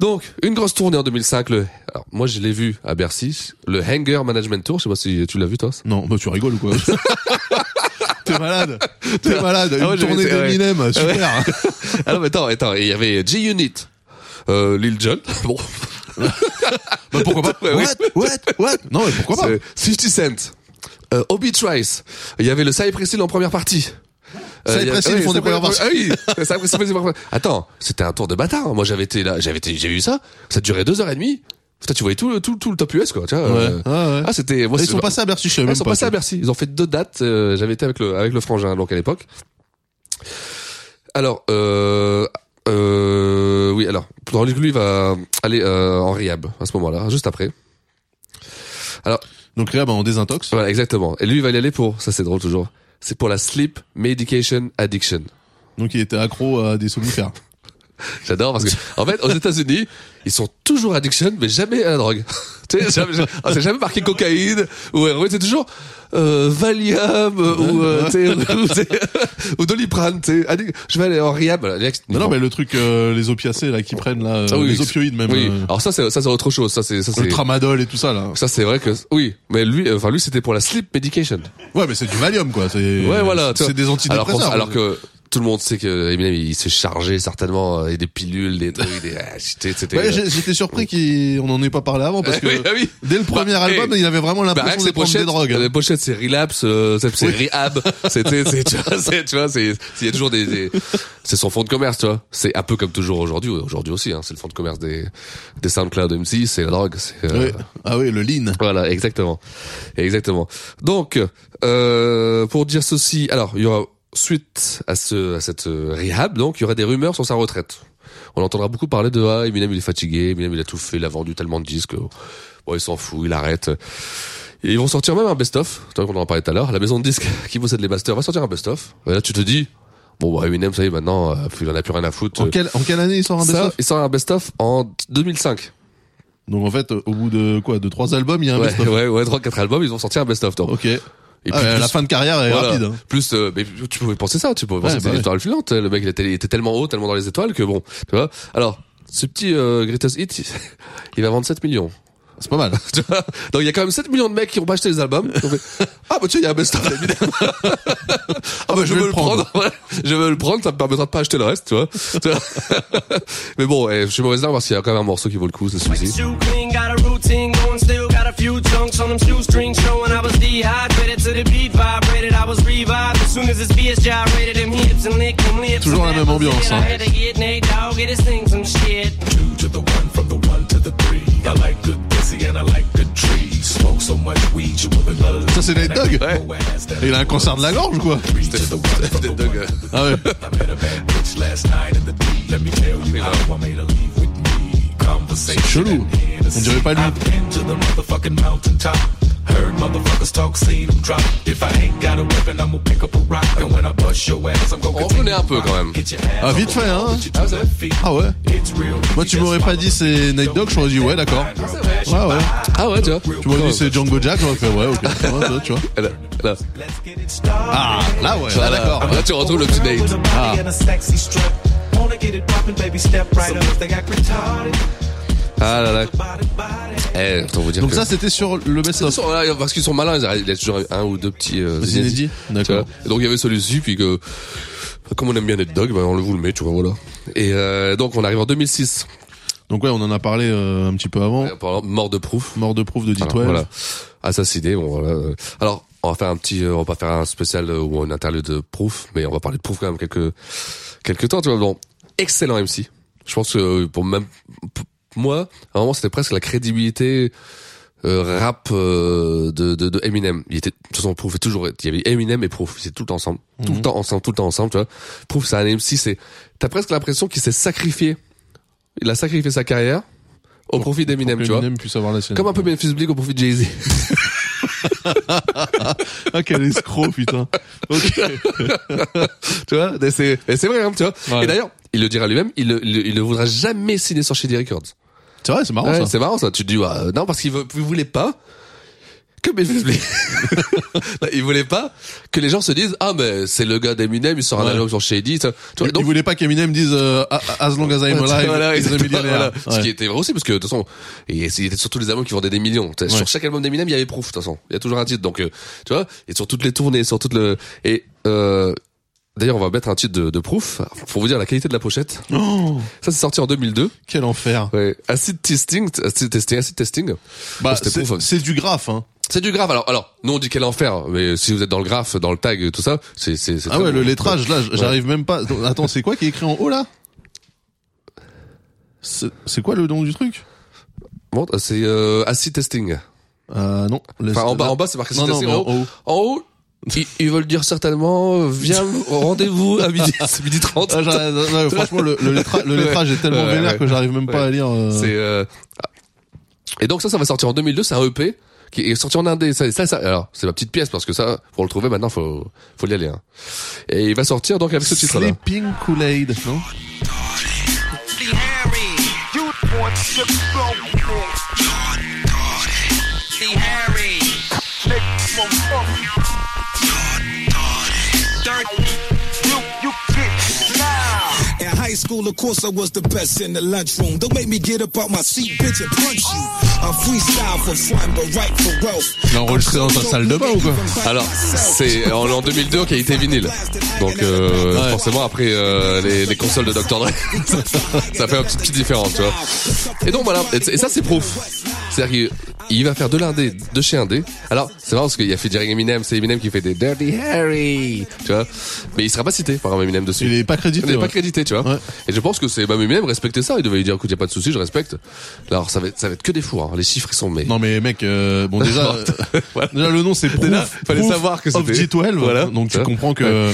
Donc, une grosse tournée en 2005. Le, alors, moi, je l'ai vu à Bercy, le Hangar Management Tour. Je sais pas si tu l'as vu, toi. ça.
Non, bah, tu rigoles ou quoi T'es malade, t'es malade.
Ah ouais,
Une
j'ai vu,
tournée
c'est vrai.
d'Eminem, super.
Ah non, mais attends, attends. Il y avait G-Unit, euh, Lil Jon. Bon,
Bah, pourquoi
Ouais,
pas
oui.
What, what, what Non, mais pourquoi pas
c'est 50 Cent, euh, Obi Trice. Il y avait le Cypress Hill en première partie. Euh,
Cypress
il y a-
Hill,
oui,
ils font des
Cypress-
premières parties.
Ah oui, Cypress Hill, ils font des premières parties. Attends, c'était un tour de bâtard. Moi, j'avais été là, j'avais été, j'ai vu ça. Ça durait deux heures et demie. Putain, tu voyais tout le, tout, tout le top US, quoi, tu vois.
Ouais.
euh,
Ah ouais.
Ah, c'était, moi,
Ils
c'est-
sont passés à Bercy, je savais
Ah,
même
ils sont
pas,
passés
ça.
à Bercy. Ils ont fait deux dates. euh, J'avais été avec le avec le frangin donc à l'époque. Alors euh, euh, oui alors dans lui va aller euh, en riab à ce moment-là juste après. Alors
Donc là, bah, on désintox.
voilà exactement et lui il va y aller pour ça c'est drôle toujours c'est pour la sleep medication addiction.
Donc il était accro à des somnifères.
J'adore parce que en fait aux États-Unis ils sont toujours addiction mais jamais à la drogue. tu sais jamais, jamais- ah, c'est jamais marqué cocaïne ou héroïne c'est toujours euh, Valium euh, ou euh, tu sais, ou, tu sais, ou Doliprane tu sais addic- je vais aller en Riab. Voilà, les mecs,
Non, non, mais le truc, euh, les opiacés là qui prennent là, euh,
Ah oui,
les
oui.
opioïdes même,
Oui.
euh,
Alors ça c'est ça c'est autre chose ça c'est ça
le
c'est
tramadol et tout ça là.
ça c'est vrai que oui mais lui euh, enfin lui c'était pour la sleep medication.
Ouais, mais c'est du Valium quoi. C'est
Ouais, voilà. tu vois.
C'est des
Alors, qu'on-
antidépresseurs. hein.
alors que tout le monde sait que euh, Eminem, il s'est chargé certainement euh, et des pilules, des trucs, des. ah, c'était- c'était-
Ouais, j'ai- j'étais surpris qu'on en ait pas parlé avant parce que
Oui, ah oui.
dès le premier
Bah,
album,
hey.
il avait vraiment
Bah, rien
l'impression
que
de
les
prendre
pochettes,
des drogues. hein.
les pochettes, c'est relapse, euh, c'est c'est rehab, c'est, c'est, c'est- tu vois, c'est, tu vois, c'est, il y a toujours des, des- c'est son fonds de commerce, tu vois. C'est un peu comme toujours aujourd'hui, aujourd'hui aussi, hein, c'est le fonds de commerce des, des SoundCloud MC, c'est la drogue, c'est, euh,
Ouais. Ah oui, le lean.
Voilà, exactement. Exactement. Donc, euh, pour dire ceci, alors, il y aura, suite à ce, à cette euh, rehab, donc, il y aura des rumeurs sur sa retraite. On entendra beaucoup parler de, ah, Eminem, il est fatigué, Eminem, il a tout fait, il a vendu tellement de disques, euh, bon, il s'en fout, il arrête. Et ils vont sortir même un best-of, tant qu'on en parlait tout à l'heure, la maison de disques qui possède les masters va sortir un best-of. Et là, tu te dis, bon, bah, Eminem, ça y est, maintenant, euh, il en a plus rien à foutre.
En quelle, en quelle année il sort un
Ça,
best-of
il sort un best-of en 2005.
Donc en fait, euh, au bout de quoi, de trois albums, il y a un
ouais,
best-of.
ouais, ouais, trois, quatre albums, ils ont sorti un best-of, donc.
Ok.
Et
Ah
puis,
ouais,
plus-
la fin de carrière est
Voilà.
rapide. hein.
Plus, euh, mais tu pouvais penser ça, tu pouvais penser
Ouais,
que c'était
bah
une étoile filante. Le mec, il était, il était tellement haut, tellement dans les étoiles que bon, tu vois. Alors, ce petit euh, Greatest Hit, il va vendre 7 millions.
C'est pas mal.
Tu vois Donc il y a quand même 7 millions de mecs qui ont pas acheté les albums. Ils ont fait, ah bah tiens, il y a un best-of Eminem. ah bah je,
je
veux
vais le
le prendre. Voilà. je veux le prendre, ça me permettra de pas acheter le reste, tu vois. Tu vois. mais bon, eh, je suis mauvaise langue parce qu'il y a quand même un morceau qui vaut le coup, c'est celui-ci.
Shoe clean, got a routine going still. Got a few chunks on them shoestrings showing I was dehydrated to the beat vibrated. I was revived as soon as this beat gyrated them hips and licked them lips.
Toujours la
And that
même
was
ambiance,
it. I
hein.
had to get Nate Dogg, get his things and shit.
Two to the one, from the one to the three. I like good busy and I like good trees. Smoke so much weed, you wouldn't love.
Ça, c'est Nate Dogg.
Go ass down.
Il a un cancer de la gorge, quoi.
Three to the one, from the one to the
Ah ouais.
I met a bad bitch last night in the D. Let me tell you how I made her leave with me. Conversation
chelou.
and Hennessy.
On dirait pas lui.
I've been to the motherfucking mountain top. Heard motherfuckers talk, seen 'em drop. If I ain't got a weapon, I'm gonna pick up a rock. And when I bust your ass, I'm gonna
On connaît un peu quand même.
Ah, vite fait, hein. Ah ouais. Moi, tu m'aurais pas dit c'est Night Dog, j'aurais dit ouais, d'accord. Ouais, ouais.
Ah ouais, tu vois.
Tu m'aurais dit c'est Django Jack, j'aurais fait ouais, ok. Ouais, ouais, tu vois.
Là, là.
Ah, là, ouais, là,
Voilà.
d'accord.
Là, tu retrouves le petit Nate.
Ah.
Ah là là. Eh, autant vous dire
Donc
que-
ça, c'était sur le
Ils
best-of.
sont là, parce qu'ils sont malins, ils arrivent- il y a toujours un ou deux petits euh,
Des inédits.
tu vois.
D'accord.
Et donc il y avait celui-ci, puis que comme on aime bien les dogs, bah, on le vous le met, tu vois, voilà. Et euh, donc on arrive en 2006.
Donc ouais, on en a parlé euh, un petit peu avant.
Euh, Par exemple, mort de prouf.
Mort de proof de D12.
Alors, voilà. Assassiné, bon voilà. euh. Alors on va faire un petit, euh, on va pas faire un spécial euh, ou un interlude de prouf, mais on va parler de prouf quand même quelques quelques temps, tu vois. Bon, excellent MC. Je pense que euh, pour même pour moi, à un moment c'était presque la crédibilité euh, rap euh, de, de, de Eminem. Il était de toute façon Proof est toujours il y avait Eminem et Proof, c'est tout le temps ensemble, tout le temps ensemble, tout le temps ensemble, tu vois. Proof c'est un MC, c'est t'as presque l'impression qu'il s'est sacrifié. Il a sacrifié sa carrière au profit
Pour
d'Eminem,
que
tu vois.
Eminem puisse avoir la scène.
Comme un peu Memphis Bleak au profit de Jay-Z.
Ah, quel escroc, putain. Ok.
tu vois, mais c'est mais c'est vrai, hein, tu vois.
Ouais.
Et d'ailleurs, il le dira lui-même, il, le- il, il ne voudra jamais signer sur Shady Records.
C'est vrai, c'est marrant,
Ouais,
Ah ça.
c'est marrant ça. Tu te dis ouais, euh, non parce qu'il veut, il voulait pas que Memphis Bleak, il voulait pas que les gens se disent ah mais c'est le gars d'Eminem, il sort un
Ouais.
album sur Shady. Tu vois,
Il
donc-
voulait pas qu'Eminem dise euh, As long as I'm alive,
Voilà,
he's a
exactement,
millionaire.
voilà. Ce qui
Ouais.
était vrai aussi, parce que de toute façon, et c'était surtout les albums qui vendaient des millions. T'as- Sur chaque album d'Eminem, il y avait Proof, de toute façon. Il y a toujours un titre, donc euh, tu vois. Et sur toutes les tournées, sur toute le et euh, d'ailleurs, on va mettre un titre de, de Proof pour vous dire la qualité de la pochette.
Oh,
Ça, c'est sorti en 2002.
quel enfer.
Ouais. Acid testing, acid testing, acid testing.
Bah,
c'était
c'est
Proof.
c'est du graphe, hein.
C'est du grave. Alors, alors, nous on dit quel enfer, mais si vous êtes dans le graphe, dans le tag, tout ça, c'est c'est c'est
Ah
très
ouais,
bon.
le lettrage, là, j'arrive même pas. Attends, c'est quoi qui est écrit en haut, là C'est c'est quoi le nom du truc
Bon, c'est euh, acid testing.
Euh, non. Le-
Enfin, en bas, en bas, c'est marqué
Non, non,
Citation.
mais en
en haut. En haut, ils, ils veulent dire certainement, euh, viens, rendez-vous à midi, c'est midi 30.
Ah, j'arrête, non, non, franchement, le, le, lettra- le lettrage est tellement
Ouais,
vénère
ouais.
que j'arrive même pas à lire. euh,
C'est, euh, ah. Et donc ça, ça va sortir en 2002, c'est un EP qui est sorti en indé. Ça, ça, ça- alors, c'est ma petite pièce parce que ça, pour le trouver maintenant, faut, faut y aller. hein. Et il va sortir donc avec ce titre-là.
Sleeping Kool-Aid, non
In high school, of course, I was the best in the lunchroom. Don't make me get up out my seat, bitch, and punch you. I freestyle for fun, but right for wealth.
Il a enregistré dans sa salle de bain ou quoi
Alors, c'est en, en 2002 en qualité vinyle. Donc euh,
Ouais.
forcément après euh, les, les consoles de Dr Dre, ça fait une petite, petite différence, tu vois. Et donc voilà, et, et ça c'est proof. C'est-à-dire qu'il il va faire de l'indé, de chez indé. Alors c'est marrant parce qu'il y a featuring Eminem, c'est Eminem qui fait des Dirty Harry, tu vois. Mais il sera pas cité par Eminem dessus.
Il est pas
Il
crédité.
n'est
ouais.
pas crédité, tu vois.
Ouais.
Et je pense que c'est même Eminem respecter ça. Il devait lui dire, écoute, y a pas de souci, je respecte. Alors ça va être, ça va être que des fours. hein. Les chiffres ils sont mais.
Non mais mec, euh, bon déjà, euh,
Voilà.
déjà le nom c'est Proof.
Déjà, fallait
Proof
savoir que
of
c'était-
G12,
Voilà.
donc tu
Ouais.
comprends que.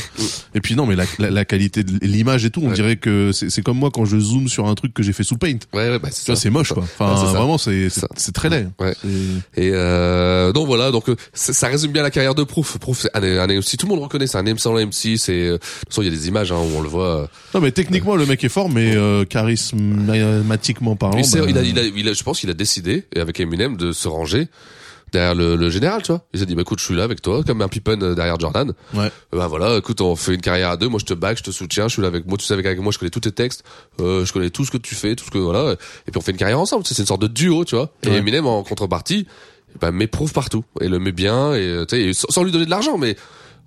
Et puis non mais la, la, la qualité de l'image et tout, on
Ouais.
dirait que c'est c'est comme moi quand je zoome sur un truc que j'ai fait sous Paint.
Ouais, ouais, bah,
Tu
ça.
vois, c'est moche quoi. Enfin,
Ouais, c'est ça.
vraiment, c'est
Ça.
c'est- c'est très laid.
Ouais.
C'est-
Et euh, donc voilà, donc euh, ça, ça résume bien la carrière de Proof. Proof, c'est un, un MC, tout le monde reconnaît, c'est un MC sans MC. C'est euh, de toute façon il y a des images hein, où on le voit. euh,
Non mais techniquement le mec est fort, mais euh, charismatiquement parlant,
il, s'est-
bah,
il a, il a- il a- je pense qu'il a décidé et avec Eminem de se ranger derrière le, le général, tu vois. Il s'est dit bah écoute, je suis là avec toi, comme un Pippen euh, derrière Jordan.
ouais.
Euh, Bah voilà, écoute, on fait une carrière à deux. Moi je te back, je te soutiens, je suis là avec moi. Tu sais avec, avec moi, je connais tous tes textes, euh, je connais tout ce que tu fais, tout ce que voilà. Et puis on fait une carrière ensemble. C'est c'est une sorte de duo, tu vois. Et
Ouais.
Eminem en contrepartie, bah m'éprouve partout et le met bien et euh, tu sais et sans, sans lui donner de l'argent, mais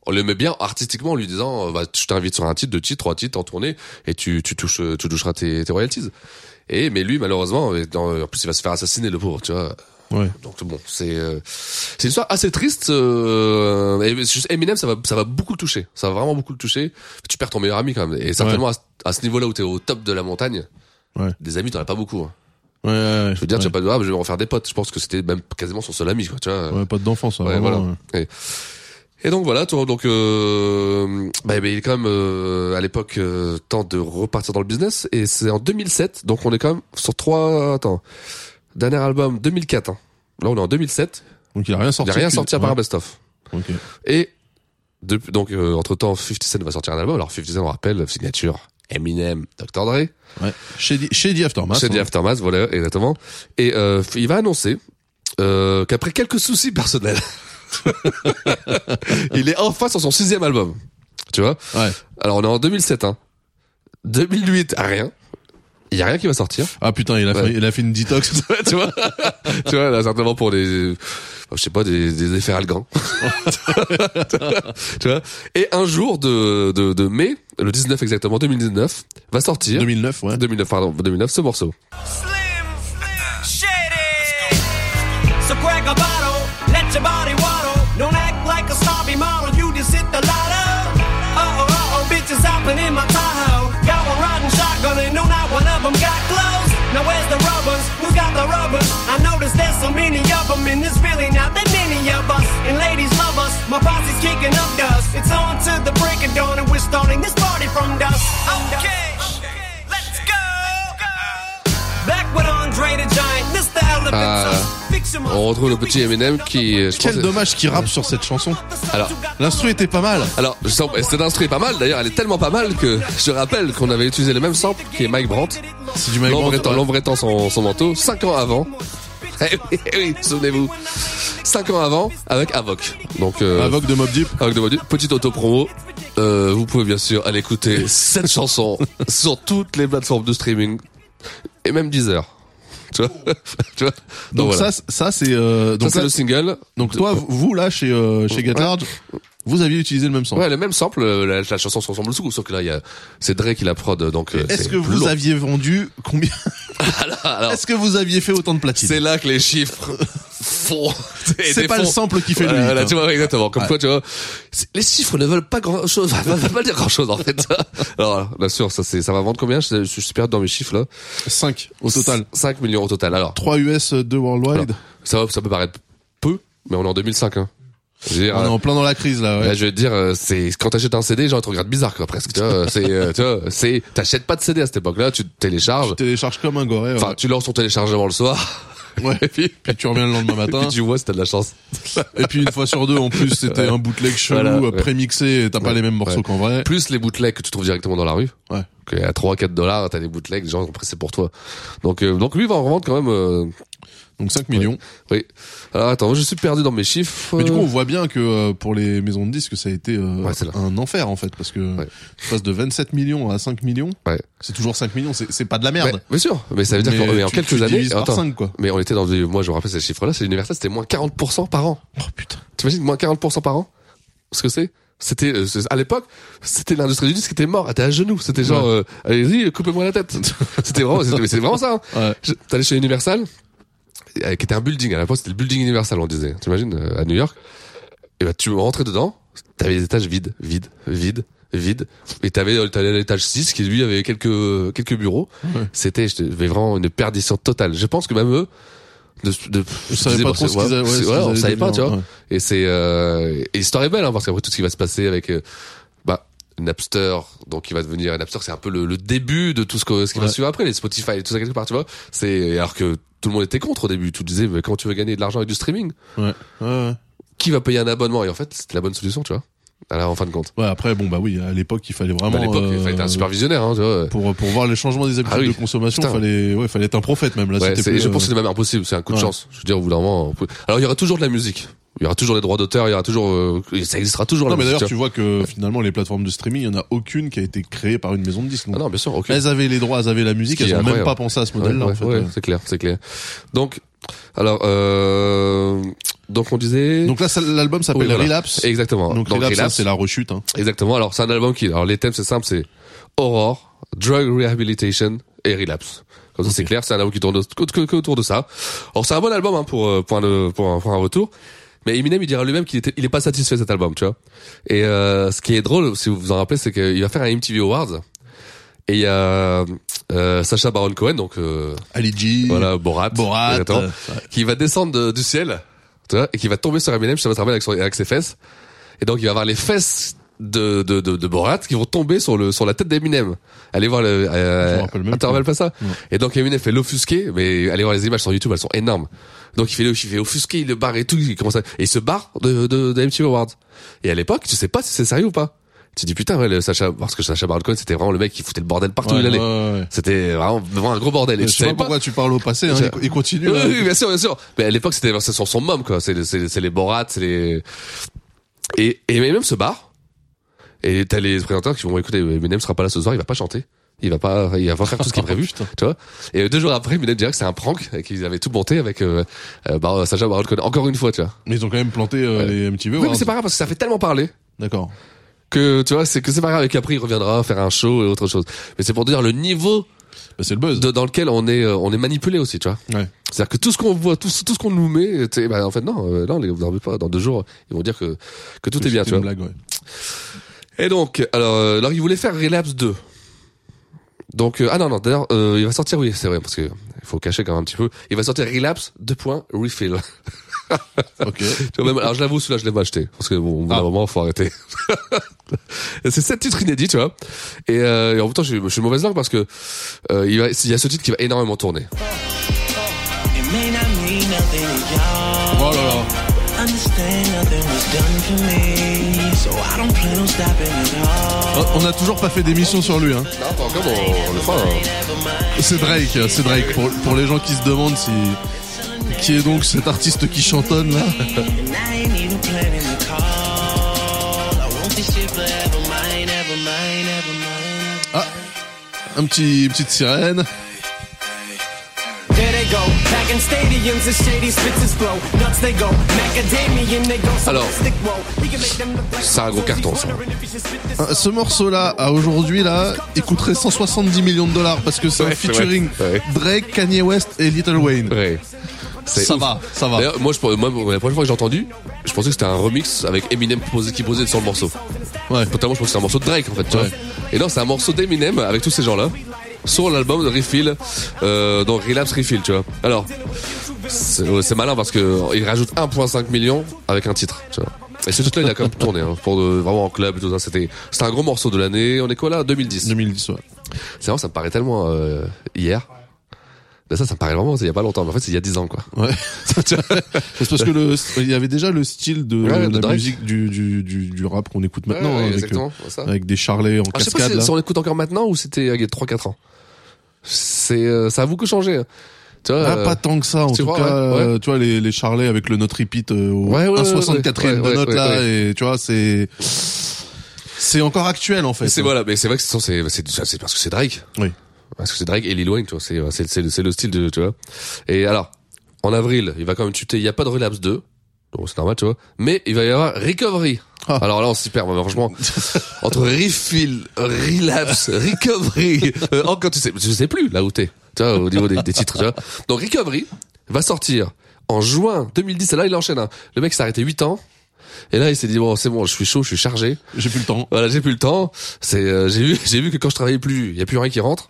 on le met bien artistiquement en lui disant euh, bah, je t'invite sur un titre, deux titres, trois titres en tournée et tu tu touches euh, tu toucheras tes, tes royalties. Et mais lui malheureusement euh, dans- en plus il va se faire assassiner le pauvre, tu vois.
Ouais.
Donc bon, c'est euh, c'est une histoire assez triste. Euh, et c'est juste Eminem, ça va ça va beaucoup le toucher. Ça va vraiment beaucoup le toucher. Tu perds ton meilleur ami quand même. Et certainement à, ce- à ce niveau-là où t'es au top de la montagne,
Ouais.
des amis t'en as pas beaucoup. hein.
Ouais, ouais, ouais.
Je veux dire,
ouais.
tu vas pas de ah, je vais en faire des potes. Je pense que c'était même quasiment son seul ami, quoi. Tu vois.
Ouais, pas d'enfant ça.
euh, Ouais,
vraiment, euh.
voilà.
ouais.
Et, et donc voilà, toi, donc euh, bah, bah, il est quand même euh, à l'époque euh, temps de repartir dans le business et c'est en 2007, donc on est quand même sur trois attends dernier album 2004. hein. Là on est en 2007,
Donc il a rien
Il
sorti.
a rien
depuis-
sorti à part
ouais.
un best-of.
Ok.
Et depuis, donc euh, entre temps, 50 Cent va sortir un album. Alors 50 Cent, on rappelle, signature Eminem, Dr Dre,
Ouais. Chez, Di- chez The Aftermath.
chez The
hein.
Aftermath, voilà, exactement. Et euh, il va annoncer euh, qu'après quelques soucis personnels, il est enfin sur son sixième album. Tu vois
Ouais.
Alors on est en 2007, hein. 2008, rien. Il y a rien qui va sortir.
Ah putain, il a,
Ouais.
fait, il a fait une detox.
tu vois tu vois là certainement pour des je sais pas des, des effets algants tu vois et un jour de, de de mai le 19 exactement 2019 va sortir
2009, ouais.
2009 pardon 2009 ce morceau
Slim, slim, shady. So crack a bottle, let your body waddle. Don't act like a snobby model, you just hit the lotto. Uh oh, uh oh, bitches hopping in my Tahoe. Got one rotten shotgun and no, not one of them got clothes. Now where's the rubbers? Who's got the rubbers? I noticed there's so many of them and there's really not that many of us. And ladies love us, my posse's kicking up dust. It's on to the break of dawn and we're starting this party from dust. Okay, let's go. Back with Andre the Giant, Mr.
Ah,
Elephant.
on retrouve le petit Eminem qui euh, je pense
Quel dommage qu'il rappe sur cette chanson.
alors
L'instru était pas mal.
alors je sens- et cette instru est pas mal d'ailleurs elle est tellement pas mal que je rappelle qu'on avait utilisé le même sample qui est Mike Brandt
C'est du Mike
l'ombre
Brandt,
étant,
ouais.
l'ombre étant son, son manteau 5 ans avant Eh oui, eh oui, souvenez-vous 5 ans avant avec Avoc donc euh,
Avoc de Mob Deep.
Avec de petite petite auto-promo. Euh, vous pouvez bien sûr aller écouter cette chanson sur toutes les plateformes de streaming et même Deezer. Tu vois, tu vois
Donc
voilà.
ça, c- ça c'est euh,
Ça,
donc
c'est
là-
le single.
donc toi, vous- vous là chez euh, chez Get
Ouais.
Large, vous aviez utilisé le même son.
Ouais, le même sample, euh, la, la chanson se ressemble beaucoup, sauf que là, il y a, c'est Dre qui la prod, donc. euh,
Est-ce
c'est
que vous
lourd.
aviez vendu combien
Alors,
Est-ce que vous aviez fait autant de platine
c'est là que les chiffres font.
C'est pas le
défoncent.
sample qui fait le
Voilà,
hit,
voilà,
hein.
tu vois, exactement. Comme
Ouais.
quoi, tu vois, c'est- les chiffres ne veulent pas grand chose, ne veulent pas dire grand chose, en fait. Alors, voilà, bien sûr, ça, c'est, ça va vendre combien? Je, je suis perdu dans mes chiffres, là.
5 au total.
5 millions au total. Alors,
3 US, 2 worldwide.
ça, ça peut paraître peu, mais on est en 2005. Hein. Je veux dire,
On est
euh,
en plein dans la crise là. Ah ouais.
là, je vais te dire, euh, c'est quand t'achètes un CD, les gens ils te regardent bizarre quoi presque. Tu vois, c'est, euh, tu vois, c'est, t'achètes pas de CD à cette époque-là, tu te télécharges.
Tu télécharges comme un goré.
Enfin, tu lances ton téléchargement le soir,
ouais.
et puis,
Puis tu reviens le lendemain
et puis
matin.
tu vois si t'as de la chance.
Et puis une fois sur deux, en plus,
Ouais.
c'était un bootleg chelou,
Voilà, ouais.
prémixé, et t'as pas
Ouais,
les mêmes morceaux
ouais.
qu'en vrai.
Plus les bootlegs que tu trouves directement dans la rue.
Ouais.
Que à 3 4 dollars, t'as des bootlegs, les gens sont pressés pour toi. Donc euh, donc lui il va en revendre quand même euh,
Donc 5 millions.
oui. Alors attends, je suis perdu dans mes chiffres.
Mais du coup, on
Euh,
voit bien que euh, pour les maisons de disques, ça a été euh,
Ouais, c'est là.
un enfer en fait, parce que
Ouais.
tu passes de 27 millions à 5 millions.
Ouais.
C'est toujours 5 millions, c'est c'est pas de la merde.
Ouais, bien sûr, mais ça veut dire
Mais
qu'en mais en
tu-
quelques
tu
années,
divises par cinq, quoi.
mais on était dans des, moi je me rappelle ces chiffres-là, c'est l'universal, c'était moins 40% par an. Oh putain. T'imagines moins 40% par an Ce que c'est c'était euh, c'est- à l'époque, c'était l'industrie du disque qui était mort, elle était à genoux, c'était genre euh, allez-y, coupez-moi la tête. c'était vraiment c'était mais c'est vraiment ça. Hein.
Ouais.
Je- T'allais chez Universal euh, qui était un building à la fois, c'était le building Universal on disait. T'imagines euh, à New York Et ben tu rentrais dedans, t'avais des étages vides, vides, vides vides et t'avais euh, t'allais à l'étage 6 qui lui avait quelques euh, quelques bureaux c'était je te- mais vraiment une perdition totale je pense que même eux de, de,
Je savais pas trop ce qu'ils
ouais,
avaient.
c'est-
ouais, ce
voilà,
qu'ils
on
allaient
savait pas tu
devenir,
vois
ouais.
et c'est euh, et l'histoire est belle hein, parce qu'après tout ce qui va se passer avec euh, bah Napster donc il va devenir Napster c'est un peu le, le début de tout ce que ce qui va
Ouais.
suivre après les Spotify et tout ça quelque part tu vois c'est alors que tout le monde était contre au début tu disais mais quand tu veux gagner de l'argent avec du streaming
Ouais. Ouais, ouais.
qui va payer un abonnement et en fait c'était la bonne solution tu vois alors en fin de compte
Ouais, après, bon, bah oui, à l'époque, il fallait vraiment.
Bah, à l'époque il fallait être
euh,
un super visionnaire hein, tu vois
Pour, pour voir les changements des habitudes
Ah oui.
de consommation,
Putain.
fallait, ouais, fallait être un prophète même là.
Ouais,
c'était
c'est-
plus,
je pense que c'est
euh,
même impossible, c'est un coup de
ouais.
chance. Je veux dire, au bout d'un moment. on peut- Alors, il y aura toujours de la musique. Il y aura toujours les droits d'auteur, il y aura toujours, euh, ça existera toujours
Non,
la
mais
musique.
d'ailleurs, tu vois que finalement, les plateformes de streaming, il y en a aucune qui a été créée par une maison de disques.
vois.
donc.
Ah non, bien sûr, ok.
Elles avaient les droits, elles avaient la musique,
Ce qui
elles
est
ont même
incroyable.
pas pensé à ce modèle-là,
Ouais,
en fait. hein.
ouais,
ouais.
c'est clair, c'est clair. Donc, alors, euh, donc on disait.
Donc là, ça- l'album s'appelle
Oui, voilà.
Relapse.
Exactement.
Donc, Relapse, ça, c'est la rechute, hein.
Exactement. Alors, c'est un album qui, alors les thèmes c'est simple, c'est Aurore, Drug Rehabilitation et Relapse. Comme ça, c'est clair, c'est un album qui tourne au- que, que autour de ça. Alors, c'est un bon album, hein, pour, euh, pour, un, pour, un, pour un retour. Mais Eminem, il dira lui-même qu'il était, il est pas satisfait de cet album, tu vois. Et, euh, ce qui est drôle, si vous vous en rappelez, c'est qu'il va faire un MTV Awards. Et il y a, euh, Sacha Baron Cohen, donc, euh,
Ali G.
voilà, Borat.
Mm. Borat,
exactement,
euh,
Qui va descendre de- du ciel, tu vois, et qui va tomber sur Eminem, je sais pas si tu te rappelles, avec, son- avec ses fesses. Et donc, il va avoir les fesses de, de, de, de Borat qui vont tomber sur le, sur la tête d'Eminem. Allez voir le,
Je
euh,
me rappelle même
ah, tu te rappelles pas ça?
Non.
Et donc, Eminem fait l'offusqué, mais allez voir les images sur YouTube, elles sont énormes. Donc il fait, il fait offusquer, il le barre et tout, il commence à, et il se barre de, de, de MTV Awards. Et à l'époque, tu sais pas si c'est sérieux ou pas. Tu te dis putain ouais le Sacha parce que Sacha Baron Cohen c'était vraiment le mec qui foutait le bordel partout où
Ouais,
il allait.
ouais, ouais.
C'était vraiment, vraiment un gros bordel. Et
Je
tu
sais
savais
pas
pas
pourquoi tu parles au passé, hein,
Je-
il- il continue.
oui,
là.
oui, oui, bien sûr, bien sûr. Mais à l'époque, c'était c'est son, son mom, quoi. C'est, c'est, c'est les Borat, c'est les... Et, et même ce bar. Et t'as les présentateurs qui vont, écouter Eminem sera pas là ce soir, il va pas chanter. Il va pas, il va pas faire tout ce qui est prévu, tu vois. Et deux jours après, Eminem dirait que c'est un prank, et qu'ils avaient tout monté avec, euh, euh, Bar- Sacha Baron Cohen. Encore une fois, tu vois.
Mais ils ont quand même planté euh, les MTV.
Oui, mais c'est pas grave, parce que ça fait tellement parler.
D'accord.
Que, tu vois, c'est que c'est pas grave, et qu'après, il reviendra faire un show et autre chose. Mais c'est pour dire le niveau.
Bah, c'est le buzz.
dans lequel on est, euh, on est manipulé aussi, tu vois.
Ouais.
C'est-à-dire que tout ce qu'on voit, tout, ce- tout ce qu'on nous met, t'es- bah, en fait, non, euh, non, les- vous dormez pas. Dans deux jours, ils vont dire que, que tout est bien,
C'est
tu vois.
une blague, ouais.
Et donc, alors, euh, alors, ils voulaient faire Relapse 2. Donc, euh, ah non, non, d'ailleurs, euh, il va sortir, oui, c'est vrai, parce que il faut cacher quand même un petit peu. Il va sortir Relapse 2. points, Refill.
ok.
alors, je l'avoue, celui-là, je l'ai pas acheté. Parce que bon, au bout d'un moment, faut arrêter. Et c'est sept titres inédits, tu vois. Et, euh, et en même temps, je suis- je suis mauvaise langue parce que, euh, il, va- il y a ce titre qui va énormément tourner.
It may not mean nothing to y'all.
Oh là là.
Understand nothing was done for me. So I don't plan on stopping at all.
Oh, On a toujours pas fait d'émission sur lui. Hein. C'est Drake, euh, c'est Drake. Pour, pour les gens qui se demandent si qui est donc cet artiste qui chantonne là.
And I ain't even planning the call. I want this shit forever mine, ever mine, ever mine.
Ah, un petit une petite sirène.
There they go, back in stadiums and shady spitzes blow. Nuts they go, macadamian they go.
Alors.
Stick roll. We can make them look like
C'est un gros carton, ça.
Ah, Ce morceau là, à aujourd'hui là, il coûterait 170 millions de dollars parce que c'est un
Ouais,
featuring
ouais.
Drake, Kanye West et Little Wayne.
C'est
Ça
ouf.
va, ça va.
D'ailleurs, moi, je, moi, la première fois que j'ai entendu, je pensais que c'était un remix avec Eminem qui posait, qui posait sur le morceau.
Ouais.
Notamment, je pense que c'est un morceau de Drake, en fait, tu vois. Et non, c'est un morceau d'Eminem avec tous ces gens-là. Sur l'album de Refill, euh, dans Relapse Refill, tu vois. Alors, c'est ouais, c'est malin parce que euh, il rajoute 1.5 million avec un titre, tu vois. Et ce titre-là, il a quand même tourné, hein, pour de- vraiment en club et tout ça. C'était, c'était un gros morceau de l'année. On est quoi là 2010.
2010, ouais.
C'est vrai, ça me paraît tellement euh, hier. Là, ça, ça me paraît vraiment, c'est il y a pas longtemps. Mais en fait, c'est il y a 10 ans, quoi.
Ouais. c'est parce que le, il y avait déjà le style de
Ouais, de
la
Drake.
musique du, du, du, du rap qu'on écoute maintenant
Ouais, ouais,
hein, avec,
exactement,
euh,
ça.
avec des charlets en
Ah, je sais pas
cascade.
si,
là.
si on l'écoute encore maintenant ou c'était il y a 3-4 ans. C'est, euh, ça a beaucoup changé. hein. Tu vois,
Ah,
euh,
pas tant que ça en
tu
tout
vois,
cas
ouais, ouais.
euh, tu vois les, les charlets avec le note repeat euh, au
Ouais, ouais, ouais,
1,64
ouais,
de
ouais,
note
ouais,
là
ouais.
et tu vois c'est c'est encore actuel en fait hein.
C'est voilà, mais c'est vrai que c'est, c'est, c'est, c'est parce que c'est Drake.
Oui.
Parce que c'est Drake et Lil Wayne, tu vois. C'est, c'est, c'est, le- c'est le style de, tu vois. Et alors, en avril, il va quand même tuer. Il y a pas de relapse 2. Donc c'est normal, tu vois. Mais il va y avoir recovery.
Ah.
Alors là, on s'y perd, mais franchement. entre refill, relapse, recovery. euh, encore, tu sais, tu sais plus là où t'es. Tu vois, au niveau des, des titres, tu vois. Donc recovery va sortir en juin 2010. Et là, il enchaîne. hein. Le mec s'est arrêté 8 ans. Et là, il s'est dit bon, c'est bon, je suis chaud, je suis chargé.
J'ai plus le temps.
Voilà, j'ai plus le temps. C'est euh, j'ai vu j'ai vu que quand je travaillais plus, il y a plus rien qui rentre.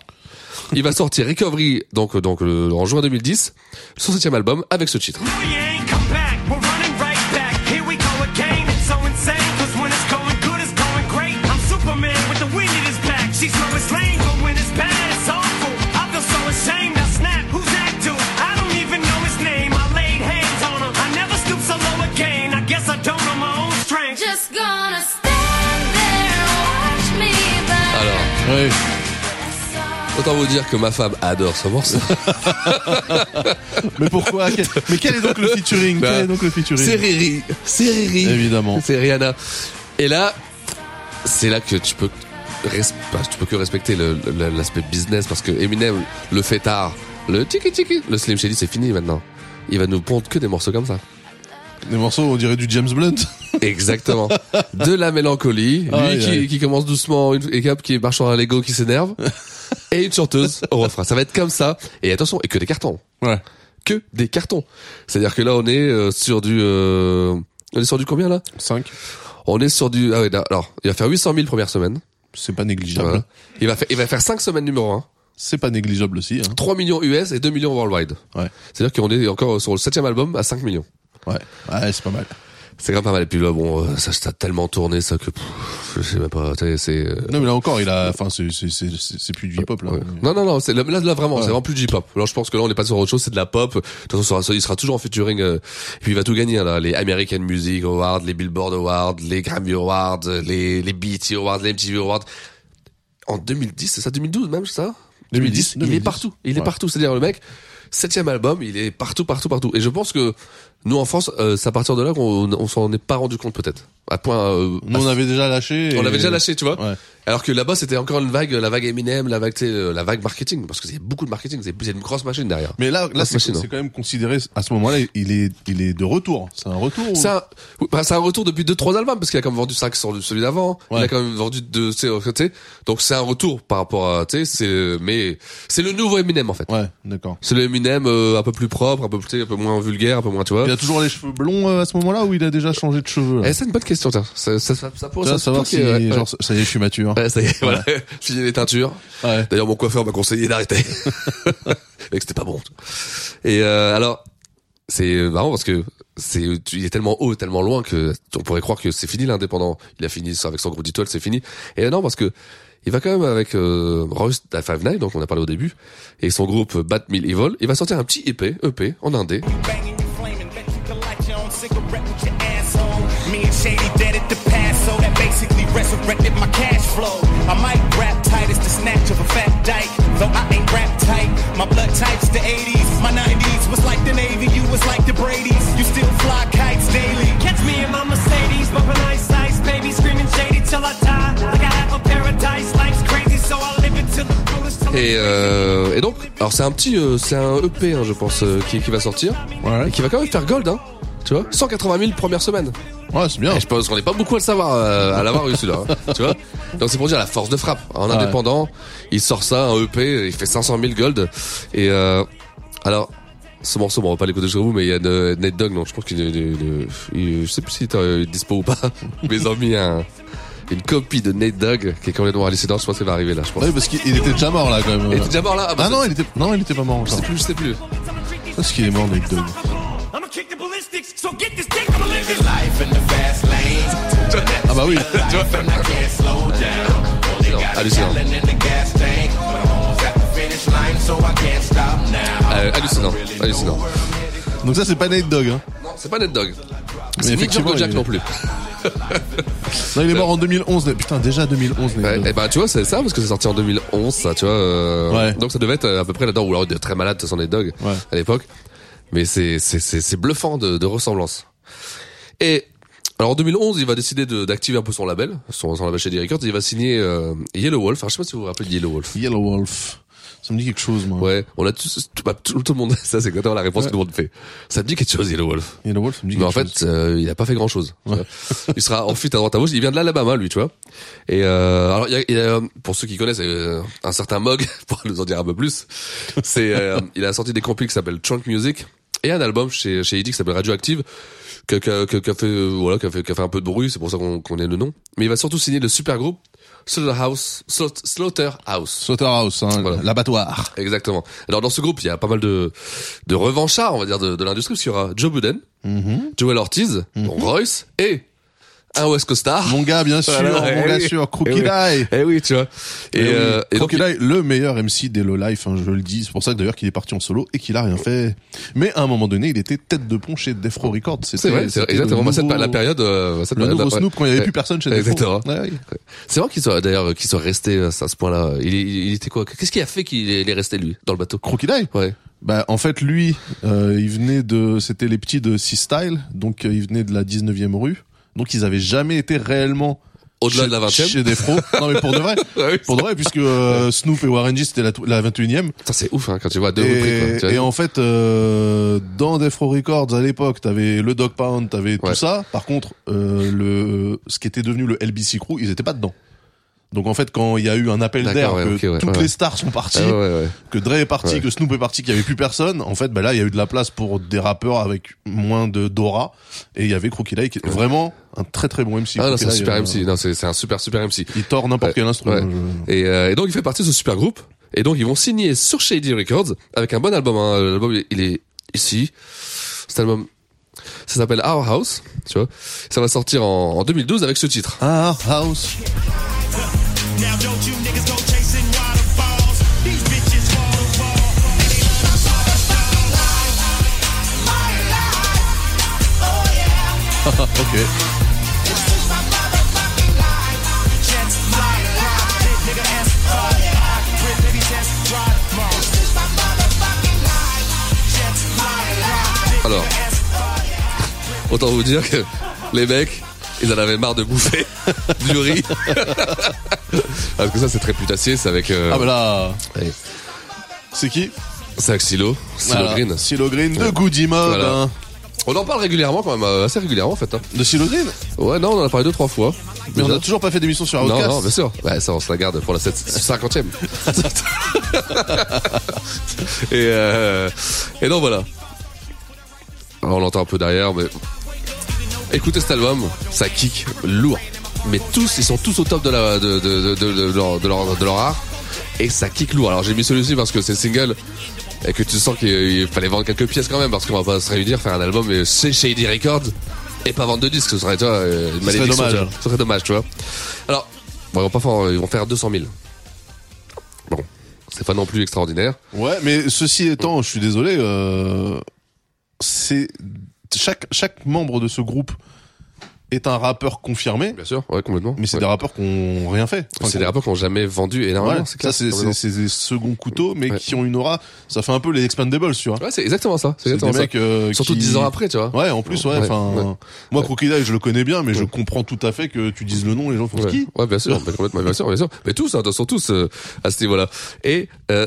Il va sortir Recovery donc euh, donc euh, en juin 2010, son septième album avec ce titre.
Come back, we're running right back. Here we go again. It's so insane. Cause when it's going good, it's going great. I'm Superman with the wind in his back. She's so lame, but when it's bad, it's awful. I feel so ashamed. I snap. Who's that dude? I don't even know his name. I laid hands on him. I never stoop so low again. I guess I don't know my own strength. Just gonna stand there watch me
Alors. Autant vous dire que ma femme adore ce morceau.
mais pourquoi Quel- mais quel est donc le featuring
Bah,
quel est donc le featuring
C'est Riri, c'est Riri.
Évidemment.
C'est Rihanna. Et là, c'est là que tu peux res- bah, tu peux que respecter le- le- l'aspect business parce que Eminem le fait tard, le tiki tiki, le Slim Shady c'est fini maintenant. Il va nous pondre que des morceaux comme ça.
des morceaux on dirait du James Blunt
Exactement. De la mélancolie, lui
Aïe,
qui,
aïe.
qui commence doucement, une, et cap qui marche sur un Lego qui s'énerve, et une chanteuse au refrain. Ça va être comme ça. Et attention, et que des cartons.
Ouais.
Que des cartons. C'est-à-dire que là, on est euh, sur du, euh, on est sur du combien là
5
On est sur du, ah ouais, là, alors il va faire 800 000 première semaine.
C'est pas négligeable.
Il va faire, il va faire 5 semaines numéro 1.
c'est pas négligeable aussi hein.
3 millions US et 2 millions worldwide.
Ouais.
C'est-à-dire qu'on est encore sur le septième album à 5 millions.
ouais ouais c'est pas mal
C'est grave pas mal. Et puis là, bon, euh, ça, ça a tellement tourné, ça, que pff, je sais même pas. tu sais, C'est. euh,
Non, mais là encore, il a, enfin, c'est, c'est, c'est, c'est c'est plus du hip-hop, là.
Non, non, non, c'est là, là, là, vraiment,
Ouais.
c'est vraiment plus du hip-hop. Alors je pense que là on est passé sur autre chose, c'est de la pop. De toute façon, ça sera- il sera toujours en featuring. euh, et puis il va tout gagner, là. Les American Music Awards, les Billboard Awards, les Grammy Awards, les, les BET Awards, les MTV Awards. En 2010, c'est ça 2012 même, c'est ça
2010,
il est
2010.
partout. Il est
Ouais.
partout. C'est-à-dire le mec, septième album, il est partout, partout, partout. Et je pense que nous en France, euh, c'est à partir de là qu'on on s'en est pas rendu compte peut-être. À point. euh,
Nous, on avait déjà lâché.
on
et-
l'avait déjà lâché, tu vois.
Ouais.
Alors que là-bas, c'était encore une vague, la vague Eminem, la vague, tu sais, euh, la vague marketing, parce que c'est beaucoup de marketing, c'est c'est une grosse machine derrière.
Mais là, là,
Grosse
c'est,
machine,
c'est
hein.
quand même considéré, à ce moment-là, il est, il est de retour. C'est un retour. ou-
C'est un, oui, bah, c'est un retour depuis deux trois albums parce qu'il a quand même vendu 5 sur le- celui d'avant. Il
Ouais.
a quand même vendu deux, tu sais, euh, tu sais. Donc c'est un retour par rapport à, tu sais, c'est, euh, mais c'est le nouveau Eminem en fait.
Ouais, d'accord.
C'est le Eminem euh, un peu plus propre, un peu, tu sais, un peu moins vulgaire, un peu moins, tu vois.
Il a toujours les cheveux blonds euh, à ce moment-là ou il a déjà changé de cheveux là
Eh, c'est une bonne question, tiens. Ça, ça, ça, ça pourrait
Tu vois,
ça se
savoir
pourrait,
si,
ouais, ouais.
genre, ça y est, je suis mature.
Ouais, ça y est, voilà. Fini les teintures. D'ailleurs, mon coiffeur m'a conseillé d'arrêter. Et que c'était pas bon. Et euh, alors, c'est marrant parce que c'est, tu- il est tellement haut, tellement loin que on pourrait croire que c'est fini l'indépendant. Il a fini ça avec son groupe d'étoiles, c'est fini. Et euh, non, parce que il va quand même avec euh, Royce da Five Nine, donc on a parlé au début, et son groupe Bat Mill Evil. Il va sortir un petit EP, EP en indé.
banging, you flaming. Bet you can light your own cigarette with your asshole. Me and Shady dead at the past, so that basically resurrected my cash flow. I might rap tight as the snatch of a fat dyke, though I ain't rap tight. My blood type's the 80s, my 90s was like the Navy, you was like the Brady's. You still fly kites daily.
Catch me in my Mercedes, bumping ice ice, baby screaming shady till I die. Like I have a paradise, life's crazy, so I live it till the fullest.
Et, euh, et donc, alors c'est un petit, euh, c'est un EP, hein, je pense, euh, qui, qui va sortir, et qui va quand même faire gold, hein. Tu vois, 180 000 première semaine.
Ouais, c'est bien.
je pense qu'on n'est pas beaucoup à le savoir, euh, à l'avoir eu celui-là. hein, tu vois. Donc c'est pour dire la force de frappe. hein, En
Ah Ouais.
indépendant, il sort ça, un EP, il fait 500 000 gold. Et euh, alors, ce morceau, bon, on va pas l'écouter jusqu'au bout, mais il y a de- Nate Dogg, non, je pense qu'il, est- il est- il- je sais plus s'il est euh, dispo ou pas, mais ils ont mis un, une copie de Nate Dogg qui est complètement hallucinante. Je pense qu'il va arriver là, je pense.
Ouais, parce qu'il il était déjà mort là quand même.
Il était déjà mort là Ah, bah, ça-
non, il était non, il était pas mort. encore. Je sais
plus, je sais plus.
Parce qu'il est mort Nate Dogg.
I'ma kick the ballistics, so get this dick, I'ma live it.
Ah bah oui.
Hallucinant. Euh, hallucinant, hallucinant.
Donc ça c'est pas Nate Dogg. Hein.
C'est pas Nate Dogg.
Mais
C'est ni
effectivement,
Django Jack
il-
non plus.
Non, il est mort en 2011. Nate- Putain, déjà 2011. Nate Dogg.
Et ben tu vois c'est ça parce que c'est sorti en 2011 ça tu vois euh,
Ouais.
donc ça devait être à peu près là-dedans ou alors il était très malade ce sont des dogs à l'époque mais c'est c'est c'est c'est bluffant de, de ressemblance et alors en 2011 il va décider de- d'activer un peu son label son, son label chez D-Records il va signer euh, Yellow Wolf alors, je sais pas si vous vous rappelez de Yellow Wolf
Yellow Wolf. Ça me dit quelque chose moi.
bah. ouais on a tous tout, bah, tout, tout le monde ça c'est exactement la réponse que tout le monde fait ça me dit quelque chose Yellow Wolf
Yellow Wolf, ça me dit
mais en
quelque
fait, euh, il a pas fait grand chose. il sera en fuite à droite à gauche. Il vient de l'Alabama, lui, tu vois. Et euh, alors, il y a, il y a, pour ceux qui connaissent, euh, un certain Mog, pour nous en dire un peu plus, c'est euh, il a sorti des compiles qui s'appellent Trunk Music et un album chez chez Eddy qui s'appelle Radioactive, qui qui a, qui a- qui a fait euh, voilà, qui a fait, qui a fait un peu de bruit. C'est pour ça qu'on qu'on ait le nom. Mais il va surtout signer le super groupe Slaughterhouse, Slaugh- Slaughterhouse.
Slaughterhouse, hein,
Voilà.
l'abattoir.
Exactement. Alors dans ce groupe, il y a pas mal de de revanchards, on va dire, de, de l'industrie, parce qu'il y aura Joe Budden,
Mm-hmm.
Joel Ortiz, Royce et un West Coast Star.
Mon gars, bien sûr, mon gars sûr, Crookie Eye.
Eh oui, tu vois. Et,
Et,
euh, et donc,
Crocodile, le meilleur MC d'Elo Life, hein, je le dis. C'est pour ça que, d'ailleurs qu'il est parti en solo et qu'il a rien fait. Mais à un moment donné, il était tête de pont chez Defro Records. C'était-
C'est vrai, c'est vrai.
c'était
exactement.
le
Moi, cette-
nouveau-
la période, euh, cette
le
période-là,
nouveau
ouais.
Snoop quand il y avait
Ouais.
plus personne chez Defro.
Exactement.
Ouais, ouais.
C'est vrai qu'il soit d'ailleurs euh, qu'il soit resté euh, à ce point-là. Il, est- il était quoi Qu'est-ce qui a fait qu'il est il est resté lui dans le bateau
Crocodile
Ouais.
Bah en fait lui, euh, il venait de, c'était les petits de Sea Style, donc euh, ils venaient de la 19e rue, donc ils avaient jamais été réellement
Au-delà
chez-
de la Ah 20e.
chez des pros. Non mais pour de vrai, pour de vrai puisque euh, Snoop et Warren G c'était la, tou- la 21e.
Ça c'est ouf hein, quand tu vois à deux reprises. quoi.
Et,
Tu vois.
et en fait, euh, dans Defro Records à l'époque, t'avais le Dog Pound, t'avais tout ça. Par contre, euh, le ce qui était devenu le LBC Crew, ils étaient pas dedans. Donc en fait, quand il y a eu un appel d'air,
D'accord, ouais,
que
ok, ouais,
toutes
ouais.
les stars sont parties,
Ah ouais, ouais.
que Dre est parti,
Ouais.
que Snoop est parti, qu'il y avait plus personne. En fait, bah là, il y a eu de la place pour des rappeurs avec moins de d'aura, et il y avait Crookie Lake, vraiment un très très bon MC.
Ah non,
Crookie
c'est un
Lake,
super
euh,
MC. Non, c'est c'est un super super MC.
Il tord n'importe quel instrument.
Et, euh, et donc il fait partie de ce super groupe. Et donc ils vont signer sur Shady Records avec un bon album. Hein. L'album il est ici. Cet album, Ça s'appelle Our House, tu vois. Ça va sortir en, en 2012 avec ce titre.
Our House.
Now don't you niggas go chasing waterfalls. These bitches fall to fall. And they love our superstars. My life. Oh yeah.
ok.
This is my motherfucking life. Jets fly high. Big nigga ass. Oh yeah. I can rip baby test drive more. This is my motherfucking life. Jets fly high. Big
Alors.
nigga ass. Oh yeah.
Autant vous dire que les mecs, ils en avaient marre de bouffer du riz. Parce que ça, c'est très putassier, c'est avec... euh,
Ah bah là.
ouais.
C'est qui
C'est avec Silo, Silo
Voilà.
Green.
Silo Green de
Ouais.
Goody Mob.
Voilà.
hein.
On en parle régulièrement quand même, euh, assez régulièrement en fait.
De Silo Green
Ouais, non, on en a parlé deux, trois fois.
Mais on
Déjà.
n'a toujours pas fait d'émission sur
Non,
Outcast.
non, bien sûr. Ouais, ça, on se la garde pour la 7 50e. et, euh, et donc voilà. Alors, on l'entend un peu derrière, mais écoutez cet album, ça kick lourd. Mais tous, ils sont tous au top de, la, de, de, de, de- de leur, de, leur, de leur art. Et ça kick lourd. Alors j'ai mis celui-ci parce que c'est le single et que tu sens qu'il il fallait vendre quelques pièces quand même parce qu'on va pas se réunir, faire un album et c'est Shady Records et pas vendre de disques. Ce serait, tu vois, euh, une
serait
malédiction,
dommage.
tu vois. Ce serait dommage, tu vois. Alors, bon, ils, vont pas faire, ils vont faire 200 000. Bon, c'est pas non plus extraordinaire.
Ouais, mais ceci étant, je suis désolé, euh, c'est chaque chaque membre de ce groupe est un rappeur confirmé,
Bien sûr, ouais, complètement.
mais c'est
Ouais.
des rappeurs qui ont rien fait. Enfin,
C'est
qui
des
ont-
rappeurs qui ont jamais vendu énormément.
Ouais,
c'est
ça
clair,
c'est
complètement.
c'est- c'est des seconds couteaux, mais qui ont une aura. Ça fait un peu les Expendables, tu vois.
Ouais, c'est exactement ça. C'est
C'est des
exactement ça.
mecs euh,
Surtout
qui-
10 ans après, tu vois.
Ouais, en plus, ouais.
Ouais,
Enfin,
ouais.
moi, Crocodile, je le connais bien, mais je comprends tout à fait que tu dises le nom, les gens font
Ouais,
qui.
ouais, bien sûr, mais complètement, bien sûr, bien sûr. Mais tous, hein, de toute façon, tous euh, à ce niveau-là. Et euh,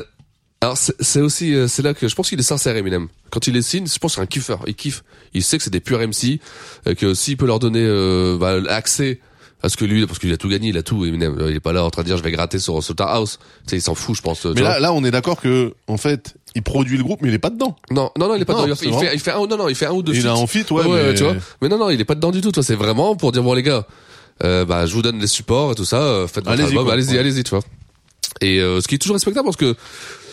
alors c'est c'est aussi euh, c'est là que je pense qu'il est sincère Eminem. Quand il les signe, je pense que c'est un kiffeur. Il kiffe. Il sait que c'est des purs MC, euh, que s'il peut leur donner euh, bah, accès à ce que lui, parce qu'il a tout gagné, il a tout Eminem. Il est pas là en train de dire je vais gratter sur sur ta house. Tu sais, il s'en fout, je pense. tu
Mais
vois.
là, là, on est d'accord que, en fait, il produit le groupe, mais il est pas dedans.
Non, non, non, il est pas
Non,
dedans. Il
c'est
fait, il
vraiment-
fait, il fait un, ou- non, non, il fait un ou deux.
Il
feats.
a un feat, ouais, mais-
tu vois. Mais non, non, il est pas dedans du tout. Toi, c'est vraiment pour dire bon les gars, euh, bah je vous donne les supports et tout ça. euh, faites votre
Allez-y,
album,
quoi.
allez-y,
Ouais.
allez-y, tu vois. Et euh, ce qui est toujours respectable parce que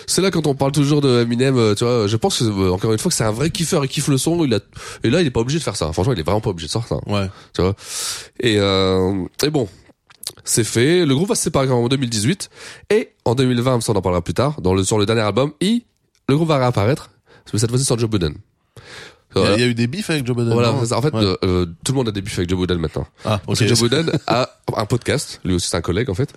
c'est là quand on parle toujours de Eminem, euh, tu vois. Je pense que, euh, encore une fois que c'est un vrai kiffeur, il kiffe le son. Il a et là il est pas obligé de faire ça. Franchement, il est vraiment pas obligé de faire ça.
Ouais.
Tu vois. Et euh, et bon. C'est fait. Le groupe va se séparer en 2018 et en 2020, ça on en parlera plus tard. Dans le sur le dernier album, il le groupe va réapparaître, mais cette fois-ci sur Joe Budden.
Il y a-
Voilà.
Il y a eu des bifs avec Joe Biden.
Voilà,
non
c'est ça. en fait,
Ouais.
euh, euh, tout le monde a des bifs avec Joe Budden maintenant.
Ah, ok.
Parce que Joe Budden a un podcast, lui aussi c'est un collègue en fait.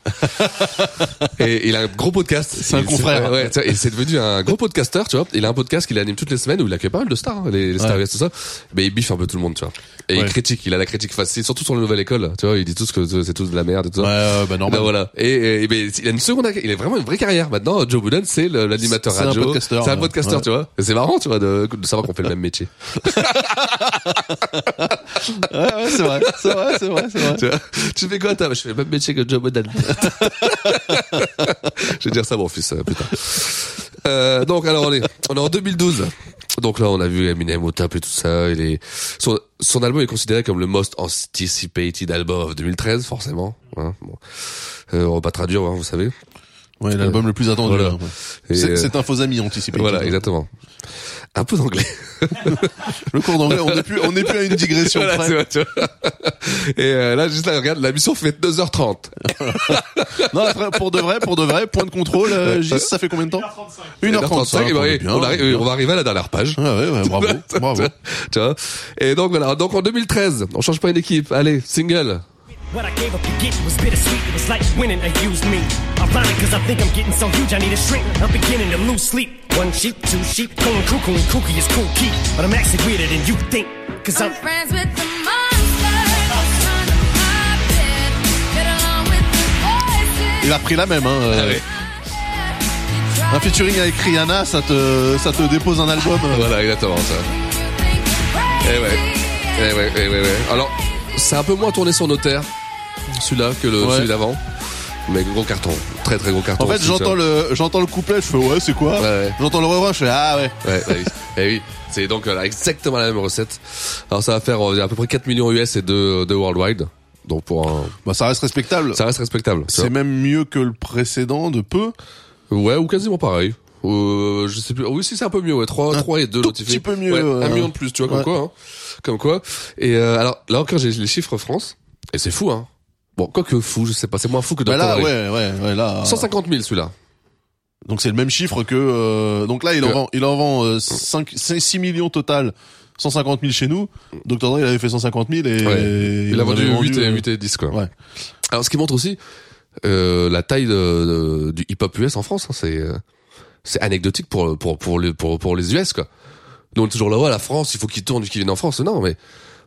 et il a un gros podcast.
C'est un
Il-
confrère.
Ouais, tu vois, et c'est devenu un gros podcasteur, tu vois. Il a un podcast qu'il anime toutes les semaines où il accueille pas mal de stars, hein, les, les stars,
Ouais.
et tout ça. Mais il biffe un peu tout le monde, tu vois. Et il
Ouais.
critique, il a la critique facile, surtout sur la nouvelle école, tu vois. Il dit tous que c'est tous de la merde et tout ça.
Ouais, ouais, bah, normal.
Ben voilà. Et, et- et ben, il a une seconde, il a vraiment une vraie carrière. Maintenant, Joe Budden, c'est le- l'animateur
C'est un
radio.
podcasteur,
C'est un
ouais.
podcasteur,
Ouais.
tu vois. Et C'est marrant, tu vois, de, de savoir qu'on fait le même métier.
Ouais, ouais, c'est vrai, c'est vrai, c'est vrai, c'est vrai.
tu, vois, tu fais quoi, toi Je fais le même métier que Joe Budden. Je vais dire ça à mon fils, euh, putain. Euh, donc, alors, allez, on est en 2012. Donc là, on a vu Eminem au top et tout ça. Il est son, son album est considéré comme le most anticipated album of 2013, forcément. Hein, bon. Euh, on va pas traduire, hein, vous savez.
Ouais, l'album le plus attendu.
Voilà.
hein.
Et,
C'est
euh,
c'est un faux ami anticipé.
Voilà, exactement. Un peu d'anglais.
Le cours d'anglais, on n'est plus, on n'est plus à une digression
Voilà,
près.
tu vois, tu vois. Et euh, là, juste là, regarde, la mission fait 2h30.
Non, après, pour de vrai, pour de vrai, point de contrôle, euh, Gis, ça fait combien de temps 1h35.
et ben,
eh
oui, on, arrive- oui, on va arriver à la dernière page.
Ouais, Ah ouais, ouais, bravo, bravo.
Tu vois Et donc voilà, donc en 2013, on change pas une équipe. Allez, single.
Ah
What I gave up to get was bittersweet. It was like winning a used me. Ironic, cause I think I'm getting so huge, I need a shrink. I'm beginning to lose sleep. One sheep, two sheep, going cuckoo and kooky is cool key. But I'm actually weirder than you think. Cause I'm,
I'm friends with the monster that's under my bed. Get along with the voices.
Il a pris la même, hein. euh, Un featuring avec Rihanna, ça te, ça te dépose un album. euh,
Voilà, exactement ça. Eh ouais. Eh ouais, eh ouais, ouais. Alors, c'est un peu moins tourné sur notaire, celui-là, que le,
Ouais.
celui d'avant. Mais gros carton. Très, très gros carton.
En fait,
aussi, tu vois.
j'entends le, j'entends le couplet, je fais ouais, c'est quoi?
Ouais, ouais.
J'entends le refrain, je fais ah ouais.
Ouais, bah oui. Eh oui. C'est donc euh, exactement la même recette. Alors ça va faire on va dire, à peu près 4 millions US et 2, 2 worldwide. Donc pour un...
Bah, ça reste respectable.
Ça reste respectable. tu
C'est même mieux que le précédent de peu.
vois. Ouais, ou quasiment pareil. Euh, je sais plus. Oui, si c'est un peu mieux, ouais. 3, 3 et 2
tout
notifiés.
petit peu mieux,
Ouais,
euh,
un million de plus, tu vois,
ouais.
comme quoi, hein. Comme quoi. Et, euh, alors, là encore, j'ai les chiffres France. Et c'est fou, hein. Bon, quoi que fou, je sais pas. C'est moins fou que
Bah
Dr.
là,
Dre.
ouais, ouais, ouais, là.
150 000, celui-là.
Donc c'est le même chiffre que. euh, donc là, il en
Que-
vend, il en vend euh, 5, 6 millions total, 150 000 chez nous. Dr Dre, il avait fait 150 000 et.
Ouais.
et
Il a
on
vendu
avait
8 et,
euh,
8 et 10, quoi. Alors, ce qui montre aussi, euh, la taille de- de- du hip-hop US en France, hein, c'est, euh, c'est anecdotique pour, pour, pour, les, pour, pour les US, quoi. Nous, on est toujours là, ouais, la France, il faut qu'ils tournent, qu'ils viennent en France. Non, mais.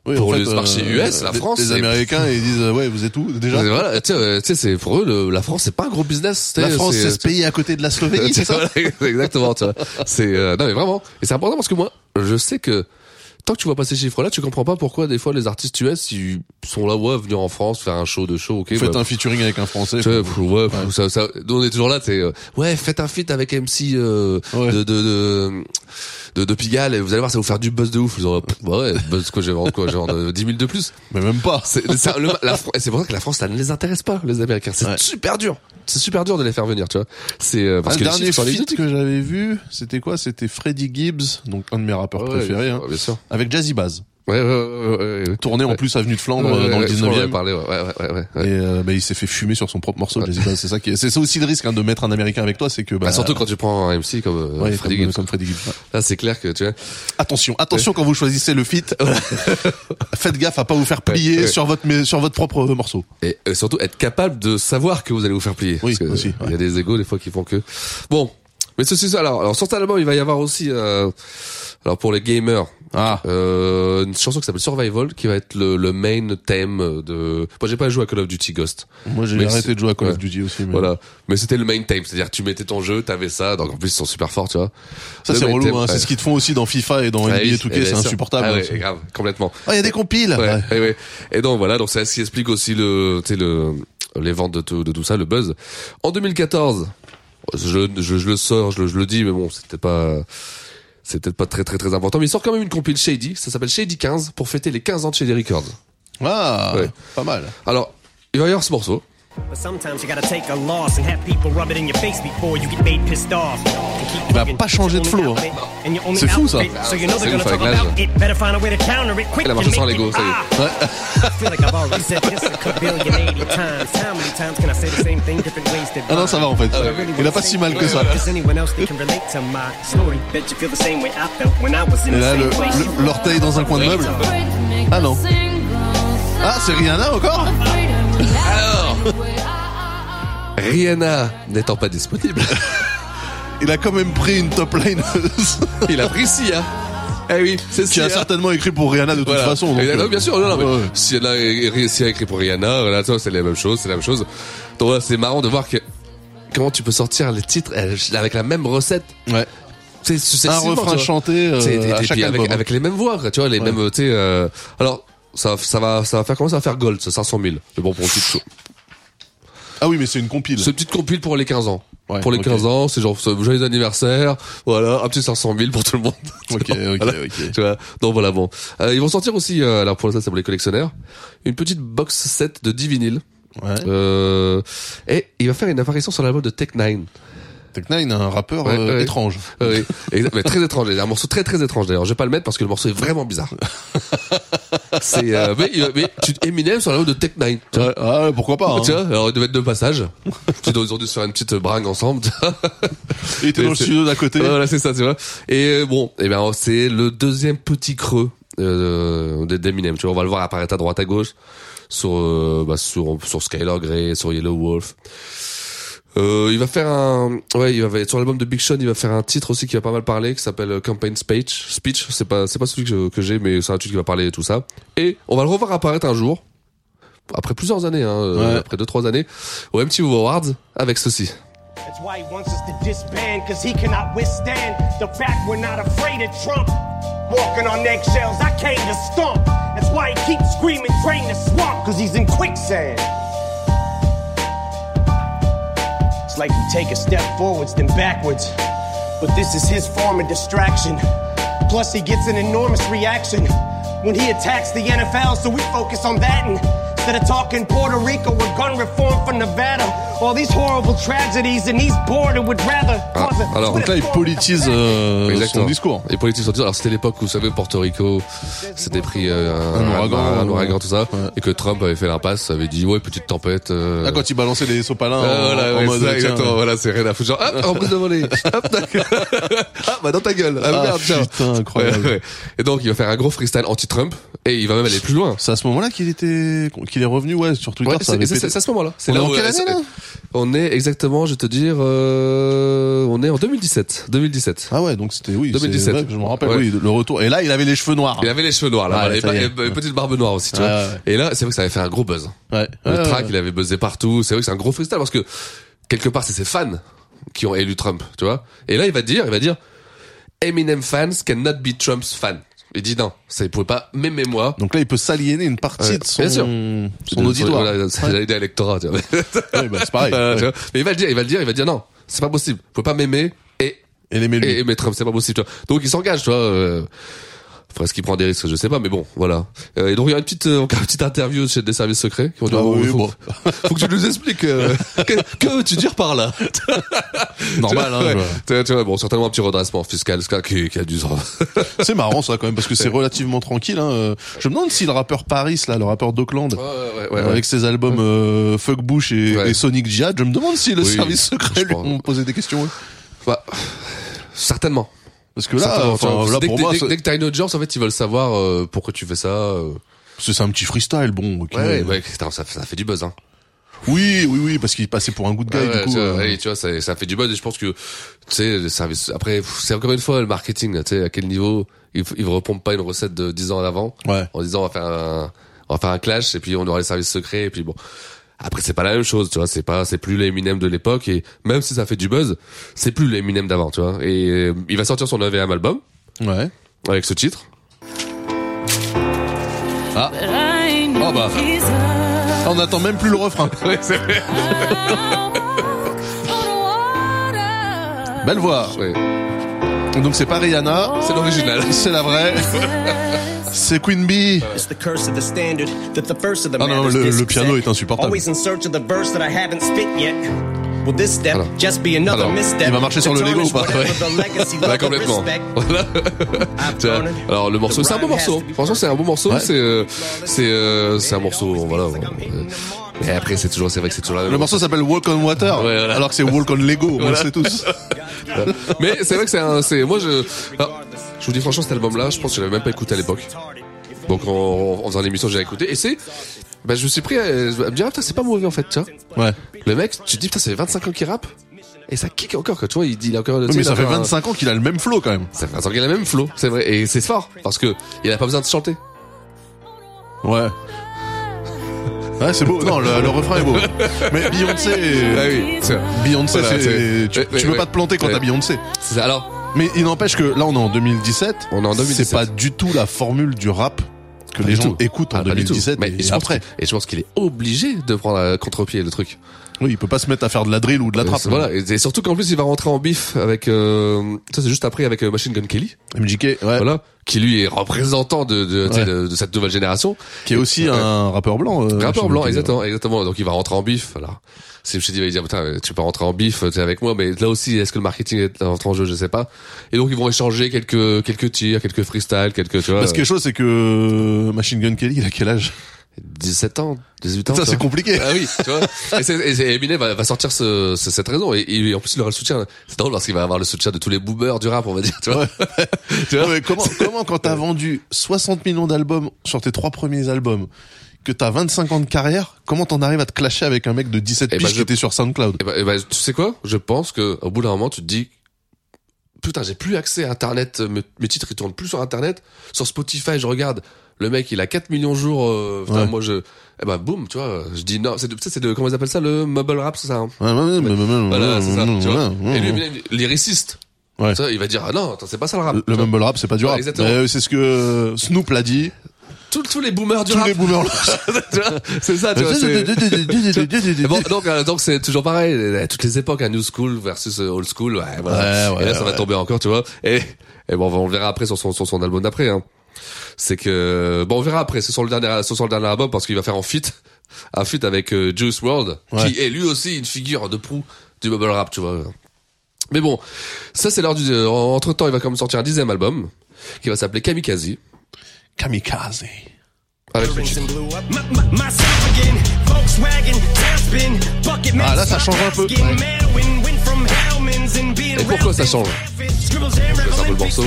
oui, en
pour
fait,
le
euh,
marché US, la
les-
France.
Les
c'est-
Américains, ils disent euh, ouais, vous êtes où déjà
Et voilà, tu sais, euh, tu sais, c'est pour eux, le- la France, c'est euh, pas un gros business. tu sais,
La France, c'est ce pays à côté de la Slovénie, c'est ça
Voilà, Exactement, tu vois. C'est euh, non mais vraiment, et c'est important parce que moi, je sais que tant que tu vois pas ces chiffres-là, tu comprends pas pourquoi des fois les artistes US ils sont là ouais venir en France faire un show de show, ok.
Faites
bah,
un featuring avec un Français.
tu sais, pff, ouais, pff, ça, ça, nous, on est toujours là, c'est ouais, faites un feat avec MC euh, de, de, de, de, de Pigalle et vous allez voir, ça va vous faire du buzz de ouf. Ils ont, pff, bah ouais, buzz quoi, j'ai vendre quoi, genre euh, 10 000 de plus.
Mais même pas. Ah,
C'est ça, le- la Fran- et c'est pour ça que la France, ça ne les intéresse pas, les Américains. C'est super dur. C'est super dur de les faire venir, tu vois. C'est euh, parce
un
que les
Ah, dernier
chiffres sont
feat
anecdotiques.
que j'avais vu, c'était quoi C'était Freddie Gibbs, donc un de mes rappeurs
Ouais,
préférés,
ouais,
hein,
bien sûr.
avec Jazzy Bass.
Ouais, ouais, ouais, ouais, ouais.
Tourné en
Ouais.
plus avenue de Flandre
Ouais,
euh, dans
ouais,
le
ouais, on en avait
19e.
parlé, ouais, ouais, ouais, ouais.
Et euh, bah, il s'est fait fumer sur son propre morceau, Jazzy Bass. C'est ça qui, est- c'est ça aussi le risque hein, de mettre un Américain avec toi, c'est que bah,
Bah, surtout quand tu prends un MC comme, euh,
Ouais,
Freddie
comme-
Gibbs.
comme Freddie Gibbs, ouais.
Là, c'est clair que tu vois.
Attention, attention quand vous choisissez le feat, faites gaffe à pas vous faire plier
Ouais, ouais.
sur votre mais sur votre propre morceau.
Et euh, surtout être capable de savoir que vous allez vous faire plier. Oui, parce que, euh, Il y a des égos des fois qui font que. Bon, mais ceci, ça. Alors, alors sur cet album, il va y avoir aussi, euh, alors pour les gamers,
Ah.
euh, une chanson qui s'appelle Survival, qui va être le, le main thème de. Moi, j'ai pas joué à Call of Duty Ghost.
Moi, j'ai
Mais
arrêté
c'est-
de jouer à Call of
ouais.
Duty aussi. mais-
Voilà, mais c'était le main theme, c'est-à-dire tu mettais ton jeu, t'avais ça, donc en plus ils sont super forts, tu vois.
Ça
Le
c'est
main
relou,
theme,
hein,
ouais.
c'est ce qu'ils te font aussi dans FIFA et dans
Ouais,
NBA
oui,
2K,
eh bien
c'est
sûr.
insupportable.
Ah
hein,
ouais,
c'est-
grave, complètement.
Oh, il y a des compiles.
Ouais,
Ouais.
ouais, ouais. Et donc voilà, donc c'est ce qui explique aussi le, tu sais, le, les ventes de tout, de tout ça, le buzz. En 2014, je, je, je le sors, je, le- je le dis, mais bon, c'était pas, c'est peut-être pas très très très important, mais il sort quand même une compile Shady, ça s'appelle Shady 15 pour fêter les 15 ans de Shady Records.
Ah,
pas mal. Alors, il va y avoir ce morceau.
But sometimes you gotta take a loss and have people rub it in your face before you get made pissed off. And keep
Il va
talking,
pas changer de
you're only
flow, hein.
outfit, and you're only
C'est fou, ça.
outfit, So you know
C'est
they're gonna
ouf, avec
talk about
l'âge.
it. Better find a way to counter it quick.
Il a
and
marché sans
make
l'ego,
it-
ça y
Ah!
est.
I feel like I've already said this a kabillion eighty times. How many times can I say the same thing different ways that
Ah non, ça va, en fait.
I really
Il a pas
wanna
si
say
mal que
it.
ça.
Does anyone else that can relate to my story? Bet you feel the same way I felt when I was in the
Et là,
same
le-
place you
le-
were.
l'orteil dans un coin de meuble. Ah non. Ah, c'est Rihanna encore
Rihanna n'étant pas disponible.
Il a quand même pris une top line.
Il a pris Sia. Eh oui, c'est
Qui a
Sia.
certainement écrit pour Rihanna de toute
Voilà.
façon. donc,
Et là, non,
euh,
bien sûr, non, non, mais
ouais, ouais.
si elle a, écrit- si elle a écrit pour Rihanna, voilà, toi, c'est la même chose, c'est la même chose. Donc voilà, c'est marrant de voir que comment tu peux sortir les titres euh, avec la même recette.
Ouais.
C'est successivement,
Un refrain
tu vois.
chanté, euh,
C'est- et- et
à chaque
puis avec,
album, hein.
avec les mêmes voix, quoi, tu vois, les mêmes, tu sais, euh, alors, ça, ça va, ça va faire comment? Ça va faire gold, ça, 500 000. Mais bon, pour une petite chose.
Ah oui, mais c'est une compile.
C'est une petite compile pour les 15 ans.
Ouais,
pour les
ok.
15 ans, c'est genre, c'est joyeux anniversaire, voilà, un petit 500 000 pour tout le monde.
Ok, ok,
Voilà.
ok.
Tu vois, donc voilà, bon. Euh, ils vont sortir aussi, euh, alors pour ça, c'est pour les collectionneurs, une petite box set de 10 vinyles.
Ouais.
Euh, et il va faire une apparition sur l'album de Tech Nine.
Tech Nine, un rappeur
Ouais,
euh,
ouais.
étrange.
Ouais, oui. Et- mais très étrange. Un morceau très très étrange d'ailleurs. Je vais pas le mettre parce que le morceau est vraiment bizarre. c'est euh, mais, il- mais tu Eminem sur la haut de Tech Nine. tu vois.
pourquoi pas, hein.
Tu vois, alors ils devaient être de passage. ils ont ils ont dû se faire une petite euh, bringue ensemble. tu vois.
Il était
Mais
dans le
c'est-
studio d'à côté.
Voilà, c'est ça, tu vois. Et euh, bon, et ben c'est le deuxième petit creux euh, de- d'Eminem. Tu vois, on va le voir apparaître à droite à gauche sur euh, bah, sur sur Skylar Grey, sur Yellow Wolf. Euh, il va faire un, ouais, il va sur l'album de Big Sean, il va faire un titre aussi qui va pas mal parler, qui s'appelle euh, Campaign Speech. Speech, c'est pas, c'est pas celui que je- que j'ai, mais c'est un titre qui va parler et tout ça. Et on va le revoir apparaître un jour, après plusieurs années, hein, euh,
Ouais.
après deux trois années, au MTV Awards avec ceci.
That's why he wants us to disband, cause he cannot withstand the fact we're not afraid of Trump. Walking on eggshells, I came to stomp. That's why he keeps screaming, drain the swamp, cause he's in quicksand. It's like you take a step forwards, then backwards. But this is his form of distraction. Plus, he gets an enormous reaction when he attacks the NFL, so we focus on that and Instead of talking Puerto Rico or gun reform from Nevada, all these horrible tragedies and these border would rather
Ah,
cause a
alors
Donc là, il politise euh, son discours.
Il politise son discours. Alors c'était l'époque où vous savez Porto Rico s'était pris euh, un,
Un ouragan,
un,
euh,
ouragan, tout ça, et que Trump avait fait l'impasse, avait dit ouais petite tempête. euh,
Ah, quand il balançait des
Ah,
sopalins en,
voilà,
en
ouais,
mode.
ça,
tiens,
exactement, voilà, c'est rien à foutre. Genre, hop, reprise de volée. Hop, d'accord. ah, bah, dans ta gueule. Ah,
Ah,
merde, tiens.
putain, incroyable.
Ouais, ouais. Et donc, il va faire un gros freestyle anti-Trump, et il va même aller plus loin.
C'est à ce moment-là qu'il était, qu'il est revenu, ouais, sur Twitter.
Ouais,
ça
c'est
avait
c'est-
pété.
c'est à ce moment-là. C'est
On est
là
en
où- euh,
quelle
c'est-
année, là
On est exactement, je vais te dire, euh, on est en 2017. 2017.
Ah ouais, donc c'était, oui, c'est
2017.
vrai que je me rappelle,
Ouais.
oui, le retour. Et là, il avait les cheveux noirs.
Il avait les cheveux noirs, là,
Ouais,
voilà, et,
ça y
ba-
est.
et ba- et petite barbe noire aussi, tu vois.
Ouais, ouais.
Et là, c'est vrai que ça avait fait un gros buzz.
Ouais.
Le
Ouais,
track,
ouais.
il avait buzzé partout. C'est vrai que c'est un gros freestyle parce que quelque part, c'est ses fans qui ont élu Trump, tu vois. Et là, il va dire, il va dire, Eminem fans cannot be Trump's fan. Il dit non, ça il pouvait pas, même et moi.
Donc là, il peut s'aliéner une partie
Ouais,
de son,
bien sûr.
son auditoire.
Voilà, c'est
Ouais.
l'idée à l'électorat, tu vois.
Ouais, bah, c'est pareil.
Voilà, tu
Ouais.
vois. Mais il va le dire, il va le dire, il va dire non, c'est pas possible. Vous pouvez pas m'aimer et
et aimer
Et aimer Trump, c'est pas possible. tu vois. Donc il s'engage, tu vois. Euh, après, est-ce qu'il prend des risques Je sais pas, mais bon, voilà. Euh, et donc il y a une petite, euh, encore une petite interview chez des services secrets qui vont dire
Ah
oh,
oui,
faut,
bon.
faut que tu nous expliques euh, que, que veux-tu dire par là
Normal,
Tu vois,
hein,
ouais.
je-
Tu vois, tu vois, bon, certainement un petit redressement fiscal, ce qui, qui a dû. se-
C'est marrant ça quand même parce que c'est relativement tranquille. Hein. Euh, Je me demande si le rappeur Paris là, le rappeur d'Auckland,
ouais, ouais, ouais.
avec ses albums euh, Fuck Bush et,
Ouais.
et Sonic Jihad, je me demande si le
Oui,
service secret
je
lui
pense.
ont posé des questions. ouais.
Bah, certainement.
Parce que là,
Certainement, tu
enfin,
vois.
là,
dès, que
pour
t'es-
moi,
dès-
ça-
dès que t'as une audience, en fait, ils veulent savoir euh, pourquoi tu fais ça. euh.
c'est c'est un petit freestyle, bon. ok.
Ouais, ouais, ouais, putain, ça, ça fait du buzz, hein.
Oui, oui, oui, parce qu'il passait pour un good guy
Ah ouais,
du coup.
tu vois,
euh,
ouais, tu vois, ça, ça fait du buzz et je pense que, tu sais, le service, après, pff, c'est encore une fois le marketing, là, tu sais, à quel niveau ils, f- ils repompent pas une recette de 10 ans en avant. En disant, on va faire un, on va faire un clash et puis on aura les services secrets et puis bon. Après, c'est pas la même chose, tu vois, c'est pas, c'est plus les Eminem de l'époque et même si ça fait du buzz, c'est plus les Eminem d'avant, tu vois. Et euh, il va sortir son 9 album.
Ouais.
Avec ce titre.
Ah. Oh bah. Ah, on attend même plus le refrain. Belle voix. Donc c'est pas Rihanna.
C'est l'original.
C'est la vraie. c'est Queen Bee.
It's the curse of the standard that the first of the
Ah non,
matters
le- le
disc
piano
set.
est insupportable.
Always in search of the verse that I haven't spit yet. Will this step just be another
Alors,
misstep?
il va marcher sur le Lego ou pas
Determines
Ouais.
whatever the legacy,
Bah,
love, and
complètement.
respect.
Voilà. Tu vois, Alors le morceau, c'est un bon morceau. Franchement, c'est un bon morceau. C'est euh, c'est euh, c'est un morceau. Voilà. euh. Et après, c'est toujours, c'est vrai que c'est toujours la même
Le morceau s'appelle Walk on Water. Alors que c'est Walk on Lego, on le
Voilà.
sait tous.
Mais c'est vrai que c'est un, c'est, moi je, ah, je vous dis franchement cet album-là, je pense que je l'avais même pas écouté à l'époque. Donc en, en faisant l'émission, j'ai écouté et c'est, bah je me suis pris à, à me dire ah, putain c'est pas mauvais en fait, tu vois.
Ouais.
Le mec, tu te dis putain ça fait 25 ans qu'il rappe et ça kick encore que tu vois, il dit il a encore.
Oui, mais ça fait 25 ans qu'il a le même flow quand même.
Ça fait 25 ans qu'il a le même flow, c'est vrai et c'est fort parce que il a pas besoin de chanter.
Ouais. Ouais, c'est beau. Non, le, le refrain est beau. Mais Beyoncé. euh,
Ah oui, c'est vrai.
Beyoncé,
Voilà,
c'est.
c'est- eh,
Tu,
Ouais,
tu
ouais,
peux
ouais.
pas te planter quand
Ouais.
t'as Beyoncé.
C'est ça. Alors.
Mais il n'empêche que là, on est en 2017.
On est en 2017.
C'est pas du tout la formule du rap que les
du
gens
tout.
écoutent en
Ah, pas du tout.
2017.
Mais
et
je pense
après.
qu'il- Et je pense qu'il est obligé de prendre à contre-pied le truc.
Oui, il peut pas se mettre à faire de la drill ou de la trappe.
Euh, Voilà, et, et surtout qu'en plus il va rentrer en bif avec euh, ça c'est juste après avec euh, Machine Gun Kelly.
MJK, ouais.
Voilà, qui lui est représentant de de, tu sais,
Ouais.
de, de cette nouvelle génération.
Qui est aussi
Ouais.
un rappeur blanc. euh,
Rappeur
Machine
blanc,
Gun Kelly.
exactement, exactement. Donc il va rentrer en bif. Voilà. C'est je te dis, il va dire putain, tu peux rentrer en bif, euh, t'es avec moi, mais là aussi, est-ce que le marketing est rentré en jeu, je sais pas. Et donc ils vont échanger quelques quelques tirs, quelques freestyles, quelques tu vois.
Parce que quelque chose, c'est que euh, Machine Gun Kelly, il a quel âge
17 euh, ans, 18 ans.
Putain,
tu
c'est
vois.
compliqué.
Ah oui, tu vois. Et, c'est- et c'est- Eminem va, va sortir ce, ce- cette raison. Et, et en plus, il aura le soutien. C'est drôle parce qu'il va avoir le soutien de tous les boomers du rap, on va dire, tu vois. tu vois
Non, mais comment, comment quand t'as vendu 60 millions d'albums sur tes trois premiers albums, que t'as 25 ans de carrière, comment t'en arrives à te clasher avec un mec de 17 piges
bah,
qui
je-
était sur SoundCloud
Et bah, et bah, tu sais quoi Je pense que au bout d'un moment, tu te dis, putain, j'ai plus accès à Internet. euh, Mes, mes titres, ils tournent plus sur Internet. Sur Spotify, je regarde. Le mec, il a 4 millions de jours. euh, putain,
Ouais.
moi, je, eh bah, boum, tu vois. Je dis non. C'est de, tu sais, c'est de, comment ils appellent ça, le mobile rap, c'est ça. hein
Ouais, ouais, ouais, ouais, ouais, ouais,
Voilà, c'est ça.
ouais,
tu vois.
ouais, ouais,
Et lui,
ouais.
Eminem, lyriciste.
Ouais.
Ça, il va dire, ah non, attends, c'est pas ça le rap.
Le mumble rap, c'est pas du
Ouais,
rap.
exactement.
Mais, euh, c'est ce que euh, Snoop l'a dit.
Tous, tous les boomers du
Tous
rap.
les boomers.
Tu vois, c'est ça, tu vois. c'est- Et bon, donc, euh, donc c'est toujours pareil. euh, Toutes les époques, un new school versus euh, old school. Ouais, voilà.
Ouais, ouais,
et là, ça va
ouais.
tomber encore, tu vois. Et, et bon, on le verra après sur son, sur son album d'après. Hein. c'est que bon, on verra après. C'est sur le dernier, c'est sur le dernier album parce qu'il va faire en feat, un feat avec euh, Juice World,
Ouais.
qui est lui aussi une figure de proue du bubble rap, tu vois. Mais bon, ça c'est l'heure du. Entre temps, il va quand même sortir un dixième album qui va s'appeler Kamikaze.
Kamikaze.
Avec le
and blew up my, my, myself again. Volkswagen, tailspin, bucket
Ah,
man,
là, ça change un peu.
skin, man, win, win from Hellman's and being
Et pourquoi ça change
Scribbles and
C'est un peu le
reveling,
morceau.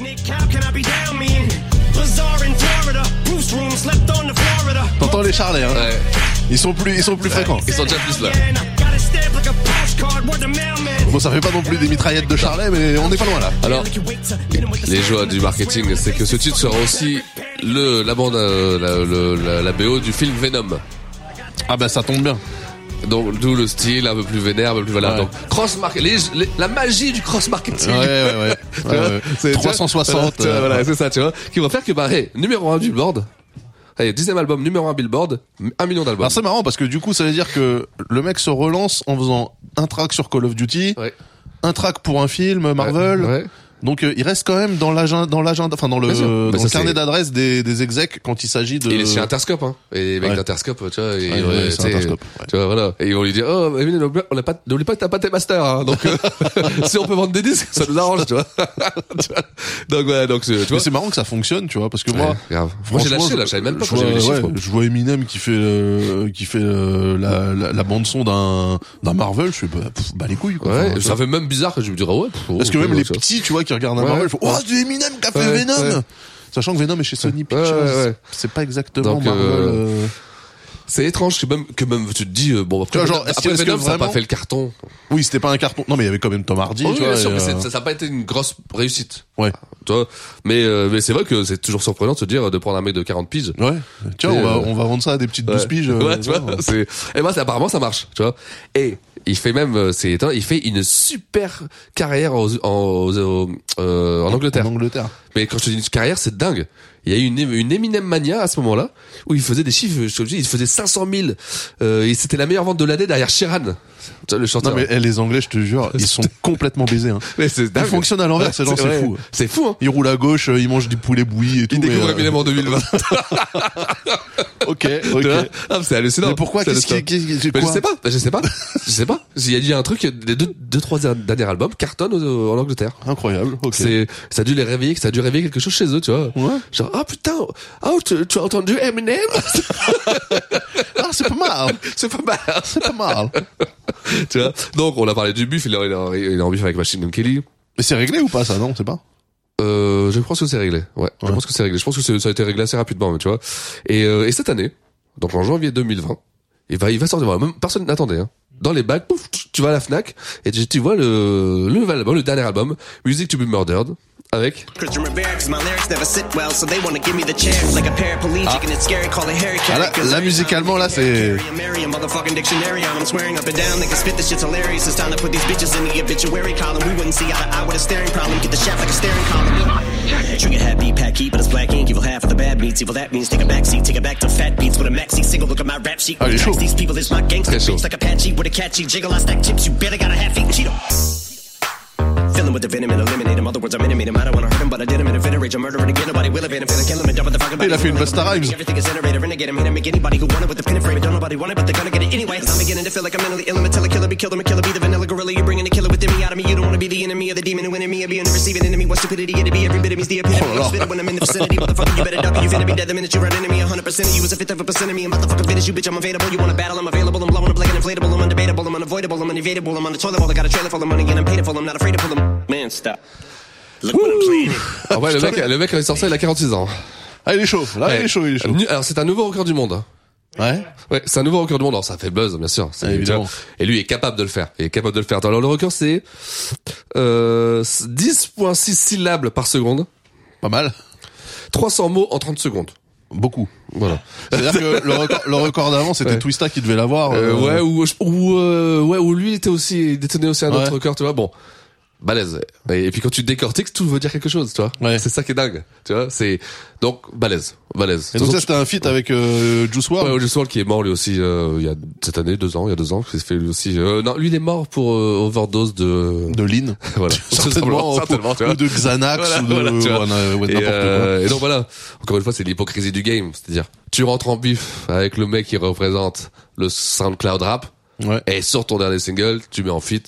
Nick, how can I be down mean? Bazaar in Florida, Bruce Room slept on the Florida.
T'entends les charlets, hein Ils sont plus, ils sont plus fréquents.
Ils sont déjà plus là.
Got a stamp like a postcard, word the mailman.
Bon, ça fait pas non plus des mitraillettes de charlets, mais on n'est pas loin là.
Alors, les joies du marketing, c'est que ce titre sera aussi le la bande, euh, la, le- la- la BO du film Venom.
Ah
bah,
ben ça tombe bien.
Donc d'où le style un peu plus vénère, un peu plus valable.
Ouais.
Donc, cross market, la magie du cross marketing.
Ouais, ouais, ouais.
Tu
Ouais,
vois,
ouais.
c'est-
360,
Voilà,
euh,
voilà,
ouais.
c'est ça, tu vois. Qui vont faire que bah, hey, numéro 1 Billboard. Allez, dixième album, numéro 1 Billboard, 1 million d'albums.
Alors Bah, c'est marrant parce que du coup ça veut dire que le mec se relance en faisant un track sur Call of Duty, un track pour un film Marvel. Donc euh, il reste quand même dans l'agenda, dans l'agenda, enfin dans le,
Bien sûr.
dans
Bah, ça,
le carnet
c'est-
d'adresse des, des execs quand il s'agit de.
Il est chez Interscope, hein. Et les mecs
Euh, Ouais.
d'Interscope, tu vois, et,
Ouais, ouais,
ouais,
c'est
tu sais,
Interscope,
tu vois, voilà. Et ils vont lui dire, oh, mais n'oublie on a pas, n'oublie pas que t'as pas tes masters, hein. Donc, euh, si on peut vendre des disques, ça nous arrange, tu vois. Tu vois. donc, voilà, donc, euh, tu vois.
Mais c'est marrant que ça fonctionne, tu vois, parce que
Ouais,
moi,
grave. Moi, j'ai lâché,
franchement,
là, je savais même pas
je
quand j'ai
vois-
vu les chiffres,
ouais,
moi.
Je vois Eminem qui fait euh, qui fait euh, la, la, la bande son d'un d'un Marvel, je fais bah, pff, bah les couilles quoi.
Ouais,
Enfin,
ça fait même bizarre que je me dirais, ouais. pff,
Parce que
oh,
même
ouais,
les
tu vois.
petits, tu vois, qui regardent un
Ouais.
Marvel, ils font oh c'est Eminem qui a fait
Ouais,
Venom.
ouais.
Sachant que Venom est chez Sony
Ouais, ouais,
Pictures,
ouais.
c'est pas exactement
Donc, euh,
Marvel. euh,
C'est étrange que même, que même tu te dis, euh, bon,
Tu
après,
vois, genre, est-ce que-
après
est-ce que
Venom, ça a pas
vraiment-
fait le carton.
Oui, c'était pas un carton. Non, mais il y avait quand même Tom Hardy.
Oh oui,
tu vois,
bien sûr,
et,
mais
euh,
c'est- ça n'a pas été une grosse réussite.
Ouais.
Tu vois. Mais, euh, mais c'est vrai que c'est toujours surprenant de se dire, de prendre un mec de 40 piges.
Ouais. Tiens,
Et,
on va,
euh,
on va vendre ça à des petites
Ouais.
douze piges. euh,
ouais, tu vois,
voilà.
c'est, et ben, c'est- apparemment, ça marche, tu vois. Et il fait même, euh, c'est éteint, il fait une super carrière aux- en, aux- aux- euh, en Angleterre.
En Angleterre.
Mais quand je te dis une carrière, c'est dingue. Il y a eu une, une Eminem Mania à ce moment-là, où il faisait des chiffres, je te le dis, il faisait 500 000, euh, et c'était la meilleure vente de l'année derrière Sheeran. Tu vois, le chanteur.
Non, mais eh, les Anglais, je te jure, ils sont complètement baisés. Hein.
Mais c'est dingue.
Ils fonctionnent à l'envers, ces gens, c'est
ouais.
fou.
C'est fou, hein.
Ils roulent à gauche, euh, ils mangent du poulet bouilli et tout.
Ils
mais,
découvrent
euh,
Eminem en 2020.
Ok,
Tu vois
ok.
Ah, c'est hallucinant.
euh. Mais pourquoi
C'est
Qu'est-ce qui-
hallucinant.
qu'est-ce qui-
Mais Je
quoi
sais pas, je sais pas, je sais pas. Il y a- il y a un truc, les deux, deux trois derniers albums cartonnent au- en Angleterre.
Incroyable, ok.
C'est, ça a dû les réveiller, ça a dû réveiller quelque chose chez eux, tu vois. Genre, ah putain, ah tu, tu as entendu Eminem
Ah, c'est pas mal.
C'est pas mal.
C'est pas mal.
Tu vois. Donc, on a parlé du buff, il est, il est en- il est en buff avec Machine Gun Kelly.
Mais c'est réglé ou pas, ça? Non, c'est pas.
Euh, je pense que c'est réglé. Ouais, je pense que c'est réglé. Je pense que c'est- ça a été réglé assez rapidement, mais tu vois. Et, euh, et cette année, donc en janvier 2020, il va, il va sortir. Même personne n'attendait. Hein. Dans les bacs, pouf, tu- tu vas à la Fnac et tu, tu vois le le nouvel album, le dernier album, Music to be Murdered, avec.
Cause you're embarrassed, my lyrics never sit well, so they wanna give me the chance like a paraplegic, and it's scary, call it Harry
Ah, là,
Carey, 'cause
là, musicalement, là, c'est.
I'm Mary, a motherfucking dictionary, I'm swearing up and down, they can spit this shit's hilarious, it's time to put these bitches in the obituary column, we wouldn't see eye to eye with a staring problem, get the shaft like a staring column. Trigger happy, pack heat, but it's black ink, evil half of the bad meats, evil that means take a back seat, take it back to fat beats with a maxi single, look at my rap sheet,
Ah, il est chaud.
these people, it's my gangster,
Très chaud.
beats like Apache with a catchy jiggle, I stack chips, you better got a half eat Cheeto. Fill 'em with the venom and eliminate 'em. Other words, I'm intimate 'em. I don't wanna hurt 'em, but I did 'em in a fit of rage. I'm murdering again. Nobody will evade 'em. Finna kill 'em and dump the fucking
Il a fait une Busta Rhymes.
Everything is iterated. Renegade 'em. Hit 'em. Make anybody who want it with the pin and frame. it. Don't nobody want it, but they're gonna get it anyway. I'm beginning to feel like I'm mentally ill. I'm a tell a killer, be killed. I'm a killer, be the vanilla gorilla. You're bringing the killer within me out of me. You don't wanna be the enemy of the demon who enemy of being the receiving enemy. What stupidity it'd be. Every bit of me's the epitome.
Oh, no.
I'm spitting when I'm in the vicinity. Motherfucker, you better duck. You finna be dead the minute you're an enemy. 100% of you is a fifth of a percent of me. I'm about to fucking finish you, bitch. I'm available. You wanna battle? I'm available. I'm blowing up like an inflatable. I'm undebatable. I'm unavoidable. I'm unavoidable. I'm on the toilet bowl. I got a trailer full of money and I'm paid for. I'm not afraid to pull 'em. Man, stop. Look what I'm playing.
Ah ouais, le mec, le mec quand il est sorti, il a 46 ans.
Ah, il est chaud. Là, il est chaud, il est chaud.
Nu- Alors c'est un nouveau record du monde. hein.
Ouais.
Ouais, c'est un nouveau record du monde. Alors ça fait buzz, bien sûr. C'est-
Ah, évidemment.
tu vois. Et lui est capable de le faire. Il est capable de le faire. Alors le record c'est euh, 10.6 syllabes par seconde.
Pas mal.
300 mots en 30 secondes.
Beaucoup.
Voilà.
C'est-à-dire que le record, le record d'avant, c'était
Ouais.
Twista qui devait l'avoir.
Euh,
euh,
ouais, ou, ou, euh, ouais, ou lui était aussi, il détenait aussi un
Ouais.
autre record, tu vois. Bon. balèze. Et, et puis quand tu décortiques, tout veut dire quelque chose, tu vois. C'est ça qui est dingue, tu vois. C'est donc balèze, balèze.
Et donc ça, c'était un feat avec euh, Juice WRLD.
Ouais, Juice WRLD qui est mort lui aussi euh, il y a cette année, deux ans, il y a deux ans, qui s'est fait lui aussi. euh, non, lui il est mort pour euh, overdose de
de lean.
voilà,
Certainement, euh,
certainement, tu
ou
vois.
de Xanax, ou de-
tu vois.
voilà, ouais,
et,
n'importe
euh,
quoi.
et donc voilà, encore une fois, c'est l'hypocrisie du game, c'est-à-dire tu rentres en bif avec le mec qui représente le SoundCloud rap, et sur ton dernier single, tu mets en fit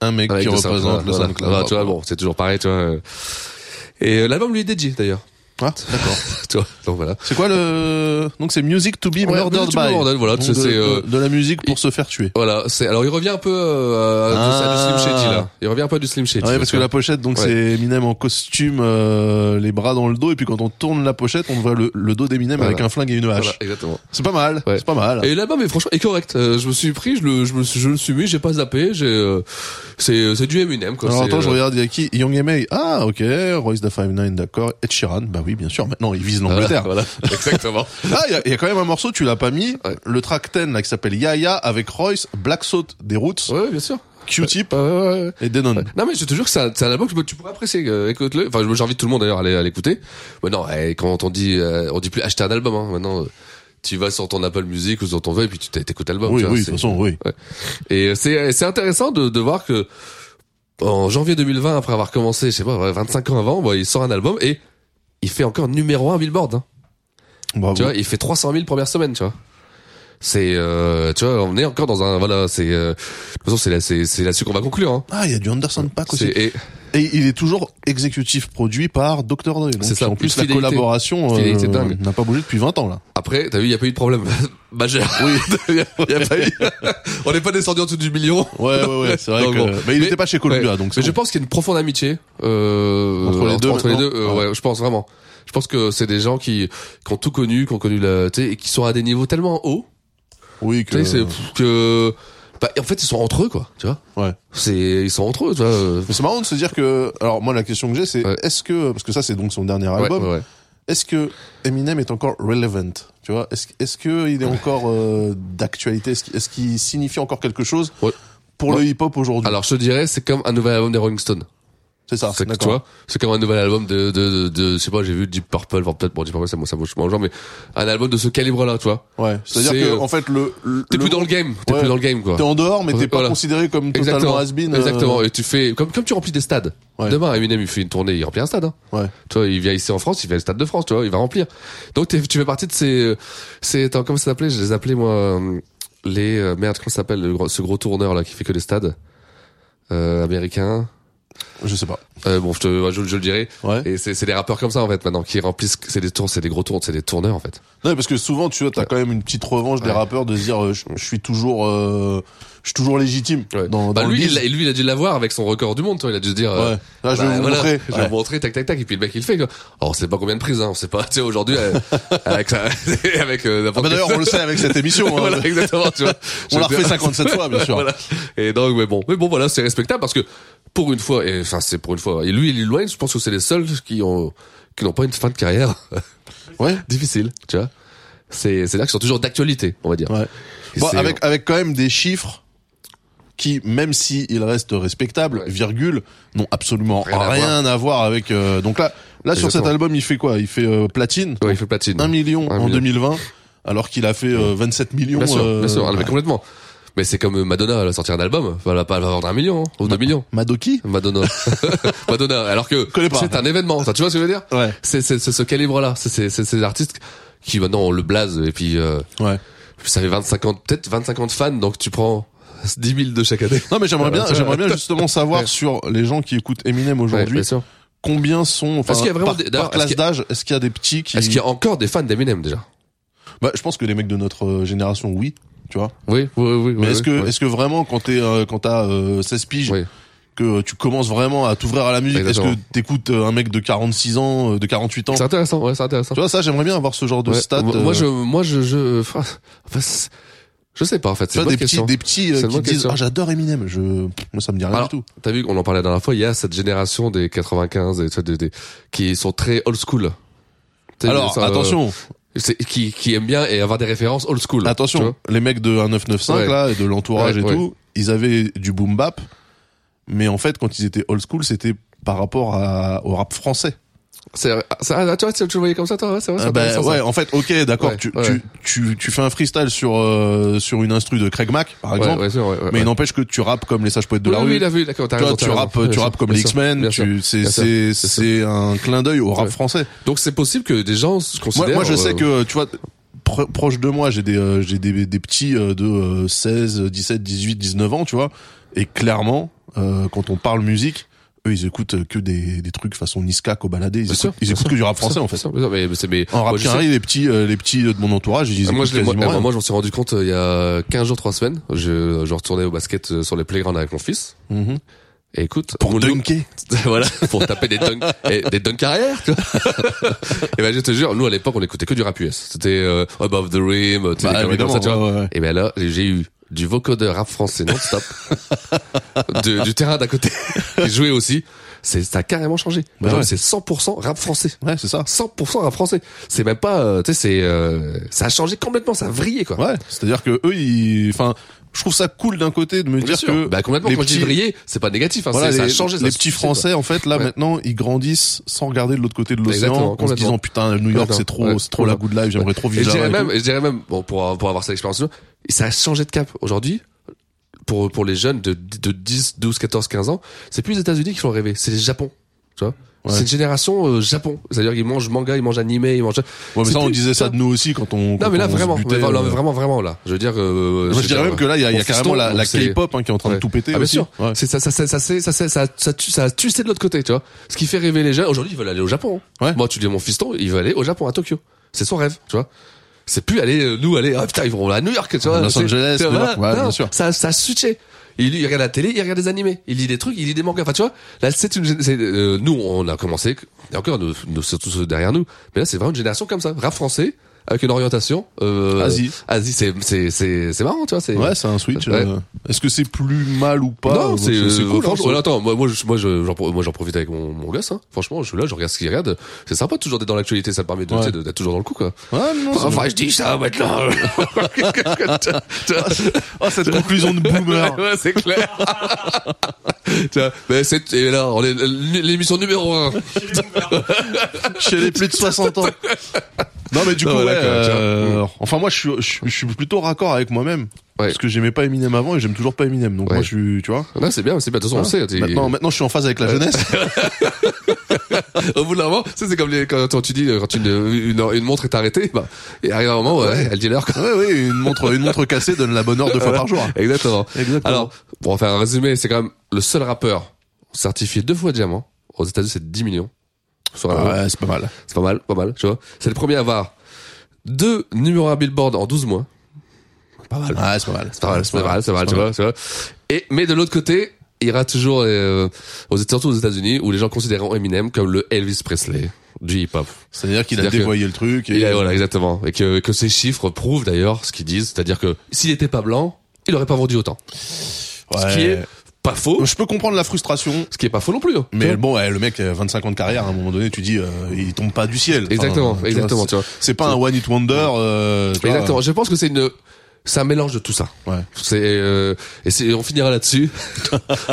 un mec qui représente le SoundCloud rap.
Bah, tu vois, bon, c'est toujours pareil, tu vois. euh. Et euh, l'album lui est dédié d'ailleurs.
Ah, d'accord.
tu vois, donc voilà.
C'est quoi le donc c'est music to be
Ouais,
murdered
Music to be
by.
murdered, voilà,
Donc,
c'est-
de,
c'est, euh,
de- de la musique pour se faire tuer.
Voilà, c'est alors il revient un peu euh, à,
Ah.
du Slim Shady là. Il revient un peu à du Slim Shady.
Ah ouais, parce que la pochette, donc c'est Eminem en costume, euh, les bras dans le dos, et puis quand on tourne la pochette, on voit le, le dos d'Eminem
Voilà.
avec un flingue et une hache.
Voilà, exactement.
C'est pas mal, c'est pas mal.
Et l'album est franchement est correct. Euh, je me suis pris, je le, je me suis, je le suis mis, j'ai pas zappé. J'ai, euh, c'est, c'est du Eminem quoi.
Alors
C'est,
attends, je
euh,
regarde, il y a qui Young M.A. Ah, ok. Royce da Five Nine, d'accord. Ed Sheeran, bah oui, bien sûr. Maintenant, il vise l'Angleterre.
Ah, Voilà, voilà. exactement.
Ah, il y a- il y, a quand même un morceau, tu l'as pas mis, le track 10 là, qui s'appelle Yaya avec Royce, Black Salt des Roots.
Ouais, bien sûr. Bah,
Q-Tip et Denon.
Non mais je te jure que c'est un, c'est un album que tu pourrais apprécier. euh, Écoute-le. Enfin, je- j'invite tout le monde d'ailleurs à l'é- à l'écouter. Mais non, eh, quand on dit, euh, on dit plus acheter un album. Hein. Maintenant, euh, tu vas sur ton Apple Music ou sur ton web et puis tu t- t'écoutes l'album.
Oui,
tu vois,
oui, de
c'est-
toute façon, oui.
Ouais. Et euh, c'est euh, c'est intéressant de, de voir que en janvier 2020, après avoir commencé, je sais pas, ouais, 25 ans avant, bah, il sort un album et il fait encore numéro un Billboard. hein.
Bravo.
Tu vois, il fait 300 000 premières semaines, tu vois. C'est, euh, tu vois, on est encore dans un, voilà, c'est, euh, de toute façon, c'est là- c'est c'est là-dessus qu'on va conclure. Hein.
Ah, il y a du Anderson Pack aussi.
C'est-
Et...
et-
il est toujours exécutif produit par Dr. Dre. donc
C'est ça,
En
une
plus, la
fidélité.
collaboration
Une fidélité
euh,
dingue.
n'a pas bougé depuis 20 ans, là.
Après, t'as vu, il n'y a pas eu de problème majeur. Oui, y a pas eu. On n'est pas descendu en dessous du million.
Ouais, ouais, ouais, c'est vrai que- mais il était pas chez Columbia, donc c'est
Mais je
bon.
pense qu'il y a une profonde amitié euh,
Entre les deux,
Entre les
maintenant.
deux, euh, ouais. je pense vraiment. Je pense que c'est des gens qui, qui ont tout connu, qui ont connu la, tu sais, et qui sont à des niveaux tellement hauts.
Oui,
que. que bah, en fait, ils sont entre eux, quoi. Tu vois.
Ouais.
C'est, ils sont entre eux, tu vois. euh.
Mais c'est marrant de se dire que. Alors moi, la question que j'ai, c'est est-ce que parce que ça, c'est donc son dernier album.
ouais, ouais.
Est-ce que Eminem est encore relevant Tu vois Est-ce est-ce que il est encore euh, d'actualité Est-ce qu'il- est-ce qu'il signifie encore quelque chose pour le
Ouais.
hip-hop aujourd'hui
Alors, je te dirais, c'est comme un nouvel album des Rolling Stones.
C'est ça.
C'est, tu
Ah, d'accord.
vois, c'est comme un nouvel album de, de, de, de- je sais pas, j'ai vu Deep Purple, enfin, peut-être, bon, Deep Purple, ça, moi, ça bouge pas en genre, mais un album de ce calibre-là, tu vois.
Ouais. C'est-à-dire
C'est,
que
euh,
en fait le. le-
T'es plus dans le game, t'es
Ouais.
plus dans le game, quoi.
T'es en dehors, mais t'es pas
Voilà.
considéré comme totalement
Exactement.
has-been, euh,
Exactement. Et tu fais, comme, comme tu remplis des stades. Demain, Eminem, il fait une tournée, il remplit un stade, hein.
Ouais.
Tu vois, il vient ici en France, il fait le stade de France, tu vois, il va remplir. Donc, t'es- tu fais partie de ces, ces, attends, comment ça s'appelait? Je les appelais, moi, euh, les, euh, merde, comment ça s'appelle, le gros- ce gros tourneur, là, qui fait que des stades, euh, américains.
Je sais pas.
Euh, bon, je, te, je, je le dirai. Et c'est c'est des rappeurs comme ça en fait maintenant qui remplissent, c'est des tours, c'est des gros tours, c'est des tourneurs en fait.
Non, parce que souvent, tu vois, t'as quand même une petite revanche des rappeurs de se dire, euh, je je suis toujours, euh, je suis toujours légitime. Dans,
Bah
dans
lui,
le
il,
biz.
a- lui, il a dû l'avoir avec son record du monde, toi. Il a dû se dire, euh,
Ouais. Là, je vais vous montrer.
je vais
Ouais.
vous montrer, tac, tac, tac. Et puis le mec, il le fait. Quoi. Alors, on sait pas combien de prises, hein, on sait pas. Tu sais, aujourd'hui, euh, avec, ça- avec euh, n'importe
Ah bah d'ailleurs,
quel-
on le sait avec cette émission, hein.
voilà, exactement. Tu vois.
On
Je
l'a
veux
refait
dire-
57 fois, bien sûr.
Voilà. Et donc, mais bon, mais bon, voilà, c'est respectable parce que pour une fois, et enfin, c'est pour une fois. Et lui, il est loin. Je pense que c'est les seuls qui ont qui n'ont pas une fin de carrière.
ouais.
Difficile, tu vois. C'est c'est là qu'ils sont toujours d'actualité, on va dire. Et
Bon,
c'est-
avec, avec quand même des chiffres qui, même si ils restent respectables, virgule, n'ont absolument rien,
à
à, voir. avec. euh, donc là, là sur cet
Exactement.
album, il fait quoi Il fait euh, platine.
Ouais, il fait platine.
1 million
Un
en
million.
2020, alors qu'il a fait euh, 27 millions.
Bien sûr,
euh,
bien sûr, ah, mais
ouais.
complètement. Mais c'est comme Madonna, elle a sorti un album, elle va pas elle va vendre un million hein, ou deux millions.
Madoki
Madonna. Madonna, alors que
pas.
c'est un événement, ça, tu vois ce que je veux dire C'est c'est- c'est ce calibre-là, c'est c'est- c'est ces artistes qui maintenant on le blase et puis euh,
Ouais.
ça fait 25 ans, peut-être 25 ans de fans, donc tu prends 10 000 de chaque année.
Non mais j'aimerais bien,
Voilà.
j'aimerais bien justement savoir sur les gens qui écoutent Eminem
Ouais,
aujourd'hui,
bien sûr.
combien sont, enfin,
Est-ce qu'il y a vraiment
par,
des-
par
d'ailleurs, est-ce
classe
qu'il y a-
d'âge, est-ce qu'il y a des petits qui,
Est-ce qu'il y a encore des fans d'Eminem déjà
bah, je pense que les mecs de notre euh, génération, oui, tu vois.
Oui, oui, oui.
Mais
oui,
est-ce que,
oui.
est-ce que vraiment quand t'es, euh, quand t'as euh, 16 piges, que tu commences vraiment à t'ouvrir à la musique, est-ce que
Exactement.
t'écoutes euh, un mec de 46 ans, euh, de 48 ans
C'est intéressant, ouais, c'est intéressant.
Tu vois ça, j'aimerais bien avoir ce genre de
Ouais.
stats.
Moi, moi,
euh,
je, moi, je, je, enfin, enfin, c'est- je sais pas en fait.
tu
C'est
vois,
une
des
bonne question.
petits, des petits euh,
C'est une
qui
bonne
disent,
question.
ah, j'adore Eminem, je, moi ça me dit rien
Alors,
du tout.
T'as vu, on en parlait la dernière fois, il y a cette génération des 95 et tu vois, des, des- qui sont très old school. T'as vu,
Alors,
ça, euh,
attention.
c'est- qui, qui aiment bien et avoir des références old school. tu
Attention,
vois.
les mecs de 1995
Ouais.
là et de l'entourage
Ouais,
et
ouais.
tout, ils avaient du boom bap Mais en fait, quand ils étaient old school, c'était par rapport à, au rap français.
C'est, ah, tu vois, tu le voyais comme ça, toi, ouais, c'est vrai, ça
Ah bah,
paraît ça, ça.
ouais, en fait, ok, d'accord.
Ouais,
tu,
ouais.
Tu, tu, tu fais un freestyle sur euh, sur une instru de Craig Mack, par
Ouais,
exemple.
ouais, sûr, ouais, ouais,
mais
ouais.
il n'empêche que tu rappes comme les sages poètes de
Oui,
la
oui,
rue.
oui, là, oui, d'accord, t'as
Tu vois,
raison,
tu
t'as raison.
rappes, tu
Bien
rappes
sûr,
comme
bien
les
sûr,
X-Men.
bien
Tu,
sûr,
c'est
bien sûr,
c'est
bien
c'est un clin d'œil au rap
Ouais.
français.
Donc c'est possible que des gens se
Moi,
considèrent.
moi, je
euh,
sais que tu vois. pro- Proche de moi, j'ai des euh, j'ai des, des petits euh, de euh, 16, 17, 18, 19 ans, tu vois. Et clairement, euh, quand on parle musique, eux, ils écoutent que des, des trucs façon Niska, Kobalade. Ils
Bien sûr,
écoutent, ils
bien
écoutent
sûr,
que du rap
bien
français,
sûr,
en fait.
bien sûr, bien sûr, mais- mais c'est- mais-
En
moi,
rap
je sais- Ah,
carré, les petits, euh, les petits euh, de mon entourage, ils disent
moi, je eh, l'ai- moi,
quasiment
moi,
rien.
moi, je m'en suis rendu compte euh, il y a 15 jours, 3 semaines. Je, je retournais au basket euh, sur les playgrounds avec mon fils.
Mhm.
Et écoute,
Pour
mon-
dunker.
voilà, pour taper des dunks, eh, des dunks arrière. Tu vois et ben je te jure, nous à l'époque on écoutait que du rap US. C'était euh, Above the Rim, euh, tu sais, des conneries
Bah,
comme
évidemment,
ça, tu vois.
ouais, ouais, ouais.
Et ben là, j'ai eu du vocodeur rap français non stop de, du terrain d'à côté qui jouait aussi. C'est ça a carrément changé.
Bah
Genre,
ouais.
C'est 100% rap français.
Ouais, c'est ça.
100% rap français. C'est même pas, euh, tu sais, c'est euh, ça a changé complètement, ça a vrillé quoi.
Ouais, c'est-à-dire que eux, ils, enfin, je trouve ça cool d'un côté de me
Bien
dire
sûr.
que
Bah, complètement,
les
quand je dis
petits-
vriller, c'est pas négatif, hein,
voilà,
c'est-
les,
ça a changé, ça
les
se-
petits
c'est quoi.
français, en fait, là
Ouais.
maintenant, ils grandissent sans regarder de l'autre côté de
Exactement,
l'océan, en se
complètement.
disant putain, New York,
Complètement.
c'est trop,
Ouais,
c'est trop la good life, j'aimerais
Ouais.
trop
Et
vivre
je dirais
là.
même, et je dirais même, bon, pour, pour avoir cette expérience, ça a changé de cap. Aujourd'hui, pour, pour les jeunes de, de 10, 12, 14, 15 ans, c'est plus les États-Unis qui font rêver, c'est les Japon. Tu vois? C'est une génération euh, Japon. C'est-à-dire qu'ils mangent manga, ils mangent animé, ils mangent.
Ouais, mais
C'est
ça, on
plus-
disait ça
tu
de nous aussi quand on.
vois. Non,
quand
mais là,
on se
vraiment,
butait,
mais vraiment,
euh,
vraiment, vraiment, là. Je veux dire, euh,
Moi, je dirais
veux
même que là, il y a- il y a
mon fiston,
carrément la- la
donc c'est-
K-pop, hein, qui est en train de tout péter
Ah, bien
aussi.
sûr. C'est ça, ça, ça, ça, c'est- ça, c'est- ça, ça, tue- ça a tué de l'autre côté, tu vois. Ce qui fait rêver les gens. Aujourd'hui, ils veulent aller au Japon. hein. Moi, tu dis à mon fiston, il veut aller au Japon, à Tokyo. C'est son rêve, tu vois. C'est plus aller, euh, nous, aller, ah putain, ils vont à New York, tu vois.
Los
C'est-
Angeles,
c'est-
New York,
voilà,
ouais, bien
non,
sûr.
Ça, ça a switché. Il, il regarde la télé, il regarde des animés, il lit des trucs, il lit des mangas. Enfin, tu vois, là, c'est une, gén- c'est, euh, nous, on a commencé, et encore, nous, nous, surtout ceux derrière nous, mais là, c'est vraiment une génération comme ça, rap français, avec une orientation, euh,
Asie.
Asie, c'est, c'est, c'est, c'est marrant, tu vois, c'est.
Ouais, c'est un switch.
Ouais.
euh, Est-ce que c'est plus mal ou pas
Non, c'est
c'est
euh,
cool. hein,
franchement,
ça.
ouais, attends, moi, moi, je- moi, je- j'en, pro- moi, j'en profite avec mon, mon gosse. Hein. Franchement, je suis là, je regarde ce qu'il regarde. C'est sympa toujours d'être dans l'actualité. Ça me permet de,
Ouais.
tu sais, de- d'être toujours dans le coup, quoi.
Ah, c'est
enfin,
vrai.
je dis ça maintenant.
Oh, cette conclusion de boomer.
Ouais, c'est clair. Tu vois, mais c'est et là, on est l'émission numéro un.
chez les plus de 60 ans. Non mais du coup,
Non,
ouais,
voilà, quoi, tu vois.
euh, enfin moi je suis, je, je suis plutôt raccord avec moi-même parce que j'aimais pas Eminem avant et j'aime toujours pas Eminem donc moi je suis, tu vois.
Non, c'est bien, c'est bien. De toute façon, on le sait, t'es-
Ah, Maintenant, maintenant je suis en phase avec la jeunesse.
Au bout d'un moment, tu sais, c'est comme les, quand, quand tu dis euh, quand une, une, une montre est arrêtée, bah, et arrive un moment, ouais, elle dit l'heure.
Ouais, ouais, une montre, une montre cassée donne la bonne heure deux fois par jour.
Exactement. Alors, pour faire un résumé, c'est quand même le seul rappeur certifié deux fois diamant. Aux États-Unis, c'est 10 millions. Sur un
Ah
album.
ouais, c'est pas mal.
C'est pas mal, pas mal, tu vois. C'est le premier à avoir deux numéros à Billboard en 12 mois. Pas mal.
Ah, c'est pas mal.
C'est pas mal, c'est pas mal, c'est pas mal, tu vois, tu vois. Et, mais de l'autre côté, il ira toujours, euh, aux, surtout aux États-Unis, où les gens considèrent Eminem comme le Elvis Presley du hip-hop.
C'est-à-dire qu'il a
C'est-à-dire que-
dévoyé le truc. Et...
il a- voilà, exactement. Et que, que ces chiffres prouvent d'ailleurs ce qu'ils disent. C'est-à-dire que s'il était pas blanc, il aurait pas vendu autant. Ce qui
Ouais.
est pas faux.
Je peux comprendre la frustration.
Ce qui est pas faux non plus. hein. Tu
Mais
vois
bon, ouais, le mec, euh, 25 ans de carrière, à un moment donné, tu dis, euh, il tombe pas du ciel. Enfin,
Exactement,
tu
exactement,
c'est-
tu vois.
C'est pas un one hit wonder. euh, tu vois.
Exactement. Je pense que c'est une, c'est un mélange de tout ça.
Ouais.
C'est, euh, et c'est, on finira là-dessus.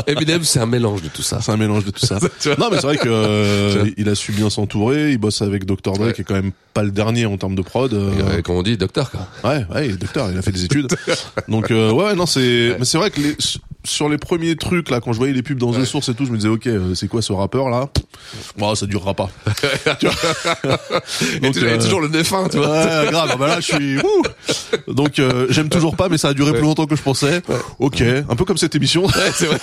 Eminem, c'est un mélange de tout ça.
C'est un mélange de tout ça. non, mais c'est vrai que euh, il a su bien s'entourer. Il bosse avec Dr Dre, qui est quand même pas le dernier en termes de prod. euh,
Euh, Comme on dit, docteur, quoi.
Ouais, ouais, il est docteur, il a fait des études. Donc euh, ouais, ouais, non, c'est mais c'est vrai que les, sur les premiers trucs là, quand je voyais les pubs dans The Source et tout, je me disais ok, euh, c'est quoi ce rappeur là Bon, ça durera pas. Tu vois euh,
et, tu- et toujours le 9-1, tu vois.
Ouais, grave. Bah là, je suis. ouh. Donc, euh, j'aime toujours pas, mais ça a duré plus longtemps que je pensais. Ok, un peu comme cette émission.
c'est vrai.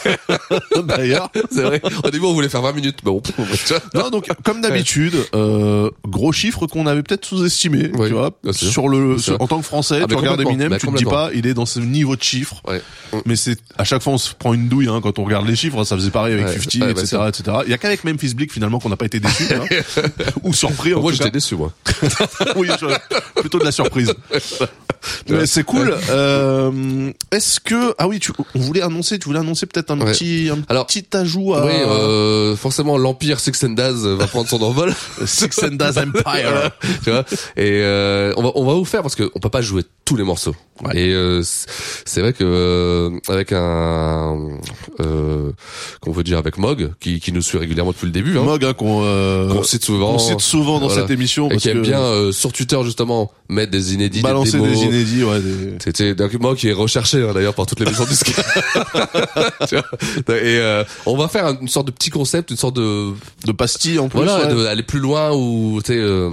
D'ailleurs,
c'est vrai. Au début, on voulait faire 20 minutes. Bon, tu vois.
Non, donc comme d'habitude, euh, gros chiffre qu'on avait peut-être sous-estimé, tu vois,
bien sûr.
sur le
Bien sûr.
sur- en tant que Français,
Ah,
tu
mais
regardes
complètement.
Eminem,
Mais
tu te dis
complètement.
pas, il est dans ce niveau de chiffres.
Ouais.
Mais c'est à chaque fois on se prend une douille hein, quand on regarde les chiffres, ça faisait pareil avec
Ouais.
50,
Ouais, bah,
etc.,
sûr.
etc. Il y a qu'avec Memphis Bleak finalement qu'on n'a pas été déçu ou surpris. En
Moi,
tout
j'étais
cas.
déçu, moi.
oui, je- plutôt de la surprise. Mais c'est cool. Euh, Est-ce que ah oui, tu, on voulait annoncer, tu voulais annoncer peut-être un
Ouais.
petit un
Alors,
petit ajout à
Oui, euh, forcément, l'empire Six and Daz va prendre son envol.
Six and Daz Empire.
tu vois. Et euh, on va on va vous faire parce que on peut pas jouer tous les morceaux. Et euh, c- c'est vrai que euh, avec un euh, qu'on veut dire avec Mog qui, qui nous suit régulièrement depuis le début hein,
Mog, hein, qu'on euh,
qu'on cite souvent
qu'on cite souvent dans cette émission,
et
parce
qui aime
que-
bien euh, sur Twitter justement mettre des inédits
Balancer
des, démos.
des inédits, ouais. des-
C'était donc moi qui est recherché hein, d'ailleurs par toutes les maisons du ski. Tu vois et euh, on va faire une sorte de petit concept, une sorte de
de pastille en plus,
Voilà,
ouais.
de- aller plus loin ou tu sais euh,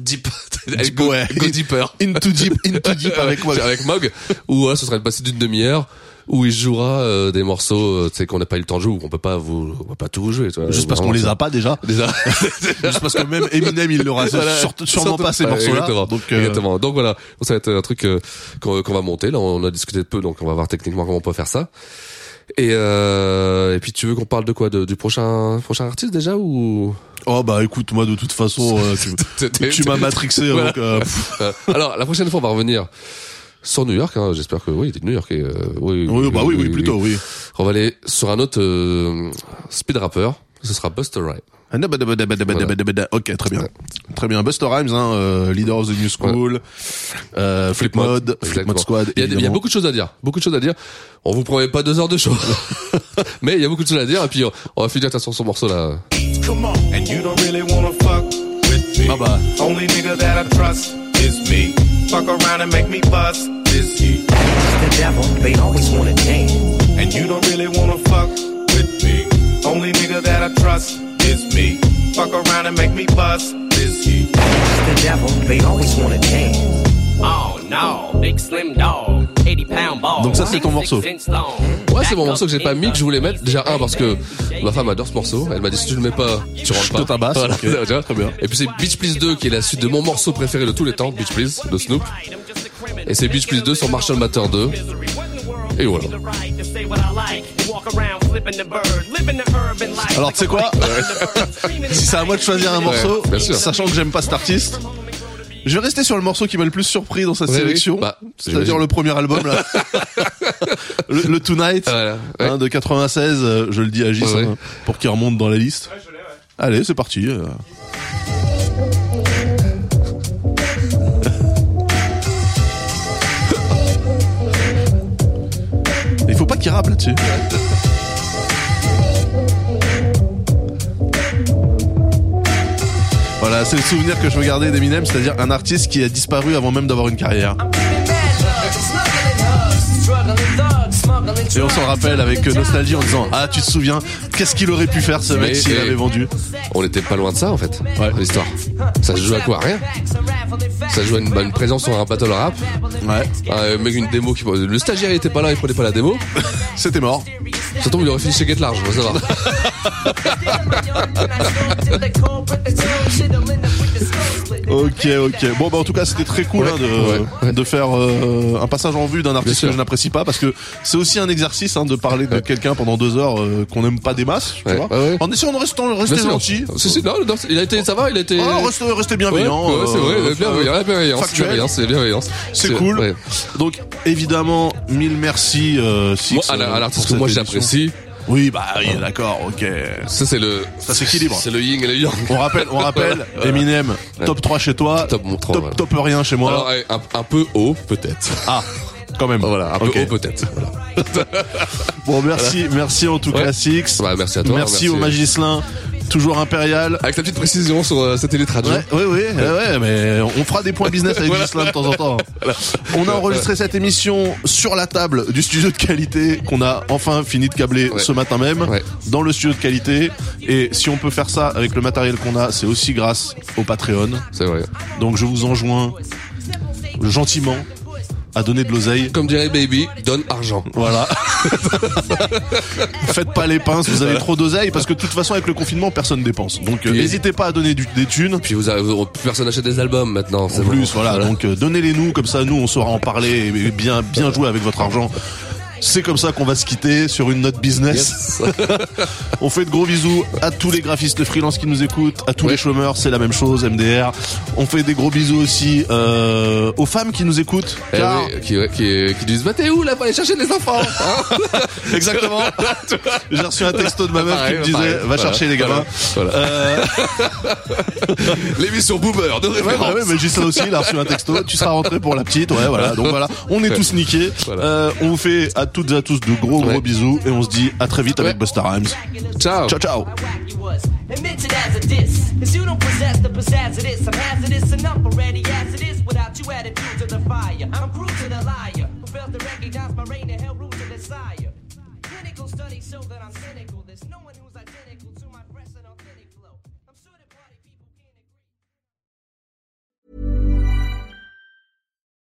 deep, Aller go, go deeper,
into deep, into deep avec Mog.
avec Mog. Ou voilà, ce sera une pastille d'une demi-heure où il jouera euh, des morceaux, euh, tu sais qu'on n'a pas eu le temps de jouer, ou qu'on peut pas vous, on peut pas tout jouer. tu vois.
Juste parce
euh, Vraiment,
qu'on les
ça-
a pas déjà.
Déjà.
Juste parce que même Eminem, il l'aura
Voilà.
sûre- sûrement pas ces
Ouais,
morceaux-là.
Exactement.
Donc,
Donc,
euh,
exactement. Donc voilà, ça va être un truc euh, qu'on qu'on va monter. Là, on a discuté de peu, donc on va voir techniquement comment on peut faire ça. Et, euh, et puis tu veux qu'on parle de quoi de- Du prochain prochain artiste déjà ou
Oh bah écoute, moi de toute façon, euh, tu,
C'était-
tu m'as matrixé.
Voilà.
donc, euh, pff,
Euh, Alors la prochaine fois, on va revenir sur New York. hein. J'espère que oui, il est de New York. Et, euh, oui,
Oui, bah oui, oui, plutôt, oui.
On va aller sur un autre euh, speed rapper. Ce sera Buster Rhymes.
Ah, Voilà. Ok, très bien. Très bien. Buster Rhymes, hein, euh, leader of the new school, euh, flip mode, flip mode
Exactement.
squad.
Il y, a, il y a beaucoup de choses à dire, beaucoup de choses à dire. On vous promet pas deux heures de show, mais il y a beaucoup de choses à dire. Et puis on, on va finir de toute façon son morceau là.
Come on, and you don't really wanna fuck with
Ah
me.
bah.
Only nigga that I trust is me. Fuck around and make me bust this heat. The devil, they always wanna dance. And you don't really wanna fuck with me. Only nigga that I trust is me. Fuck around and make me bust this heat. The devil, they always wanna dance.
Oh no, big slim dog, 80 pound ball.
Donc ça, c'est ton morceau.
66 inch long.
Ouais, c'est mon morceau que j'ai pas mis que je voulais mettre. Déjà un parce que ma femme adore ce morceau. Elle m'a dit si tu le mets pas, tu rentres pas.
te tabasse, ok.
tu vois. Et puis c'est Beach Please 2 qui est la suite de mon morceau préféré de tous les temps, Beach Please de Snoop. Et c'est Beach Please 2 sur Marshall Matter 2. Et voilà.
Right to say what I like, walk around flipping the bird, living the urban life.
Alors tu sais quoi Si c'est à moi de choisir un morceau,
Ouais, bien sûr.
sachant que j'aime pas cet artiste, je vais rester sur le morceau qui m'a le plus surpris dans sa
Ouais,
sélection,
oui. Bah,
c'est-à-dire
j'imagine.
le premier album là, le, le Tonight hein, de 96. euh, je le dis à Gis
Ouais, ouais.
hein, pour qu'il remonte dans la liste. Allez, c'est parti. euh. Il faut pas qu'il rappe là-dessus. Voilà, c'est le souvenir que je regardais d'Eminem, c'est-à-dire un artiste qui a disparu avant même d'avoir une carrière. Et on s'en rappelle avec euh, nostalgie en disant Ah, tu te souviens, qu'est-ce qu'il aurait pu faire ce mec
Mais-
s'il
et-
avait vendu
On était pas loin de ça en fait. L'histoire. Ça se joue à quoi Rien. Ça se joue à une, bah, une présence sur un battle rap. Ouais. mais une démo qui. Le stagiaire il était pas là, il prenait pas la démo.
C'était mort.
Ça tombe, il aurait fini chez Get Large, on va savoir.
Ok, ok. Bon, bah en tout cas, c'était très cool hein, de, de faire euh, un passage en vue d'un artiste que je n'apprécie pas parce que c'est aussi un exercice hein, de parler de quelqu'un pendant deux heures euh, qu'on n'aime pas des masses. Tu
Ouais,
vois
ouais, ouais.
En essayant de rester, rester
Bien sûr.
gentil.
Si, si, non, non, il a été, ça va, il a été.
Ah, restez, restez bienveillant.
Ouais, ouais, c'est vrai,
euh,
bienveillant, la bienveillance,
factuel.
bienveillance, c'est bienveillance.
C'est
C'est-
cool.
ouais.
Donc, évidemment, mille merci, euh, Six,
Moi, à la- à
euh,
l'artiste
pour
que moi, Ah.
cette
j'apprécie.
émission. Oui, bah, oui, d'accord, ok.
Ça, c'est le.
Ça s'équilibre.
C'est le yin et le yang.
On rappelle, on rappelle,
Voilà.
Eminem, top 3 chez toi,
Top, mon trois,
top,
voilà.
top rien chez moi.
Alors, ouais, un, un peu haut, peut-être.
Ah, quand même.
Voilà, un peu
Ok.
haut, peut-être. Voilà.
Bon, merci, merci en tout cas, Six.
Bah, merci à toi.
merci au Magislin, toujours impérial.
Avec la petite précision sur euh, satellite radio.
Ouais, ouais, ouais, ouais, ouais, mais on fera des points business avec Gislain de temps en temps. On a enregistré cette émission sur la table du studio de qualité qu'on a enfin fini de câbler ce matin même dans le studio de qualité. Et si on peut faire ça avec le matériel qu'on a, c'est aussi grâce au Patreon.
C'est vrai.
Donc je vous enjoins gentiment à donner de l'oseille.
Comme dirait Baby, donne argent.
Voilà. Faites pas les pinces, vous avez trop d'oseille parce que de toute façon avec le confinement personne dépense. Donc euh,
Puis-
n'hésitez pas à donner du- des thunes.
Puis vous avez, vous- personne n'achète des albums maintenant.
En plus, voilà, donc euh, donnez-les nous, comme ça nous on saura en parler et bien, bien jouer avec votre argent. C'est comme ça qu'on va se quitter sur une note business. On fait de gros bisous à tous les graphistes freelance qui nous écoutent, à tous les chômeurs, c'est la même chose, MDR. On fait des gros bisous aussi euh, aux femmes qui nous écoutent.
Eh
car-
oui, qui, qui, qui disent, bah t'es où là pour aller chercher les enfants hein
Exactement. J'ai reçu un texto de ma meuf qui
Pareil,
me disait
pareil.
va
Voilà,
chercher les gamins.
voilà, voilà.
Euh,
L'émission Boomer de
Ouais, ouais, bah
référence.
ouais, mais j'ai ça aussi, il a reçu un texto. Tu seras rentré pour la petite, ouais, voilà. Donc voilà, on est tous niqués. Euh, on vous fait à toutes et à tous de gros gros bisous et on se dit à très vite avec Buster Rhymes.
Ciao.
Ciao ciao.
Admit it as a diss. Cause you don't possess the pizzazz of this. I'm hazardous enough already as it is without you attitude to the fire. I'm cruel to the liar who fails to recognize my reign and hell rule to desire. Clinical studies show that I'm cynical. There's no one who's identical to my breast and authentic flow. I'm sure that party people.